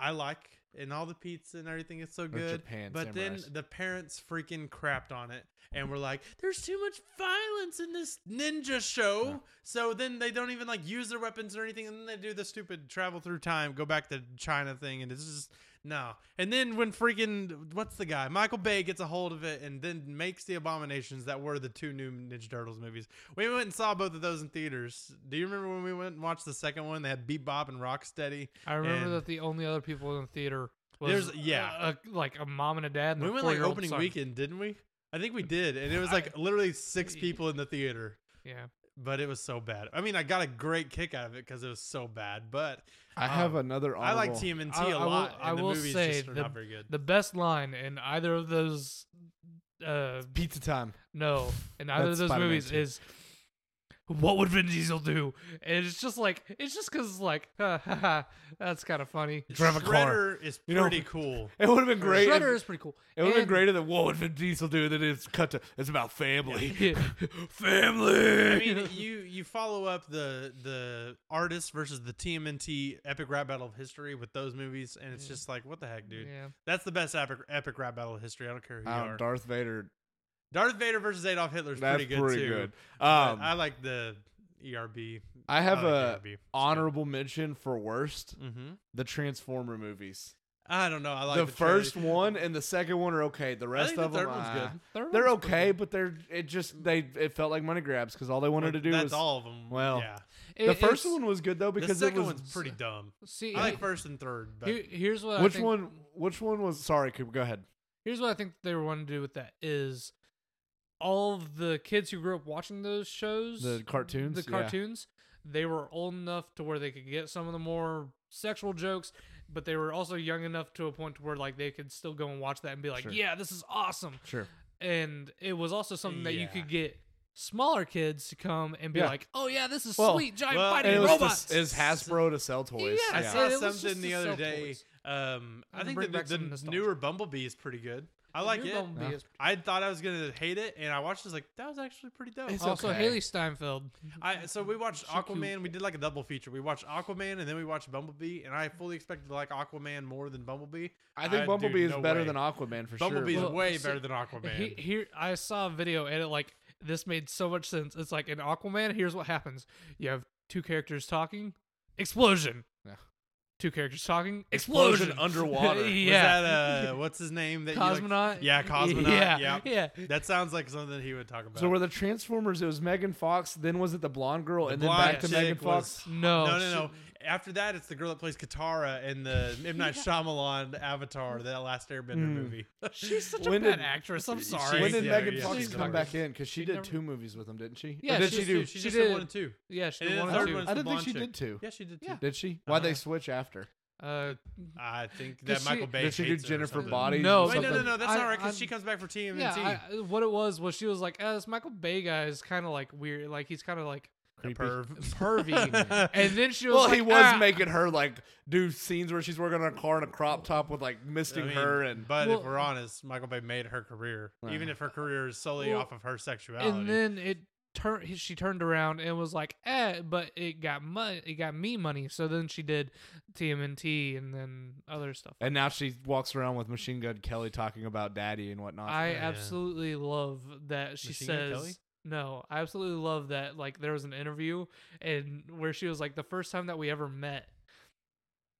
S3: I like, and all the pizza and everything is so good.
S2: Japan
S3: but then
S2: samurais.
S3: the parents freaking crapped on it and were like, "There's too much violence in this ninja show." So then they don't even like use their weapons or anything, and then they do the stupid travel through time, go back to China thing, and it's just no. And then when freaking what's the guy Michael Bay gets a hold of it and then makes the abominations that were the two new Ninja Turtles movies. We went and saw both of those in theaters. Do you remember when we went and watched the second one? They had Bebop and Rocksteady.
S1: I remember
S3: and-
S1: that the only other people in the theater was
S3: There's- yeah.
S1: a, like a mom and a dad. And
S3: We
S1: their
S3: went like
S1: four-year-old
S3: opening
S1: son.
S3: weekend, didn't we? I think we did, and it was like literally six
S1: Y-
S3: people in the theater,
S1: Yeah,
S3: but it was so bad. I mean, I got a great kick out of it because it was so bad, but
S2: I have
S3: um,
S2: another.
S3: I like
S2: honorable-
S3: TMNT
S1: I-
S3: a
S1: I will-
S3: lot.
S1: I
S3: and the
S1: will
S3: movies
S1: say
S3: just are
S1: the-
S3: not very good.
S1: the best line in either of those. Uh,
S2: Pizza Time.
S1: no, in either of
S2: That's
S1: those
S2: Spider-Man
S1: movies
S2: too.
S1: is. What would Vin Diesel do? And it's just like it's just because like ha, ha, ha, that's kind of funny.
S2: Drive a car.
S3: Shredder is
S2: You know-
S3: pretty cool.
S2: It would have been great. if-
S1: Shredder is pretty cool.
S2: It would have been
S1: And-
S2: greater than what would Vin Diesel do? Then it's cut to it's about family,
S1: Yeah.
S2: family.
S3: I mean, you you follow up the the artist versus the TMNT epic rap battle of history with those movies, and it's
S1: Yeah.
S3: just like, what the heck, dude?
S1: Yeah.
S3: That's the best epic epic rap battle of history. I don't care who you
S2: Um,
S3: are.
S2: Darth Vader.
S3: Darth Vader versus Adolf Hitler is
S2: That's
S3: pretty good too. uh,
S2: Um,
S3: I like the E ERB.
S2: I have
S3: I
S2: a
S3: like ERB.
S2: honorable mention for worst:
S3: Mm-hmm.
S2: the Transformer movies.
S3: I don't know. I like
S2: the,
S3: the,
S2: first
S3: trilogy.
S2: one and the second one are okay. The
S3: I
S2: rest
S3: think
S2: of
S3: the third
S2: them,
S3: one's
S2: uh,
S3: good.
S1: Third
S2: They're
S1: one's pretty
S2: okay, but they're it just they it felt like money grabs because all they wanted to do
S3: That's
S2: was
S3: all of them.
S2: well,
S3: yeah.
S1: cool.
S2: the
S1: It-
S2: first
S1: it's-
S2: one was good though
S3: The
S2: because it
S3: second
S2: was
S3: one's pretty dumb.
S1: See,
S3: I like first and third, but
S1: Here- here's what I
S2: Which
S1: think-
S2: one? Which one was? Sorry, Cooper, go ahead.
S1: Here's what I think they were wanting to do with that is all of the kids who grew up watching those shows,
S2: The cartoons,
S1: the
S2: yeah.
S1: cartoons, they were old enough to where they could get some of the more sexual jokes, but they were also young enough to a point to where like they could still go and watch that and be like,
S2: Sure.
S1: yeah, this is awesome.
S2: Sure.
S1: And it was also something that you
S3: Yeah.
S1: could get smaller kids to come and be
S2: Yeah.
S1: like, oh yeah, this is
S2: Well,
S1: sweet giant
S3: well,
S1: fighting
S2: And it was, to,
S1: robots.
S2: s- it was Hasbro to sell toys.
S1: Yeah,
S3: I
S1: Yeah.
S3: saw
S1: it was just
S3: something the
S1: to
S3: other
S1: sell
S3: day.
S1: toys.
S3: Um, I
S1: And
S3: think
S1: bring
S3: the,
S1: back some
S3: the
S1: nostalgia.
S3: newer Bumblebee is pretty good. I
S1: The
S3: like
S1: new
S3: it.
S1: Bumblebee
S2: Yeah.
S1: is-
S3: I thought I was gonna hate it, and I watched. it, I was like, that was actually pretty dope.
S2: It's
S1: also,
S2: okay.
S1: Haley Steinfeld.
S3: I so we watched
S1: Shoot you.
S3: Aquaman. We did like a double feature. We watched Aquaman and then we watched Bumblebee, and I fully expected to like Aquaman more than Bumblebee.
S2: I think
S3: I-
S2: Bumblebee is
S3: dude, no
S2: better
S3: way.
S2: than Aquaman for
S3: Bumblebee's
S2: sure.
S1: Well,
S3: way
S1: see,
S3: better than
S1: He,
S3: Aquaman.
S1: here, I saw a video and it like this made so much sense. It's like in Aquaman, here's what happens: you have two characters talking, explosion.
S2: Yeah.
S1: Two characters talking,
S2: Explosion
S1: explosion,
S2: underwater. Was
S1: yeah,
S3: Was that uh, what's his name? That you, like-
S1: cosmonaut.
S3: yeah, cosmonaut. Yeah.
S1: yeah, yeah.
S3: That sounds like something he would talk about.
S2: So were the Transformers? It was Megan Fox. Then was it the blonde girl?
S3: The
S2: and then
S3: blonde
S2: back to
S3: chick
S2: Megan
S3: was-
S2: Fox.
S1: No,
S3: no, no,
S1: she-
S3: no. After that, it's the girl that plays Katara in the M Night Shyamalan Avatar, that last Airbender
S2: Hmm.
S3: movie.
S1: She's such
S2: When
S1: a bad
S2: did-
S1: actress. I'm
S3: She-
S1: sorry.
S2: when did
S3: Yeah,
S2: Megan
S3: yeah,
S2: Fox
S1: she's
S2: come
S1: garbage.
S2: back in? Because she
S1: She
S2: did
S1: never-
S2: two movies with him, didn't she? Or
S1: Yeah,
S2: did
S1: she
S2: she
S1: was
S2: do?
S1: two.
S3: She,
S1: She
S3: just did
S1: did.
S3: one and two.
S1: yeah, she
S3: And
S1: did
S3: then
S1: one
S3: the
S1: or
S3: third
S1: two.
S3: one-
S2: I didn't
S3: Blonde
S2: think she
S3: chick.
S2: did two.
S3: Yeah, she did two.
S1: Yeah.
S2: Did she? Why would
S3: Uh-huh.
S2: they switch after?
S1: Uh,
S3: I think
S1: Does
S3: that
S1: she-
S3: Michael Bay.
S2: Did she do
S3: hates it or
S2: Jennifer
S3: something.
S2: Bodies? or
S1: No,
S3: Wait, no, no,
S1: something?
S3: no. That's
S1: I-
S3: not right because
S1: I'm-
S3: she comes back for TMNT.
S1: yeah, I, what it was was she was like, "Ah, this Michael Bay guy is kind of like weird. Like he's kind of like
S3: A perv.
S1: pervy." and then she was
S2: well,
S1: like,
S2: he was
S1: "Ah,
S2: making her like do scenes where she's working on a car in a crop top with like misting
S3: I mean,
S2: her and
S3: but
S1: Well-
S3: if we're honest, Michael Bay made her career, even if her career is solely
S1: Well,
S3: off of her sexuality.
S1: and then it turned he- she turned around and was like eh but it got money it got me money so then she did tmnt and then other stuff
S2: and now she walks around with Machine Gun Kelly talking about daddy and whatnot.
S1: i
S3: yeah.
S1: absolutely love that she
S3: Machine Gun
S1: says
S3: Kelly?
S1: no i absolutely love that like there was an interview and where she was like the first time that we ever met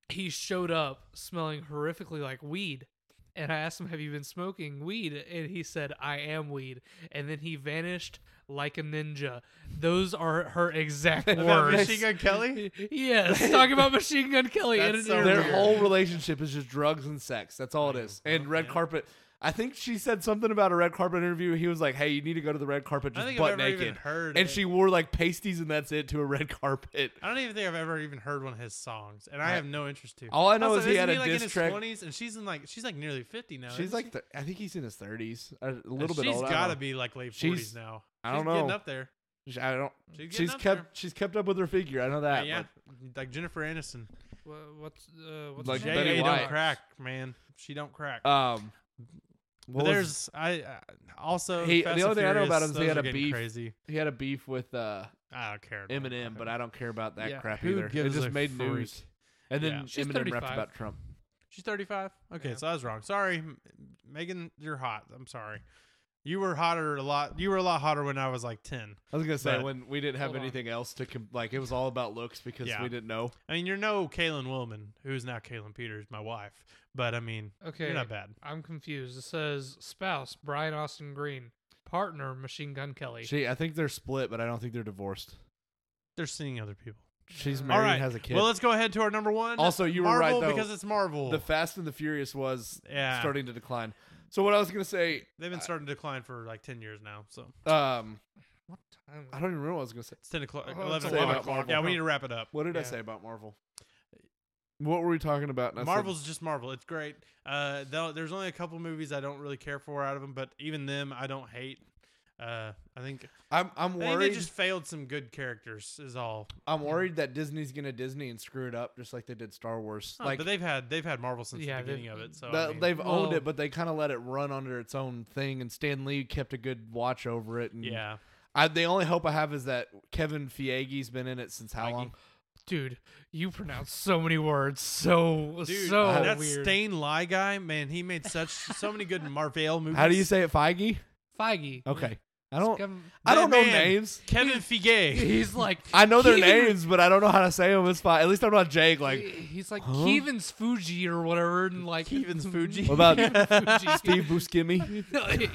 S1: he showed up smelling horrifically like weed and i asked him have you been smoking weed and he said i am weed and then he vanished like a ninja those are her exact
S3: About
S1: words
S3: Machine Gun Kelly.
S1: yes talking about machine gun kelly in an
S3: That's so
S1: interview.
S2: Their
S3: weird.
S2: whole relationship is just drugs and sex. That's all it is. And red
S3: yeah.
S2: carpet. I think she said something about a red carpet interview. He was like, "Hey, you need to go to the red carpet
S3: I don't
S2: just
S3: think
S2: butt
S3: I've ever even
S2: naked."
S3: heard.
S2: And
S3: it.
S2: she wore like pasties and that's it to a red carpet.
S3: I don't even think I've ever even heard one of his songs, and I
S2: Right.
S3: have no interest to.
S2: All I know
S3: Also,
S2: is he
S3: isn't
S2: had a
S3: like in
S2: diss
S3: his
S2: track.
S3: twenties, and she's in like she's like nearly fifty now.
S2: She's
S3: isn't
S2: like, th- I think he's in his thirties, a
S3: she?
S2: little bit
S3: She's
S2: older.
S3: gotta be like late forties
S2: She's-
S3: now.
S2: I don't
S3: she's Getting
S2: know.
S3: up there.
S2: Sh- I don't.
S3: She's getting
S2: She's,
S3: up
S2: kept.
S3: there.
S2: She's kept up with her figure. I know that.
S3: yeah,
S2: but-
S3: like Jennifer Aniston.
S1: Wha- what's uh, what's
S2: Like
S1: her
S3: JA
S1: name?
S2: Betty White.
S3: don't crack, man. She don't crack.
S2: Um,
S3: But
S2: what was-
S3: there's I uh, also
S2: He-
S3: Fast
S2: the only
S3: and
S2: thing I know about
S3: Furious,
S2: him is he
S3: those
S2: had
S3: are
S2: a
S3: getting
S2: beef.
S3: Crazy.
S2: he had a beef with uh,
S3: I don't care. about
S2: Eminem,
S3: that.
S2: but I don't care about that
S3: Yeah,
S2: crap
S3: who
S2: either. It
S3: gives
S2: just
S3: a
S2: made
S3: fruit?
S2: news. And then
S3: Yeah.
S1: She's
S2: Eminem rapped
S1: 35.
S2: about Trump.
S3: she's 35. Okay,
S1: Yeah.
S3: so I was wrong. Sorry, M- Megan. You're hot. I'm sorry. You were hotter a lot. You were a lot hotter when I was like 10.
S2: I was gonna say
S3: But-
S2: when we didn't have
S1: Hold on.
S2: anything else to com- like, it was all about looks because
S3: Yeah.
S2: we didn't know.
S3: I mean, you're no Kaylin Willman, who's now Kaylin Peters, my wife. But I mean,
S1: okay
S3: you're not bad.
S1: i'm confused it says spouse brian austin green partner machine gun kelly
S2: She, I think they're split, but I don't think they're divorced.
S3: They're seeing other people.
S2: She's
S1: All
S2: married,
S3: right.
S2: and has a kid.
S3: Well, let's go ahead to our number one.
S2: Also, you were right,
S3: Marvel
S2: though.
S3: because it's Marvel.
S2: the Fast and the Furious was
S3: yeah,
S2: starting to decline. So what I was gonna say,
S3: they've been starting to decline for like 10 years now. So
S2: um,
S1: what time
S2: I don't even remember what I was gonna say.
S3: it's 10 o'clock,
S1: Oh, it's
S3: 11
S2: 11
S3: o'clock.
S2: o'clock.
S3: Yeah, we need to wrap it up.
S2: What did I
S1: Yeah.
S2: say about Marvel? What were we talking about? And I said-
S3: Marvel's just Marvel. It's great. Uh, though there's only a couple movies I don't really care for out of them, but even them I don't hate. Uh, I think
S2: I'm I'm
S3: I think they
S2: worried.
S3: just failed some good characters. Is all.
S2: I'm worried that Disney's gonna Disney and screw it up just like they did Star Wars.
S3: Oh,
S2: like
S3: but they've had they've had Marvel since
S1: Yeah,
S3: the
S1: they've-
S3: beginning of it. So I
S2: that-
S3: mean,
S2: they've owned
S1: well-
S2: it, but they kind of let it run under its own thing. And Stan Lee kept a good watch over it. And
S3: yeah.
S2: I, the only hope I have is that Kevin Feige's been in it since how
S3: Feige.
S2: long?
S1: dude you pronounce so many words so
S3: Dude, uh,
S1: so
S3: that
S1: weird
S3: Stain Lie guy, man, he made such so many good Marvel movies.
S2: How do you say it? Feige.
S1: feige
S2: Okay, I don't.
S1: Kevin-
S2: I don't know
S3: Man.
S2: names.
S3: Kevin Feige.
S1: he's like
S2: I know their
S1: Keevan-
S2: names, but I don't know how to say them. It's fine. At least I'm not Jake.
S1: he-
S2: Like
S1: he's like
S2: huh?
S1: Keevan's Fuji or whatever and like
S3: Keevan's Fuji.
S2: What about
S1: Keevan Fuji.
S2: Steve Buscemi.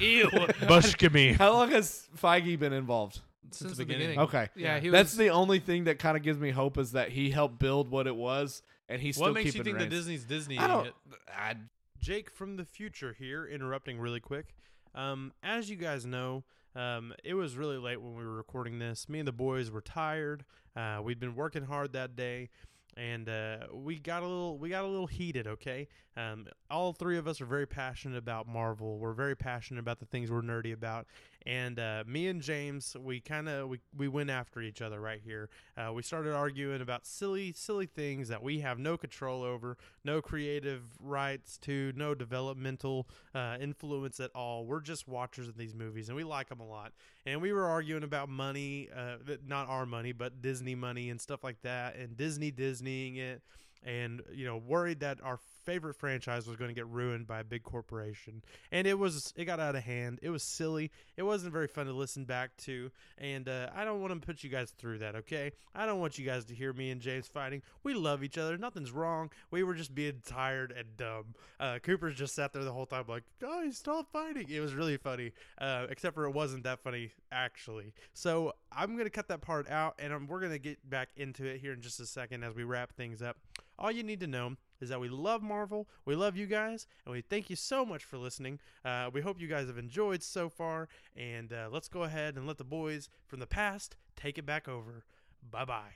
S1: ew
S3: Bushkami.
S2: how long has Feige been involved?
S1: since
S3: the
S1: the
S3: beginning.
S1: beginning
S2: Okay,
S1: yeah he
S2: that's
S1: was
S2: the only thing that kind of gives me hope is that he helped build what it was, and he's still
S3: What makes you
S2: keeping
S3: think that
S2: reins.
S3: Disney's Disney?
S2: I don't. I,
S3: Jake from the future here, interrupting really quick. Um, as you guys know, um, it was really late when we were recording this. Me and the boys were tired. Uh, we'd been working hard that day, and uh, we got a little we got a little heated. Okay, um, all three of us are very passionate about Marvel. We're very passionate about the things we're nerdy about, and uh, me and James, we kind of we, we went after each other right here. Uh, we started arguing about silly silly things that we have no control over no creative rights to, no developmental uh, influence at all. We're just watchers of these movies, and we like them a lot. And we were arguing about money, uh, th- not our money, but Disney money and stuff like that, and Disney Disneying it, and you know, worried that our favorite franchise was going to get ruined by a big corporation. And it was, it got out of hand. It was silly. It wasn't very fun to listen back to. And uh, I don't want to put you guys through that, okay? I don't want you guys to hear me and James fighting. We love each other. Nothing's wrong. We were just being tired and dumb. Uh, Cooper's just sat there the whole time, like, guys, stop fighting. It was really funny, uh, except for it wasn't that funny, actually. So I'm going to cut that part out, and um we're going to get back into it here in just a second as we wrap things up. All you need to know is that we love Marvel, we love you guys, and we thank you so much for listening. Uh, we hope you guys have enjoyed so far, and uh, let's go ahead and let the boys from the past take it back over. Bye bye.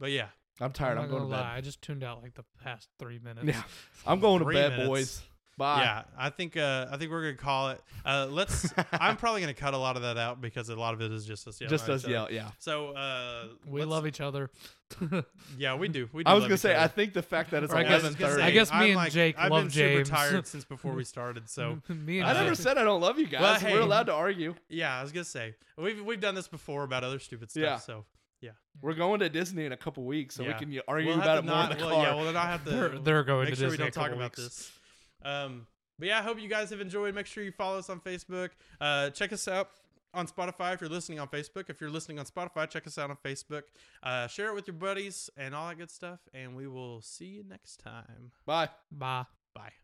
S3: But yeah,
S2: I'm tired. I'm,
S1: not
S2: going to
S1: gonna
S2: bed.
S1: lie, I just tuned out like the past three minutes.
S2: Yeah. I'm going to
S3: Three
S2: bed,
S3: minutes.
S2: boys. Bye.
S3: yeah, I think uh, I think we're gonna call it. Uh, let's. I'm probably gonna cut a lot of that out because a lot of it is just us yelling.
S2: Just
S3: at each
S2: us
S3: other.
S2: yell. Yeah.
S3: So uh,
S1: We
S3: let's-
S1: love each other.
S3: Yeah, we do. We do
S2: I was
S3: love
S2: gonna
S3: each
S2: say.
S3: other.
S2: I think the fact that it's
S1: Or I guess-
S2: 11:30.
S1: I guess me
S3: I'm
S1: and
S3: like-
S1: Jake
S3: I've
S1: love
S3: been
S1: James.
S3: super tired since before we started. So
S1: me and
S2: I never
S1: Jake-
S2: said I don't love you guys.
S3: uh, Well, hey.
S2: We're allowed to argue.
S3: yeah, I was gonna say we've we've done this before about other stupid stuff.
S2: Yeah.
S3: So
S2: We're going to Disney in a couple weeks, so we
S3: Yeah.
S2: can y- argue
S3: we'll
S2: about
S3: have
S2: it
S3: to
S2: more
S3: not,
S2: in the
S3: well,
S2: car.
S3: yeah, we'll not have to.
S1: they're, they're going
S3: make
S1: to
S3: sure we
S1: Disney
S3: don't talk
S1: in a couple
S3: about
S1: weeks.
S3: this. Um, but yeah, I hope you guys have enjoyed. Make sure you follow us on Facebook. Uh, check us out on Spotify if you're listening on Facebook. If you're listening on Spotify, check us out on Facebook. Uh, share it with your buddies and all that good stuff. And we will see you next time.
S2: Bye.
S1: Bye.
S3: Bye.